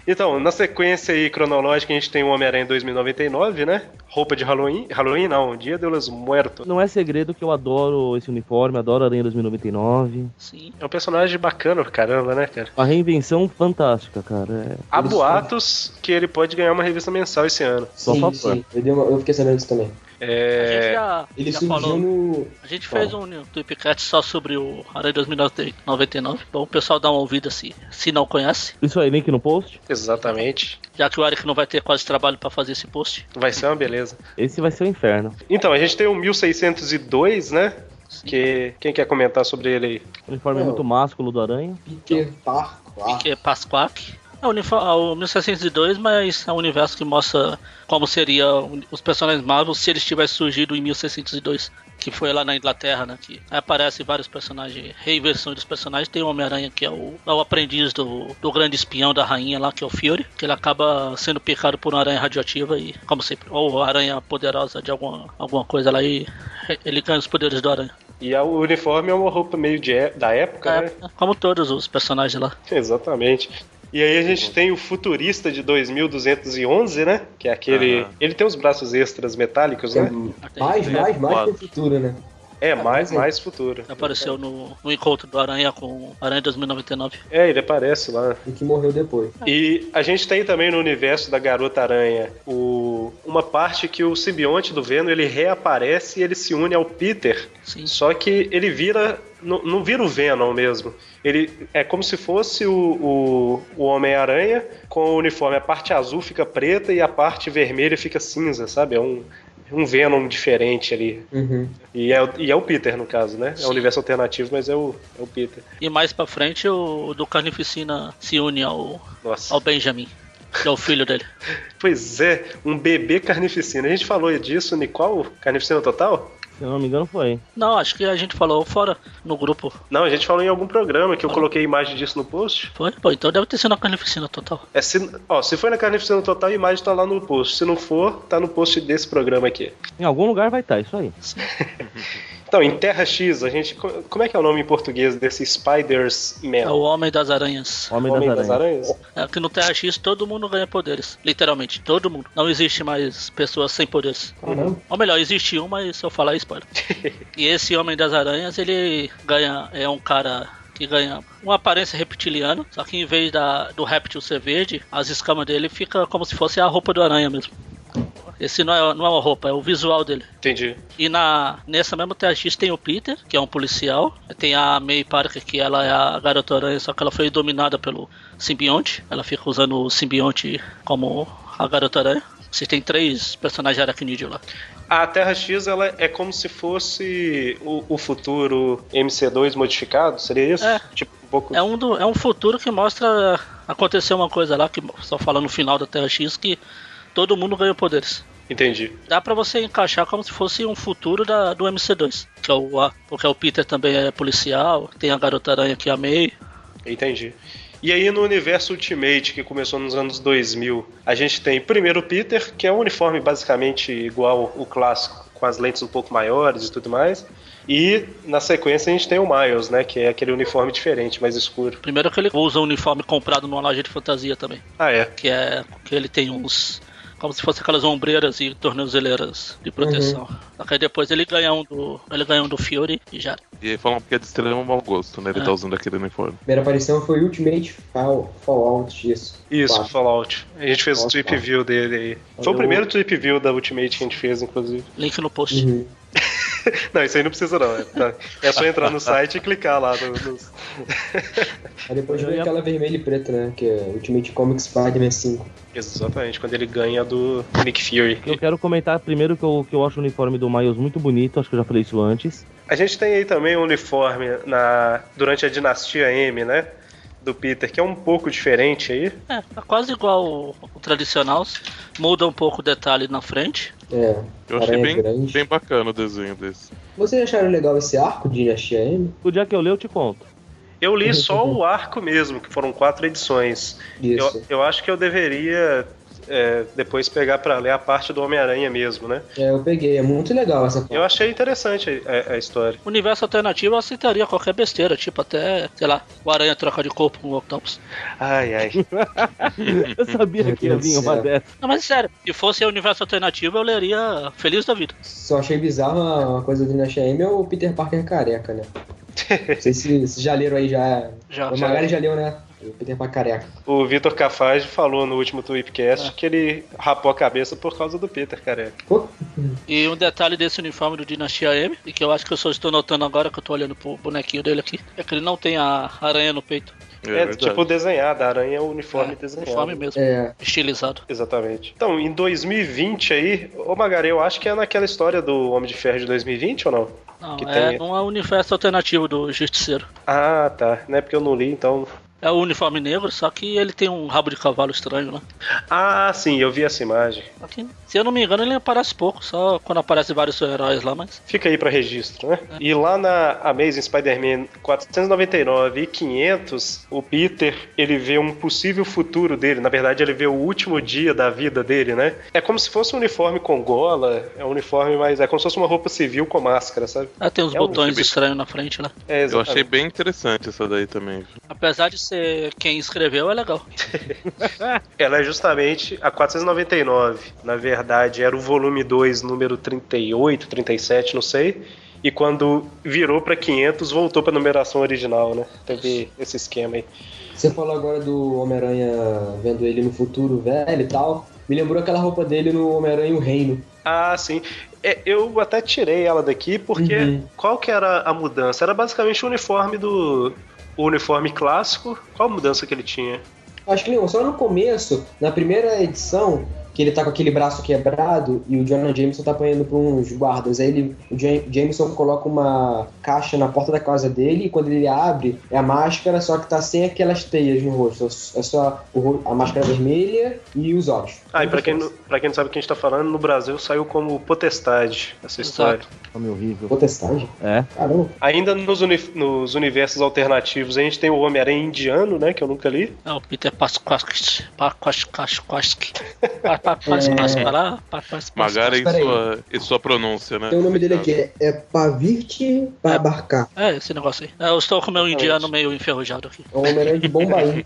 Então, na sequência aí cronológica, a gente tem o Homem-Aranha 2099, né? Roupa de Halloween. Halloween não, Dia de los Muertos.
Não é segredo que eu adoro esse uniforme, adoro Aranha 2099.
Sim.
É um personagem bacana pra caramba, né, cara?
Uma reinvenção fantástica, cara. É,
Há boatos que ele pode ganhar uma revista mensal esse ano.
só
sim,
favor.
sim. Eu, dei uma- eu fiquei sabendo disso também.
A gente
É.
já,
Ele
já
surgiu
falou.
no.
A gente fez um Tweepcast só sobre o Aranha 2099. Bom, o pessoal dá uma ouvida se, se não conhece.
Isso aí, link no post.
Exatamente.
Já que o Eric não vai ter quase trabalho pra fazer esse post.
Vai ser uma beleza.
Esse vai ser o inferno.
Então, a gente tem o 1602, né? Que quem quer comentar sobre ele aí?
O uniforme é
Não.
muito másculo do Aranha.
Peter Parker.
Que é Pasquac. É o, unifo- é o 1602, mas é um universo que mostra como seria o- os personagens Marvel se eles tivessem surgido em 1602, que foi lá na Inglaterra, né? Que aí aparece vários personagens, reinversões dos personagens. Tem o Homem-Aranha, que é o, é o aprendiz do, do grande espião da rainha lá, que é o Fury, que ele acaba sendo picado por uma aranha radioativa e, como sempre, ou aranha poderosa de alguma, alguma coisa lá e ele ganha os poderes do aranha.
E a- o uniforme é uma roupa meio de é- da época, né?
Como todos os personagens lá.
Exatamente. E aí a gente tem o futurista de 2211, né? Que é aquele. Ele tem os braços extras metálicos,
É
né?
mais, mais, mais
Quatro.
pro futuro, né?
É, mais, mais futuro.
Apareceu no, no encontro do Aranha com Aranha 2099.
É, ele aparece lá.
O que morreu depois.
E a gente tem também no universo da Garota Aranha o, uma parte que o simbionte do Venom ele reaparece e ele se une ao Peter.
Sim.
Só que ele vira. Não, não vira o Venom mesmo. Ele é como se fosse o, o, o Homem-Aranha com o uniforme. A parte azul fica preta e a parte vermelha fica cinza, sabe? É um, um Venom diferente ali.
Uhum.
E é, o- e é o Peter, no caso, né? É um universo alternativo, mas é o, é o Peter.
E mais pra frente o do Carnificina se une ao,
Nossa.
ao Benjamin, que é o filho dele.
Pois é, um bebê carnificina. A gente falou disso em qual Carnificina Total?
Se eu não me engano, foi.
Não, acho que a gente falou fora no grupo.
Não, a gente falou em algum programa que eu coloquei imagem disso no post.
Foi? Pô, então deve ter sido na carnificina total.
É, se, ó, se foi na Carnificina Total, a imagem tá lá no post. Se não for, tá no post desse programa aqui.
Em algum lugar vai estar, isso aí.
Então, em Terra X, a gente. co- Como é que é o nome em português desse
É o
Spiders-Man?
Homem das Aranhas.
Homem,
Homem
das, Aranhas.
Aranhas?
É que no Terra X todo mundo ganha poderes. Literalmente, todo mundo. Não existe mais pessoas sem poderes. Ou melhor, existe um, mas se eu falar é spoiler. e esse Homem das Aranhas, ele ganha. É um cara que ganha uma aparência reptiliana. Só que em vez da, do réptil ser verde, as escamas dele fica como se fosse a roupa do aranha mesmo. Esse não é, não é uma roupa, é o visual dele.
Entendi.
E na, nessa mesma TRX tem o Peter, que é um policial. Tem a May Parker, que ela é a garota aranha, só que ela foi dominada pelo simbionte. Ela fica usando o simbionte como a garota aranha. Você tem três personagens aracnídeos lá.
A Terra X ela é como se fosse o, o futuro MC2 modificado? Seria isso?
É.
Tipo, um pouco.
É um, do, é um futuro que mostra acontecer uma coisa lá, que só fala no final da Terra X que todo mundo ganhou poderes.
Entendi.
Dá pra você encaixar como se fosse um futuro da, do MC2, que é o, a- porque o Peter também é policial, tem a garota aranha que é a May.
Entendi. E aí, no universo Ultimate, que começou nos anos 2000, a gente tem primeiro o Peter, que é um uniforme basicamente igual o clássico, com as lentes um pouco maiores e tudo mais. E na sequência a gente tem o Miles, né? Que é aquele uniforme diferente, mais escuro.
Primeiro que ele usa um uniforme comprado numa loja de fantasia também.
Ah, é.
que é que ele tem uns como se fossem aquelas ombreiras e tornozeleiras de proteção. Só que aí depois ele ganha um do ele ganha um do Fury e já.
E aí falam que é de extremo mau gosto, né? Ele tá usando aquele uniforme.
Primeira aparição foi Ultimate Fall- Fallout, isso.
Isso,
Quatro.
Fallout. A gente fez o
Fallout
trip
quatro.
view dele aí. Foi o
Eu-
primeiro trip view da Ultimate que a gente fez, inclusive.
Link no post.
Uhum.
Não, isso aí não precisa não. É, tá. É só entrar no site e clicar lá. No, nos-
Aí depois
Eu
veio
ia-
aquela vermelha e preta, né? Que é Ultimate Comics Spider-Man 5.
Exatamente, quando ele ganha do Nick Fury.
Eu quero comentar primeiro que eu, que eu acho o uniforme do Miles muito bonito, acho que eu já falei isso antes.
A gente tem aí também um uniforme na, durante a dinastia M, né? Do Peter, que é um pouco diferente aí.
É, tá quase igual o, o tradicional. Muda um pouco o detalhe na frente.
É.
Eu achei
Aranha
bem,
grande.
bem bacana o desenho desse.
Vocês acharam legal esse arco de Dinastia M?
O dia que eu ler, eu te conto.
Eu li só o arco mesmo, que foram quatro edições.
Isso.
Eu, eu acho que eu deveria é, depois pegar pra ler a parte do Homem-Aranha mesmo, né?
É, eu peguei. É muito legal essa
Eu
parte.
achei interessante a, a história.
Universo alternativo eu aceitaria qualquer besteira, tipo até, sei lá, o aranha trocar de corpo com o Octopus.
Ai, ai.
Eu sabia
Meu
que ia
Deus
vir
do
uma
céu.
dessa.
Não, mas sério, se fosse universo alternativo eu leria Feliz da Vida.
Só achei bizarro uma uma coisa do Dinastia M é o Peter Parker careca, né? Não sei se, se já leram aí já.
Ah,
Já,
o
já.
é.
Magari já leu, né? O Peter Parker careca.
O Vitor Cafage falou no último Tweepcast que ele rapou a cabeça por causa do Peter, careca.
Pô,
E um detalhe desse uniforme do Dinastia M, e que eu acho que eu só estou notando agora que eu tô olhando pro bonequinho dele aqui, é que ele não tem a aranha no peito.
É,
É,
verdade.
tipo desenhado, a aranha é o uniforme
É,
desenhado.
Uniforme mesmo,
é.
estilizado.
Exatamente. Então, em 2020 aí, ô Magari, eu acho que é naquela história do Homem de Ferro de 2020 ou não?
Não,
Que
é
tem-
um universo alternativo do Justiceiro.
Ah, tá. Não é porque eu não li, então.
É o uniforme negro, só que ele tem um rabo de cavalo estranho lá.
Ah, sim, eu vi essa imagem.
Só que, se eu não me engano, ele aparece pouco, só quando aparece vários heróis lá, mas.
Fica aí pra registro, né? E lá na Amazing Spider-Man 499 e 500, o Peter, ele vê um possível futuro dele. Na verdade, ele vê o último dia da vida dele, né? É como se fosse um uniforme com gola, é um uniforme mais... É como se fosse uma roupa civil com máscara, sabe?
Ah, tem uns
É um
botões
gibi.
estranhos na frente lá.
É,
Eu achei
exatamente.
bem interessante essa daí também. viu?
Apesar de ser quem escreveu, é legal.
Ela é justamente a 499. Na verdade, era o volume 2, número 38, 37, não sei. E quando virou pra 500, voltou pra numeração original, né? Teve esse esquema aí.
Você falou agora do Homem-Aranha vendo ele no futuro velho e tal. Me lembrou aquela roupa dele no Homem-Aranha e o Reino.
Ah, sim. É, eu até tirei ela daqui porque
Uhum.
qual que era a mudança? Era basicamente o uniforme do o uniforme clássico. Qual a mudança que ele tinha?
Acho que não, só no começo, na primeira edição, que ele tá com aquele braço quebrado e o Jonah Jameson tá apanhando pra uns guardas. Aí ele, o Ja- Jameson coloca uma caixa na porta da casa dele e quando ele abre, é a máscara, só que tá sem aquelas teias no rosto. É só o ro- a máscara vermelha e os olhos.
Ah, e pra quem, não- pra quem não sabe o que a gente tá falando, no Brasil saiu como Potestade essa
Exato.
história.
Nome horrível.
Potestade?
É.
Caramba.
Ainda nos, uni- nos universos alternativos, a gente tem o Homem-Aranha indiano, né? Que eu nunca li.
É o Peter Pasquaski. Pasquaski. Pasquaski. lá.
Magara e
Mas peraí.
sua, e sua pronúncia, né?
um
Tem o nome dele aqui, é, é Pavirti Pabarkar.
É, esse negócio aí. É, Eu estou com o meu indiano meio enferrujado aqui.
É um Homem-Aranha de Bombaim.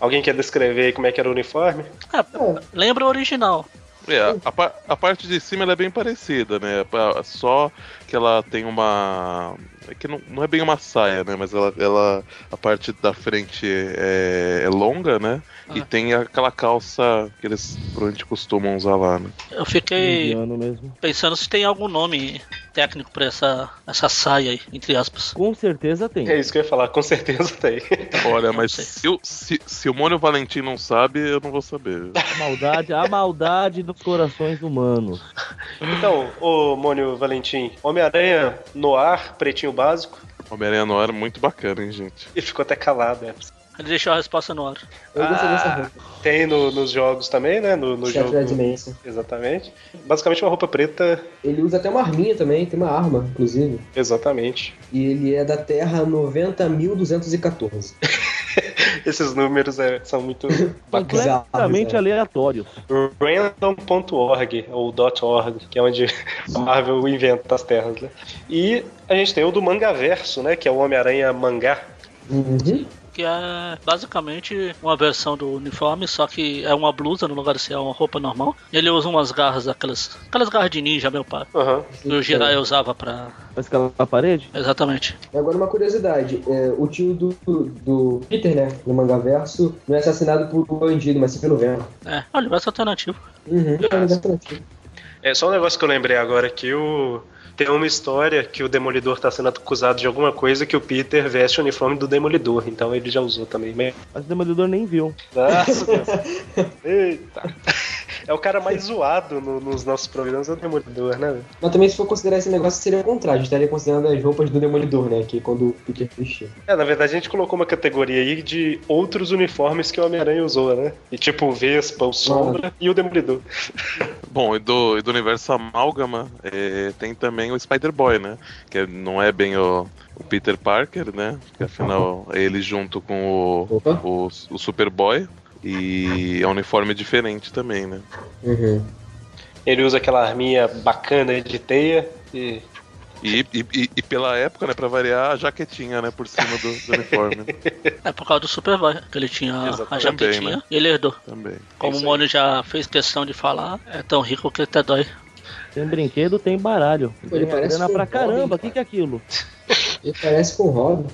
Alguém quer descrever aí como é que era o uniforme?
Ah, Lembra o original.
É, a, a par- a parte de cima ela é bem parecida, né? Pa- Só que ela tem uma. É que não, não é bem uma saia, né? Mas ela, ela a parte da frente é, é longa, né? E
Ah.
tem aquela calça que eles provavelmente costumam usar lá, né?
Eu fiquei
Indiano mesmo.
pensando se tem algum nome técnico pra essa, essa saia aí, entre aspas.
Com certeza tem.
É isso que eu ia falar, com certeza tem.
Olha, mas
sei.
se, o- se, se o Mônio Valentim não sabe, eu não vou saber.
A maldade, a maldade dos corações humanos.
Então, ô Mônio Valentim, Homem-Aranha no ar, pretinho básico,
Homem-Aranha no ar é muito bacana, hein, gente?
e ficou até calado, né?
Ele deixou a resposta no ar.
Eu gostei dessa
Ah,
roupa.
Tem no- nos jogos também, né? No, no
Chefe
jogo.
da Dimension.
Exatamente. Basicamente uma roupa preta,
Ele usa até uma arminha também, tem uma arma, inclusive.
exatamente.
E ele é da Terra 90.214.
Esses números é- são muito
Bizarro,
Completamente
né?
aleatórios.
random.org ou .org, que é onde a Marvel inventa as terras, né? E a gente tem o do Mangaverso, né? Que é o Homem-Aranha mangá.
Uhum.
Que é basicamente uma versão do uniforme, só que é uma blusa no lugar de ser uma roupa normal. E ele usa umas garras, aquelas, aquelas garras de ninja, meu pai.
Aham.
Que o Jirai usava pra.
Vai escalar a parede?
Exatamente.
E Agora uma curiosidade, é, o tio do, do Peter, né, no Mangaverso, não é assassinado por um bandido, mas sim pelo Venom.
É, é um universo alternativo.
Uhum, é um universo alternativo.
É só um negócio que eu lembrei agora que o tem uma história que o Demolidor tá sendo acusado de alguma coisa que o Peter veste o uniforme do Demolidor, então ele já usou também. Mas-
Mas o Demolidor nem viu.
Nossa, Deus. Eita. É o cara mais zoado no- nos nossos programas, é o Demolidor, né? velho?
Mas também se for considerar esse negócio, seria o contrário, a gente estaria considerando as roupas do Demolidor, né, que quando o Peter vestia.
É, na verdade a gente colocou uma categoria aí de outros uniformes que o Homem-Aranha usou, né? E tipo o Vespa, o Sombra e o Demolidor.
Bom, e do, e do universo Amálgama é, tem também o Spider-Boy, né? Que não é bem o, o Peter Parker, né? Porque afinal é ele junto com o,
Opa.
o, o Superboy. E é um uniforme diferente também, né?
Uhum.
Ele usa aquela arminha bacana de teia e
E, e, e- e pela época, né, pra variar, a jaquetinha, né, por cima do, do uniforme né,
É por causa do Superboy, que ele tinha a
Exatamente.
Também,
jaquetinha
né?
e ele herdou.
também.
Como
É isso aí.
o Mônio já fez questão de falar, é tão rico que ele até dói.
Tem brinquedo, tem baralho.
ele
Tem
parece
grana
um
pra
Robin,
caramba, o
cara.
que, que é aquilo?
Ele parece com o Robin.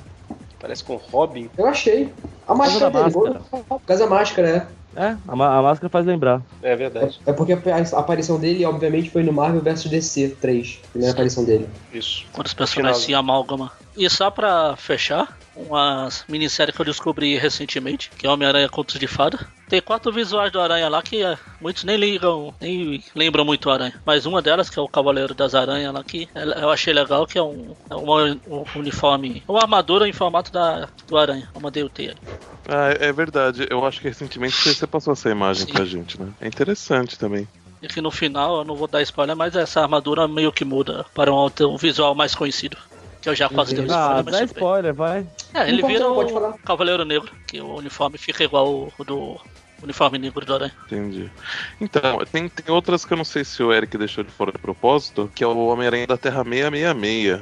parece com o Robin.
Eu achei. A máscara
da
dele, vou- por causa da máscara, né?
É, a, ma- a máscara faz lembrar.
É verdade,
É porque a aparição dele, obviamente, foi no Marvel vs DC 3, primeira é aparição dele.
isso.
Quando os personagens se
Final.
amalgamam. E só pra fechar, uma minissérie que eu descobri recentemente, que é Homem-Aranha Contos de Fada. Tem quatro visuais do Aranha lá que é, muitos nem ligam, nem lembram muito o Aranha. Mas uma delas, que é o Cavaleiro das Aranhas lá, que ela- eu achei legal, que é um, é uma- um uniforme, uma armadura em formato da, do Aranha. Eu mandei o T aí.
Ah, é é verdade. Eu acho que recentemente você você passou essa imagem
Sim.
pra gente, né? É interessante também.
E que no final, eu não vou dar spoiler, mas essa armadura meio que muda para um, alter- um visual mais conhecido. Que eu já quase dei um
Ah,
spoiler, mas
dá
tudo bem.
spoiler, vai.
É, ele
Não pode,
vira
não pode
o
falar.
Cavaleiro Negro, que o uniforme fica igual o do uniforme negro do Aranha.
Entendi. Então, tem, tem outras que eu não sei se o Eric deixou de fora de propósito, que é o Homem-Aranha da Terra 666.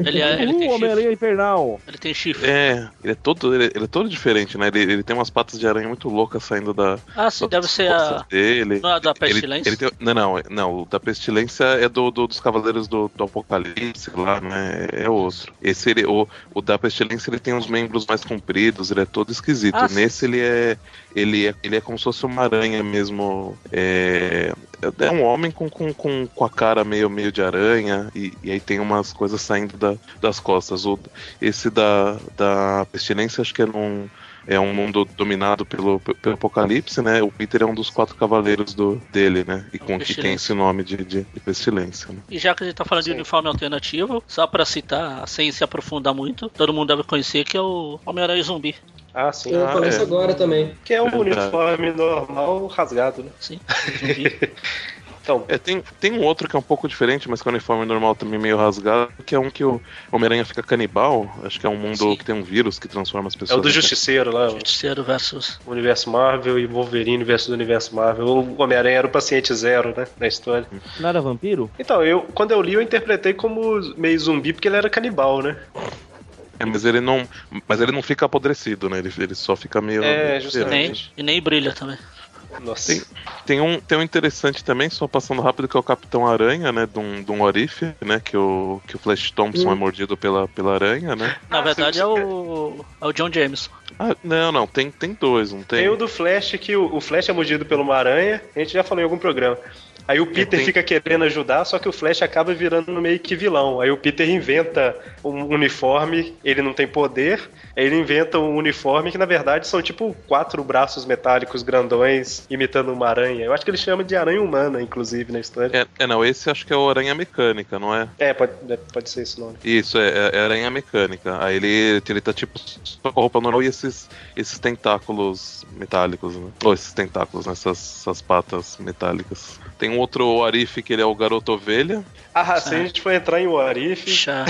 Ele, é, ele
Uh,
tem chifre.
Homem-Aranha Infernal.
Ele tem chifre.
É, ele é todo, ele, ele é todo diferente, né? Ele, ele tem umas patas de aranha muito loucas saindo da
Ah, sim,
das
deve ser
costas
a.
dele.
Não é a da
Ele-
Pestilência?
ele tem- não, não, é, não, o da pestilência é do, do- dos Cavaleiros do, do Apocalipse lá, né? É outro. Esse ele, o, o da pestilência ele tem uns membros mais compridos, ele é todo esquisito.
Ah, sim.
Nesse ele é, ele é ele é como se fosse uma aranha mesmo. É, é um homem com, com, com, com a cara meio meio de aranha e, e aí tem umas coisas saindo da, das costas. O, esse da, da pestilência acho que é num é um mundo dominado pelo, pelo apocalipse, né? O Peter é um dos quatro cavaleiros do, dele, né? E, com, e tem esse nome de, de, de pestilência. Né?
E já que a gente tá falando de uniforme alternativo, só pra citar, sem se aprofundar muito, todo mundo deve conhecer que é o Homem-Aranha zumbi.
Ah, sim.
Eu
Ah,
começo
é.
agora também.
Que é o
Verdade.
uniforme normal rasgado, né?
Sim, zumbi.
Então,
É, tem, tem um outro que é um pouco diferente, mas com o uniforme normal também meio rasgado, que é um que o Homem-Aranha fica canibal. Acho que é um mundo
Sim.
que tem um vírus que transforma as
é
pessoas.
o do
em-
Justiceiro lá, o
Justiceiro versus.
Universo Marvel e Wolverine versus Universo Marvel. O Homem-Aranha era o paciente zero, né, na história.
Não era vampiro?
Então, eu quando eu li, eu interpretei como meio zumbi porque ele era canibal, né?
É, mas ele não. Mas ele não fica apodrecido, né? Ele, ele só fica meio.
É,
E nem,
justamente.
e nem brilha também.
Nossa.
Sim. Tem um, tem um interessante também, só passando rápido, que é o Capitão Aranha, né? De um, de um orife, né? Que o, que o Flash Thompson é mordido pela, pela aranha, né?
Na
Ah,
verdade
sim,
é
sim.
o. É o John Jameson.
Ah, não, não, tem, tem dois, não tem?
Tem o do Flash, que o, o Flash é mordido por uma aranha, a gente já falou em algum programa. Aí o Peter
tem-
fica querendo ajudar, só que o Flash acaba virando meio que vilão. Aí o Peter inventa um uniforme, ele não tem poder, aí ele inventa um uniforme que na verdade são tipo quatro braços metálicos grandões imitando uma aranha. Eu acho que ele chama de aranha humana, inclusive, na história.
É, é, não, esse acho que é o Aranha Mecânica, não é?
É, pode, é, pode ser esse nome.
Isso, é, é Aranha Mecânica. Aí ele, ele tá tipo só com a roupa normal e esses, esses tentáculos metálicos, né? Ou esses tentáculos, né? Essas, essas patas metálicas. Tem um outro Arif que ele é o Garoto Ovelha.
Ah,
É.
se a gente for entrar em Warif,
Puxa.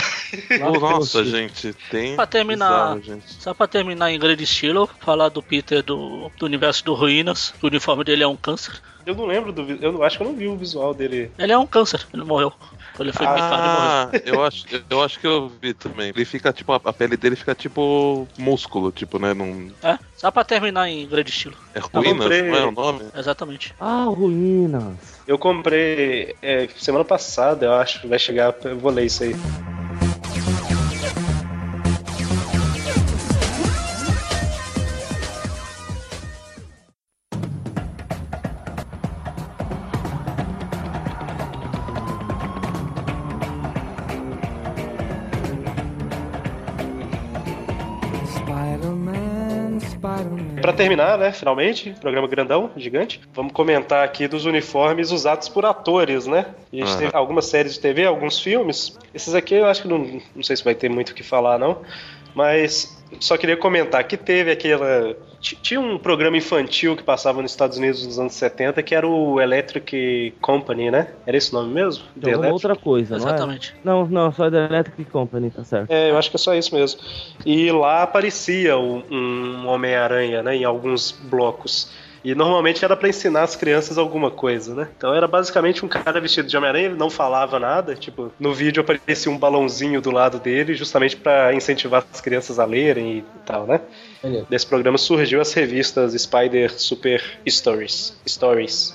Nossa, gente, tem.
Pra terminar-
Bizarro, gente.
Só pra terminar em grande estilo, falar do Peter do, do universo do Ruínas, que o uniforme dele é um câncer.
eu não lembro do. vi- Eu não- acho que eu não vi o visual dele.
Ele é um câncer, ele morreu. Quando ele foi picado, ele morreu.
Ah, eu acho, eu acho que eu vi também. Ele fica, tipo, a, a pele dele fica tipo músculo, tipo, né? Num,
É, só pra terminar em grande estilo.
é ruínas,
comprei.
não é o nome?
Exatamente.
Ah, ruínas.
Eu comprei é, semana passada, eu acho. Vai chegar, eu vou ler isso aí.
Spider-Man, Spider-Man.
Pra terminar, né, finalmente, programa grandão, gigante, vamos comentar aqui dos uniformes usados por atores, né? A gente
Aham.
tem algumas séries de TV, alguns filmes. Esses aqui eu acho que não, não sei se vai ter muito o que falar, não. Mas só queria comentar que teve aquela. ti- Tinha um programa infantil que passava nos Estados Unidos nos anos 70 que era o Electric Company, né? Era esse o nome mesmo? The
Então, vamos
Electric
outra coisa, não é?
Exatamente.
Não, não, só é da Electric Company, tá certo.
É, eu acho que é só isso mesmo. E lá aparecia um, um Homem-Aranha, né, em alguns blocos. E normalmente era pra ensinar as crianças alguma coisa, né? Então era basicamente um cara vestido de Homem-Aranha, ele não falava nada, tipo, no vídeo aparecia um balãozinho do lado dele, justamente pra incentivar as crianças a lerem e tal, né?
Olha.
Desse programa surgiu as revistas Spider Super Stories, Stories,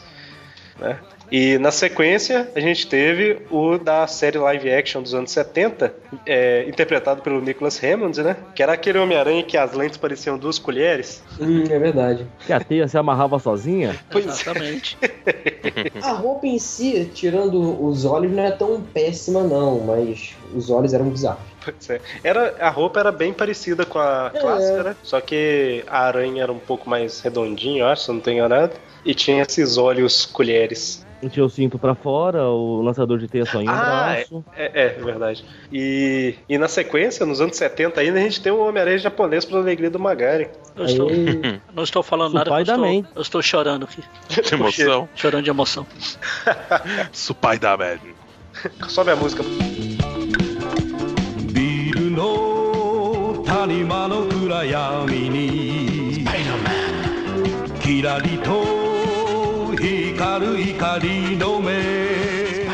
né? E na sequência a gente teve o da série live action dos anos 70, é, interpretado pelo Nicholas Hammond, né? Que era aquele Homem-Aranha que as lentes pareciam duas colheres.
Hum, é verdade.
Que a teia se amarrava sozinha.
Pois é.
Exatamente.
A roupa em si, tirando os olhos, não é tão péssima, não, mas os olhos eram bizarros.
Pois é. Era, a roupa era bem parecida com a
É.
clássica, né? Só que a aranha era um pouco mais redondinha, eu acho, se eu não tenho enganado. E tinha esses olhos colheres.
Não tinha o cinto pra fora, o lançador de teia só em um
Ah,
braço.
É, é, é verdade. E, e na sequência, nos anos 70 ainda, a gente tem o Homem-Aranha japonês pela alegria do Magari.
Eu estou,
Aí,
não estou falando nada, eu
Supai da
estou,
Man.
eu estou chorando aqui.
Que emoção.
Chorando de emoção.
Supai da Man.
Sobe a música.
ビルの谷間の暗闇にキラリと光る光の目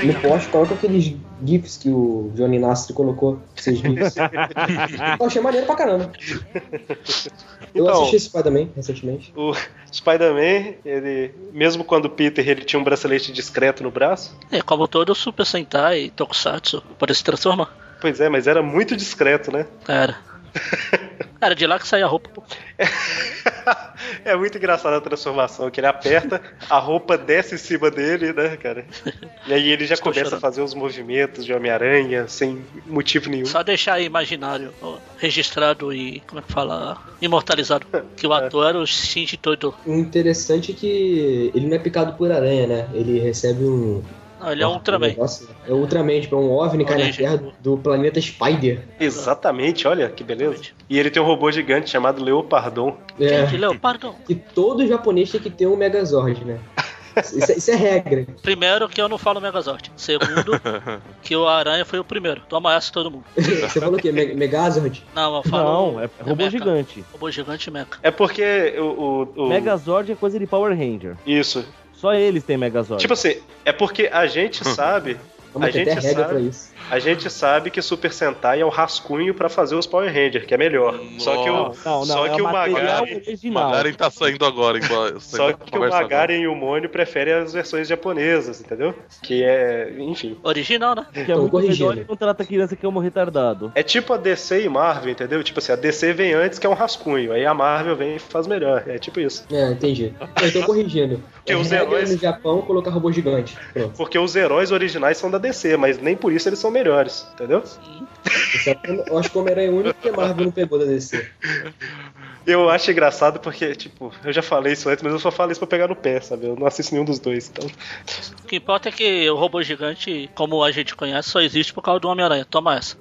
no post, coloca aqueles GIFs que o Johnny Nastro colocou. Vocês GIFs. Eu achei maneiro pra caramba. Eu
Então-
assisti esse pai também, recentemente.
O Spider-Man, ele, mesmo quando o Peter ele tinha um bracelete discreto no braço,
É, como todo Super Sentai, Tokusatsu, pode se transformar.
pois é, mas era muito discreto, né?
Era. Era de lá que saía a roupa, pô.
é muito engraçada a transformação, que ele aperta, a roupa desce em cima dele, né, cara? E aí ele já
Estou
começa
chorando.
a fazer os movimentos de Homem-Aranha sem motivo nenhum.
Só deixar aí imaginário, ó, registrado e, como é que fala? Imortalizado. Que
É.
o ator era o Shinji Toido.
O interessante é que ele não é picado por aranha, né? Ele recebe um.
Não, ele é um
Ah,
um
Ultraman.
negócio- É Ultraman, tipo, é um OVNI cai na
Origem.
Terra do planeta Spider.
Exatamente, olha que beleza. E ele tem um robô gigante chamado Leopardon.
É,
Gente, Leopardo.
que todo japonês tem que ter um Megazord, né? Isso, é- isso é regra.
Primeiro, que eu não falo Megazord. Segundo, que o Aranha foi o primeiro. Toma essa todo mundo.
Você falou o quê? Me- Megazord?
Não, eu falo.
Não, é robô
Mecha.
gigante.
Robô gigante meca.
É porque o. o, o-
Megazord é coisa de Power Ranger.
Isso.
Só eles têm Megazord.
Tipo assim, é porque a gente
Hum.
sabe.
Vamos
A
ter até
gente
regra
sabe.
pra isso.
A gente sabe que Super Sentai é o rascunho pra fazer os Power Rangers, que é melhor. Só que o.
não, não,
só
é
que
o
o
material
Magari-
original.
Magaren tá saindo agora, igual.
Só que o Magaren e o Mônio preferem as versões japonesas, entendeu? Que é. Enfim.
Original, né?
Que é
Tô
muito
corrigindo.
melhor e não trata criança que é um retardado.
É tipo a DC e Marvel, entendeu? Tipo assim, a DC vem antes que é um rascunho, aí a Marvel vem e faz melhor. É tipo isso.
É, entendi. Eu tô corrigindo. É
Que os
regra
heróis-
no Japão colocar robô gigante. Pronto.
Porque os heróis originais são da DC, mas nem por isso eles são melhores, entendeu?
Isso é- Eu acho que o Homem-Aranha é o único que a Marvel não pegou da DC.
Eu acho engraçado porque, tipo, eu já falei isso antes, mas eu só falo isso pra pegar no pé, sabe? Eu não assisto nenhum dos dois, então.
O que importa é que o robô gigante, como a gente conhece, só existe por causa do Homem-Aranha. Toma essa.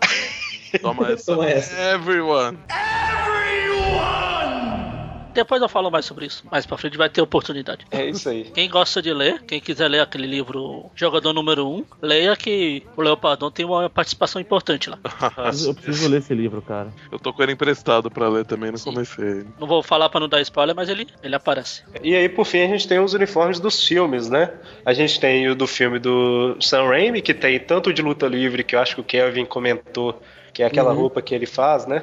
Toma essa.
Toma essa.
Everyone.
Depois eu falo mais sobre isso. Mais pra frente vai ter oportunidade.
É isso aí.
Quem gosta de ler, quem quiser ler aquele livro Jogador Número 1, leia que o Leopardon tem uma participação importante lá.
Eu preciso ler esse livro, cara.
Eu tô com ele emprestado pra ler também, não
Sim.
comecei.
Não vou falar pra não dar spoiler, mas ele, ele aparece.
E aí, por fim, a gente tem os uniformes dos filmes, né? A gente tem o do filme do Sam Raimi, que tem tanto o de luta livre, que eu acho que o Kevin comentou, que é aquela roupa que ele faz, né?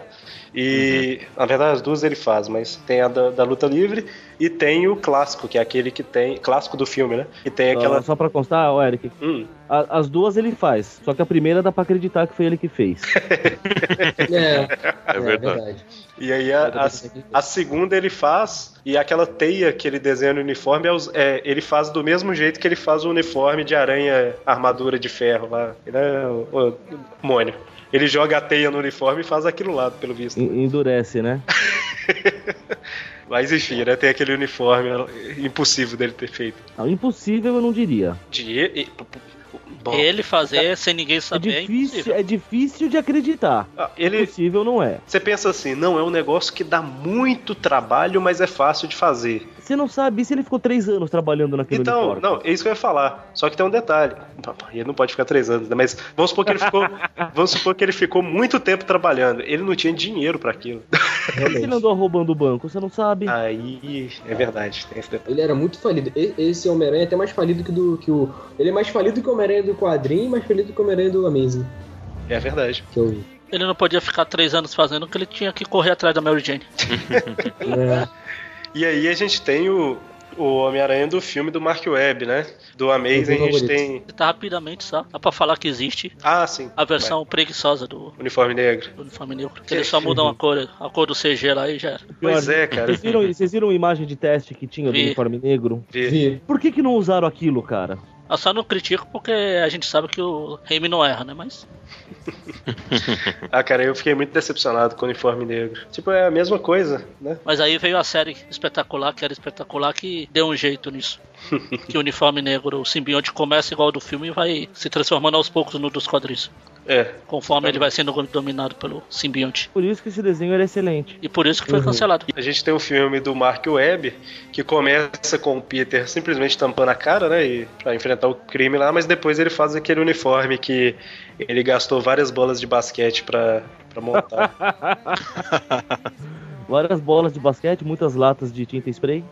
E, na verdade, as duas ele faz, mas tem a da, da luta livre e tem o clássico, que é aquele que tem... Clássico do filme, né? E tem
Aquela...
aquela...
Só pra constar, ó, Eric,
Hum,
a- as duas ele faz. Só que a primeira dá pra acreditar que foi ele que fez.
É,
Ah,
É verdade.
e aí, a, a, a segunda ele faz, e aquela teia que ele desenha no uniforme, é os- é, ele faz do mesmo jeito que ele faz o uniforme de aranha, armadura de ferro lá, né, o, o Mônio. Ele joga a teia no uniforme e faz aquilo lá, pelo visto.
En- Endurece, né?
Mas enfim, né, tem aquele uniforme impossível dele ter feito.
Não, impossível eu não diria.
De, e- bom,
Ele fazer sem ninguém
É
saber é,
difícil,
impossível.
é difícil de acreditar.
ah, ele,
Impossível não é.
você pensa assim, não, é um negócio que dá muito trabalho, mas é fácil de fazer.
Você não sabe se ele ficou três anos trabalhando naquele
Então,
uniforme.
não, é isso que eu ia falar. Só que tem um detalhe. Ele não pode ficar três anos, né? Mas vamos supor que ele ficou. vamos supor que ele ficou muito tempo trabalhando. Ele não tinha dinheiro pra aquilo.
Por que
realmente.
ele andou roubando o banco? Você não sabe.
Ah, Aí. É verdade, tem esse detalhe.
Ele era muito falido. E- Esse Homem-Aranha é até mais falido que do que o. Ele é mais falido que o Homem-Aranha do quadrinho e mais falido que o Homem-Aranha do Amazing.
É verdade.
Que eu.
Ele não podia ficar três anos fazendo que ele tinha que correr atrás da Mary Jane.
né?
E aí a gente tem o, o Homem-Aranha do filme do Mark Webb, né? Do Amazing a gente
favorito.
tem. um
Ele tá rapidamente só. Dá pra falar que existe
Ah, sim.
a versão preguiçosa do,
vai. Uniforme negro.
do uniforme negro. Que eles só mudam a cor, a cor do CG lá e já era.
Pois
Pior,
é, cara.
Vocês viram, vocês viram a imagem de teste que tinha do
Vi.
uniforme negro?
Vi.
Vi.
Por que, que não usaram aquilo, cara?
Eu só não critico porque a gente sabe que o Raimi não erra, né? Mas
Ah, cara, eu fiquei muito decepcionado com o uniforme negro. Tipo, é a mesma coisa, né?
Mas aí veio a série espetacular, que era espetacular, que deu um jeito nisso. que o uniforme negro, o simbionte, começa igual ao do filme e vai se transformando aos poucos no dos quadris.
É.
Conforme ele vai sendo dominado pelo simbionte.
Por isso que esse desenho era excelente.
E por isso que foi cancelado.
A gente tem um filme do Mark Webb que começa com o Peter simplesmente tampando a cara, né, e para enfrentar o crime lá, mas depois ele faz aquele uniforme que ele gastou várias bolas de basquete pra pra montar.
Várias bolas de basquete, muitas latas de tinta spray.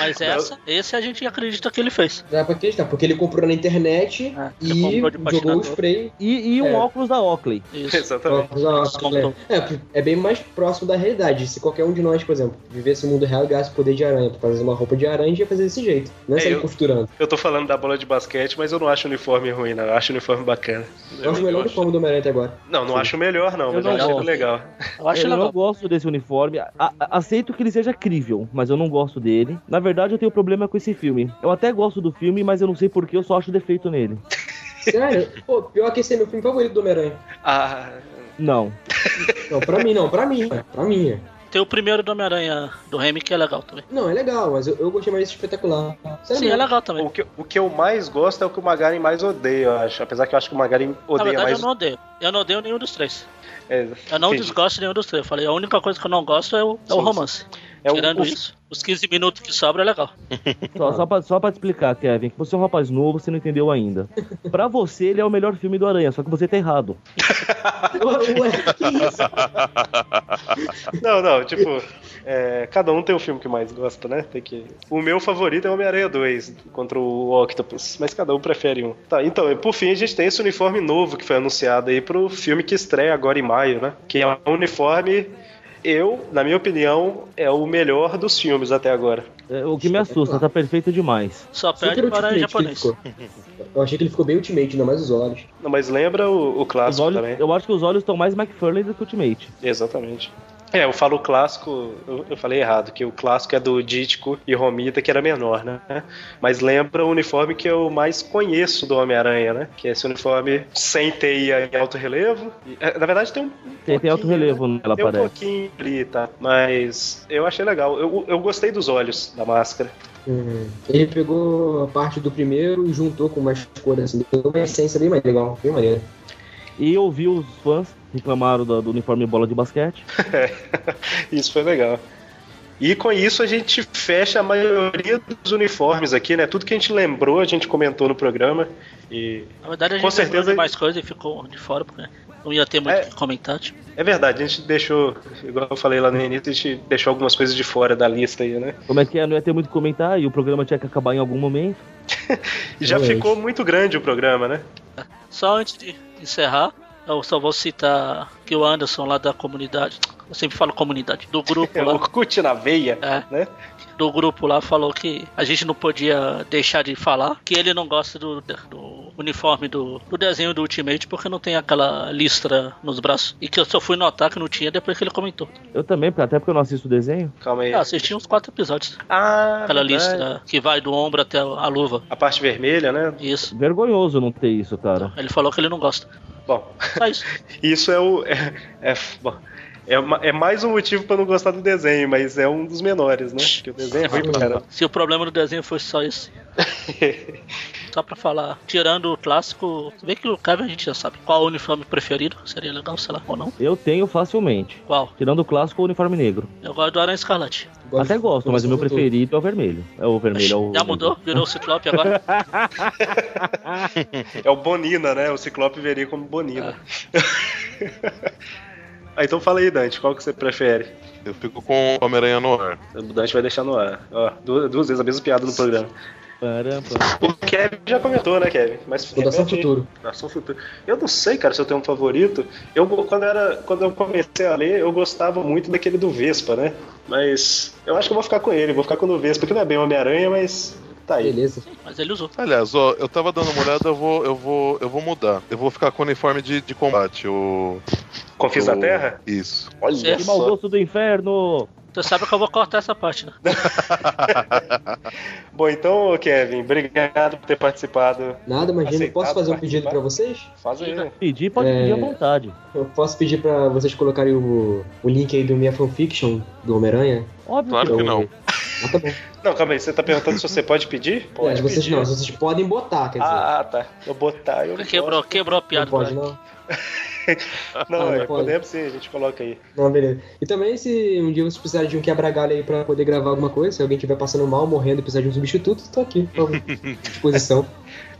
Mas essa, esse a gente acredita que ele fez.
Dá é pra acreditar, porque ele comprou na internet
É, ele
e
comprou de
jogou
patinador.
o spray.
E, e um
É.
óculos da Oakley.
Isso.
Exatamente.
pra usar uma-
Descontou.
né?
É, é bem mais próximo da realidade. Se qualquer um de nós, por exemplo, vivesse no mundo real e ganhasse o poder de aranha, pra fazer uma roupa de aranha, ia fazer desse jeito. Não
É,
é sair
eu-
costurando.
Eu tô falando da bola de basquete, mas eu não acho o uniforme ruim, não. Eu acho o uniforme bacana.
É
Eu acho o melhor uniforme do Homem-Aranha até agora.
Não, não acho o melhor, não,
Eu
mas
não
eu acho ele
gosto.
legal.
Eu acho
eu não
legal.
gosto desse uniforme. A- a- aceito que ele seja crível, mas eu não gosto dele. Na verdade, eu tenho problema com esse filme. Eu até gosto do filme, mas eu não sei porque eu só acho defeito nele.
Sério? Pô, pior que esse é meu filme favorito do Homem-Aranha.
Ah,
Não.
Não, pra mim não, pra mim, cara, pra mim. é.
Tem o primeiro do Homem-Aranha do Raimi que é legal também.
Não, é legal, mas eu, eu gostei mais desse espetacular. Sério
Sim, é
mesmo.
legal também.
o que, o que eu mais gosto é o que o Magaren mais odeia, eu acho. Apesar que eu acho que o Magaren
Na
odeia
verdade,
mais.
eu não odeio. Eu não odeio nenhum dos três.
É,
Eu não
entendi.
desgosto de nenhum dos três. Eu falei, a única coisa que eu não gosto é o, é
Sim,
o
sim.
romance.
É o,
Tirando
o-
isso, os 15 minutos que sobra é legal.
Só, só, pra, só pra te explicar, Kevin, que você é um rapaz novo, você não entendeu ainda. Pra você, ele é o melhor filme do Aranha, só que você tá errado.
Ué, que isso?
Não, não, tipo, é, cada um tem o filme que mais gosta, né? Tem que... O meu favorito é Homem-Aranha 2 contra o Octopus, mas cada um prefere um. Tá, então, e por fim, a gente tem esse uniforme novo que foi anunciado aí pro filme que estreia agora em maio, né? Que é um uniforme. Eu, na minha opinião, é o melhor dos filmes até agora.
É, o que me assusta, tá perfeito demais.
Só perde
Super
para o aranha
ultimate que ele
japonês.
ficou. Eu achei que ele ficou bem ultimate, ainda mais os olhos.
Não, mas lembra o, o
Os
clássico
olhos,
também.
eu acho que os olhos estão mais McFarlane do que Ultimate.
Exatamente. É, eu falo clássico, eu, eu falei errado, que o clássico é do Dítico e Romita, que era menor, né? Mas lembra o uniforme que eu mais conheço do Homem-Aranha, né? Que é esse uniforme sem teia em alto relevo. E, é, na verdade tem um.
Tem, tem alto
pouquinho,
relevo
né?
nela,
Tem um
parece.
pouquinho ali, tá? Mas eu achei legal. Eu, eu gostei dos olhos da máscara.
Uhum. Ele pegou a parte do primeiro e juntou com umas cores, assim, deu uma essência bem mais legal, bem maneira.
E eu ouvi os fãs reclamaram do, do uniforme bola de basquete.
Isso foi legal. E com isso a gente fecha a maioria dos uniformes aqui, né? Tudo que a gente lembrou, a gente comentou no programa. E
Na verdade, a gente
Com
lembrou
certeza-
de mais coisa e ficou de fora, porque não ia ter muito o
É.
que comentar. Tipo.
É verdade, a gente deixou, igual eu falei lá no início, a gente deixou algumas coisas de fora da lista aí, né?
Como é que é? Não ia ter muito o que comentar e o programa tinha que acabar em algum momento.
E já
Realmente.
ficou muito grande o programa, né?
Só antes de encerrar, eu só vou citar que o Anderson lá da comunidade, eu sempre falo comunidade, do grupo
É, o
lá,
Orkut na veia,
É.
né?
do grupo lá falou que a gente não podia deixar de falar que ele não gosta do, do uniforme do, do desenho do Ultimate porque não tem aquela listra nos braços. E que eu só fui notar que não tinha depois que ele comentou.
Eu também, porque- até porque eu não assisto desenho.
Calma aí.
Eu assisti uns quatro episódios.
Ah,
Ah, Aquela
É.
né?
verdade.
listra que vai do ombro até a luva.
A parte vermelha, né?
Isso.
Vergonhoso não ter isso, cara.
Ele falou que ele não gosta.
Bom,
Só isso.
isso é o. É, é, bom, é ma- é mais um motivo pra não gostar do desenho, mas é um dos menores, né? Porque o desenho é ruim pra caramba.
Se o problema do desenho fosse só esse. só pra falar, tirando o clássico, se bem que o Kevin a gente já sabe qual o uniforme preferido, seria legal, sei lá, ou não.
Eu tenho facilmente.
Qual?
Tirando o clássico, o uniforme negro.
Eu gosto do Aranha Escarlate.
Até gosto, mas o meu preferido é o vermelho. É o vermelho, é o...
Já mudou? Virou o Ciclope agora?
É o Bonina, né? O Ciclope veria como
É.
Bonina. ah, então fala aí, Dante, qual que você prefere?
Eu fico com o Homem-Aranha no ar.
O Dante vai deixar no ar. Ó, duas, duas vezes a mesma piada no programa.
Param,
O
param.
Kevin já comentou, né, Kevin? Mas
Fundação
repete aí.
Futuro.
Fundação Futuro. Eu não sei, cara, se eu tenho um favorito. Eu quando era quando eu comecei a ler, eu gostava muito daquele do Vespa, né? Mas eu acho que eu vou ficar com ele, vou ficar com o do Vespa, que não é bem Homem-Aranha, mas tá aí.
Beleza.
Mas ele usou.
Aliás, ó, eu tava dando uma olhada, eu vou, eu vou, eu vou mudar. Eu vou ficar com o uniforme de, de combate. O,
Confis
o,
da Terra?
Isso.
Você,
Que mau gosto do inferno!
você sabe que eu vou cortar essa parte, né?
Bom, então, ô, Kevin, obrigado por ter participado.
Nada, imagina.
Aceitado
Posso fazer um pedido
participar?
pra vocês?
Faz aí. né?
Pedir, pode
É.
pedir à vontade.
Eu posso pedir pra vocês colocarem o, o link aí do minha fanfiction do Homem-Aranha?
Óbvio
Claro
que
que
não.
não.
Ah, tá bom.
Não, calma aí, você tá perguntando se você pode pedir?
É, de vocês não, vocês podem botar, quer dizer.
Ah, ah, tá. Eu botar, eu.
Quebrou, quebrou a piada.
não pode,
cara.
não.
Não,
Ah,
é,
não pode.
podemos sim, a gente coloca aí.
Não, beleza. E também, se um dia vocês precisarem de um quebra-galho aí pra poder gravar alguma coisa, se alguém estiver passando mal, morrendo e precisar de um substituto, tô aqui, tô à disposição.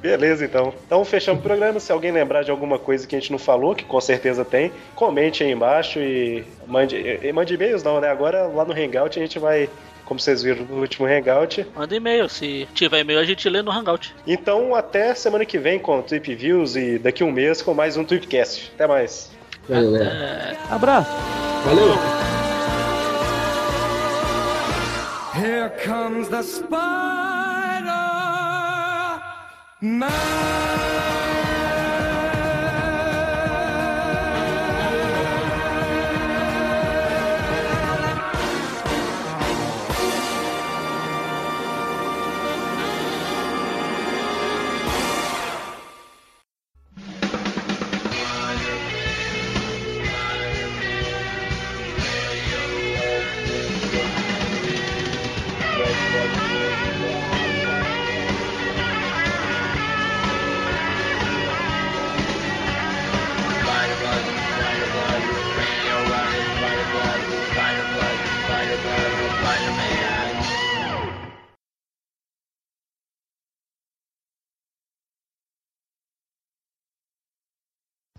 Beleza, então. Então fechamos o programa. Se alguém lembrar de alguma coisa que a gente não falou, que com certeza tem, comente aí embaixo e mande, e- e mande e-mails não, né? Agora lá no Hangout a gente vai, como vocês viram no último Hangout.
Manda e-mail. Se tiver e-mail, a gente lê no Hangout.
Então até semana que vem com o Trip Views e daqui um mês com mais um Tripcast. Até mais.
Valeu, galera.
Abraço!
Valeu!
Here comes the spider man.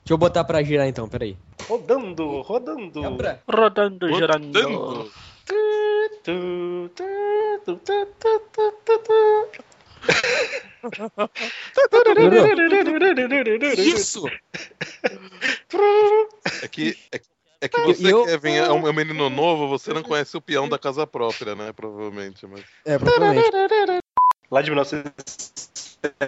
Deixa eu botar pra girar então, peraí.
Rodando, rodando.
É pra-
Rodando, girando.
Rodando.
Tu, tu, tu, tu, tu, tu, tu, tu, tu.
Isso!
É que, é, que- é que
E-
você,
Ah, e eu-
Kevin, é um, é um menino novo, você não conhece o peão da casa própria, né? Provavelmente. Mas...
É, provavelmente.
Lá de 1970,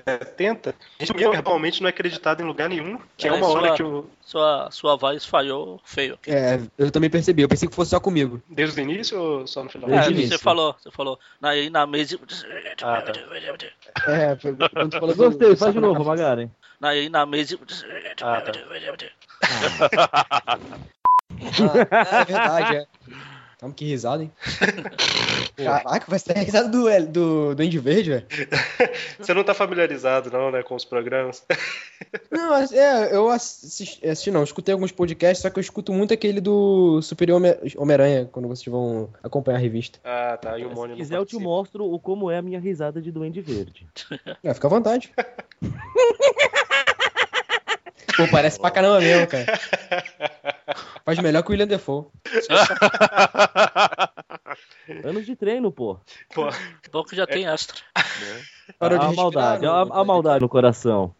a gente realmente não é acreditado em lugar nenhum, que é
É,
uma
isso
hora
lá.
que o,
Sua, sua voz falhou feio. aqui.
É, eu também percebi. Eu pensei que fosse só comigo.
desde o início ou só no final?
É,
Desde o
você
início.
falou, você falou. Aí na mesa.
Ah, tá.
É, foi- quando tu falou que
Gostei,
eu-
faz de novo, Magaren.
Aí na mesa.
Ah, tá.
Ah, é verdade, é. Calma, que risada, hein? Caraca, vai ser a risada do, do, do Andy Verde, velho.
Você não tá familiarizado, não, né, com os programas?
Não, é, eu assisti, assisti não, eu escutei alguns podcasts, só que eu escuto muito aquele do Superior Home- Homem-Aranha, quando vocês vão acompanhar a revista.
Ah, tá. E o Mônio
Se
não
quiser, eu te
participa.
mostro o como é a minha risada de Duende Verde.
É, fica à vontade. Pô, parece pra caramba mesmo, cara. Faz melhor que o William Defoe.
Anos de treino, pô.
Pô, É.
Bom que já tem extra.
Parou
a
de respirar,
Ah, maldade,
não-
a, a maldade no coração.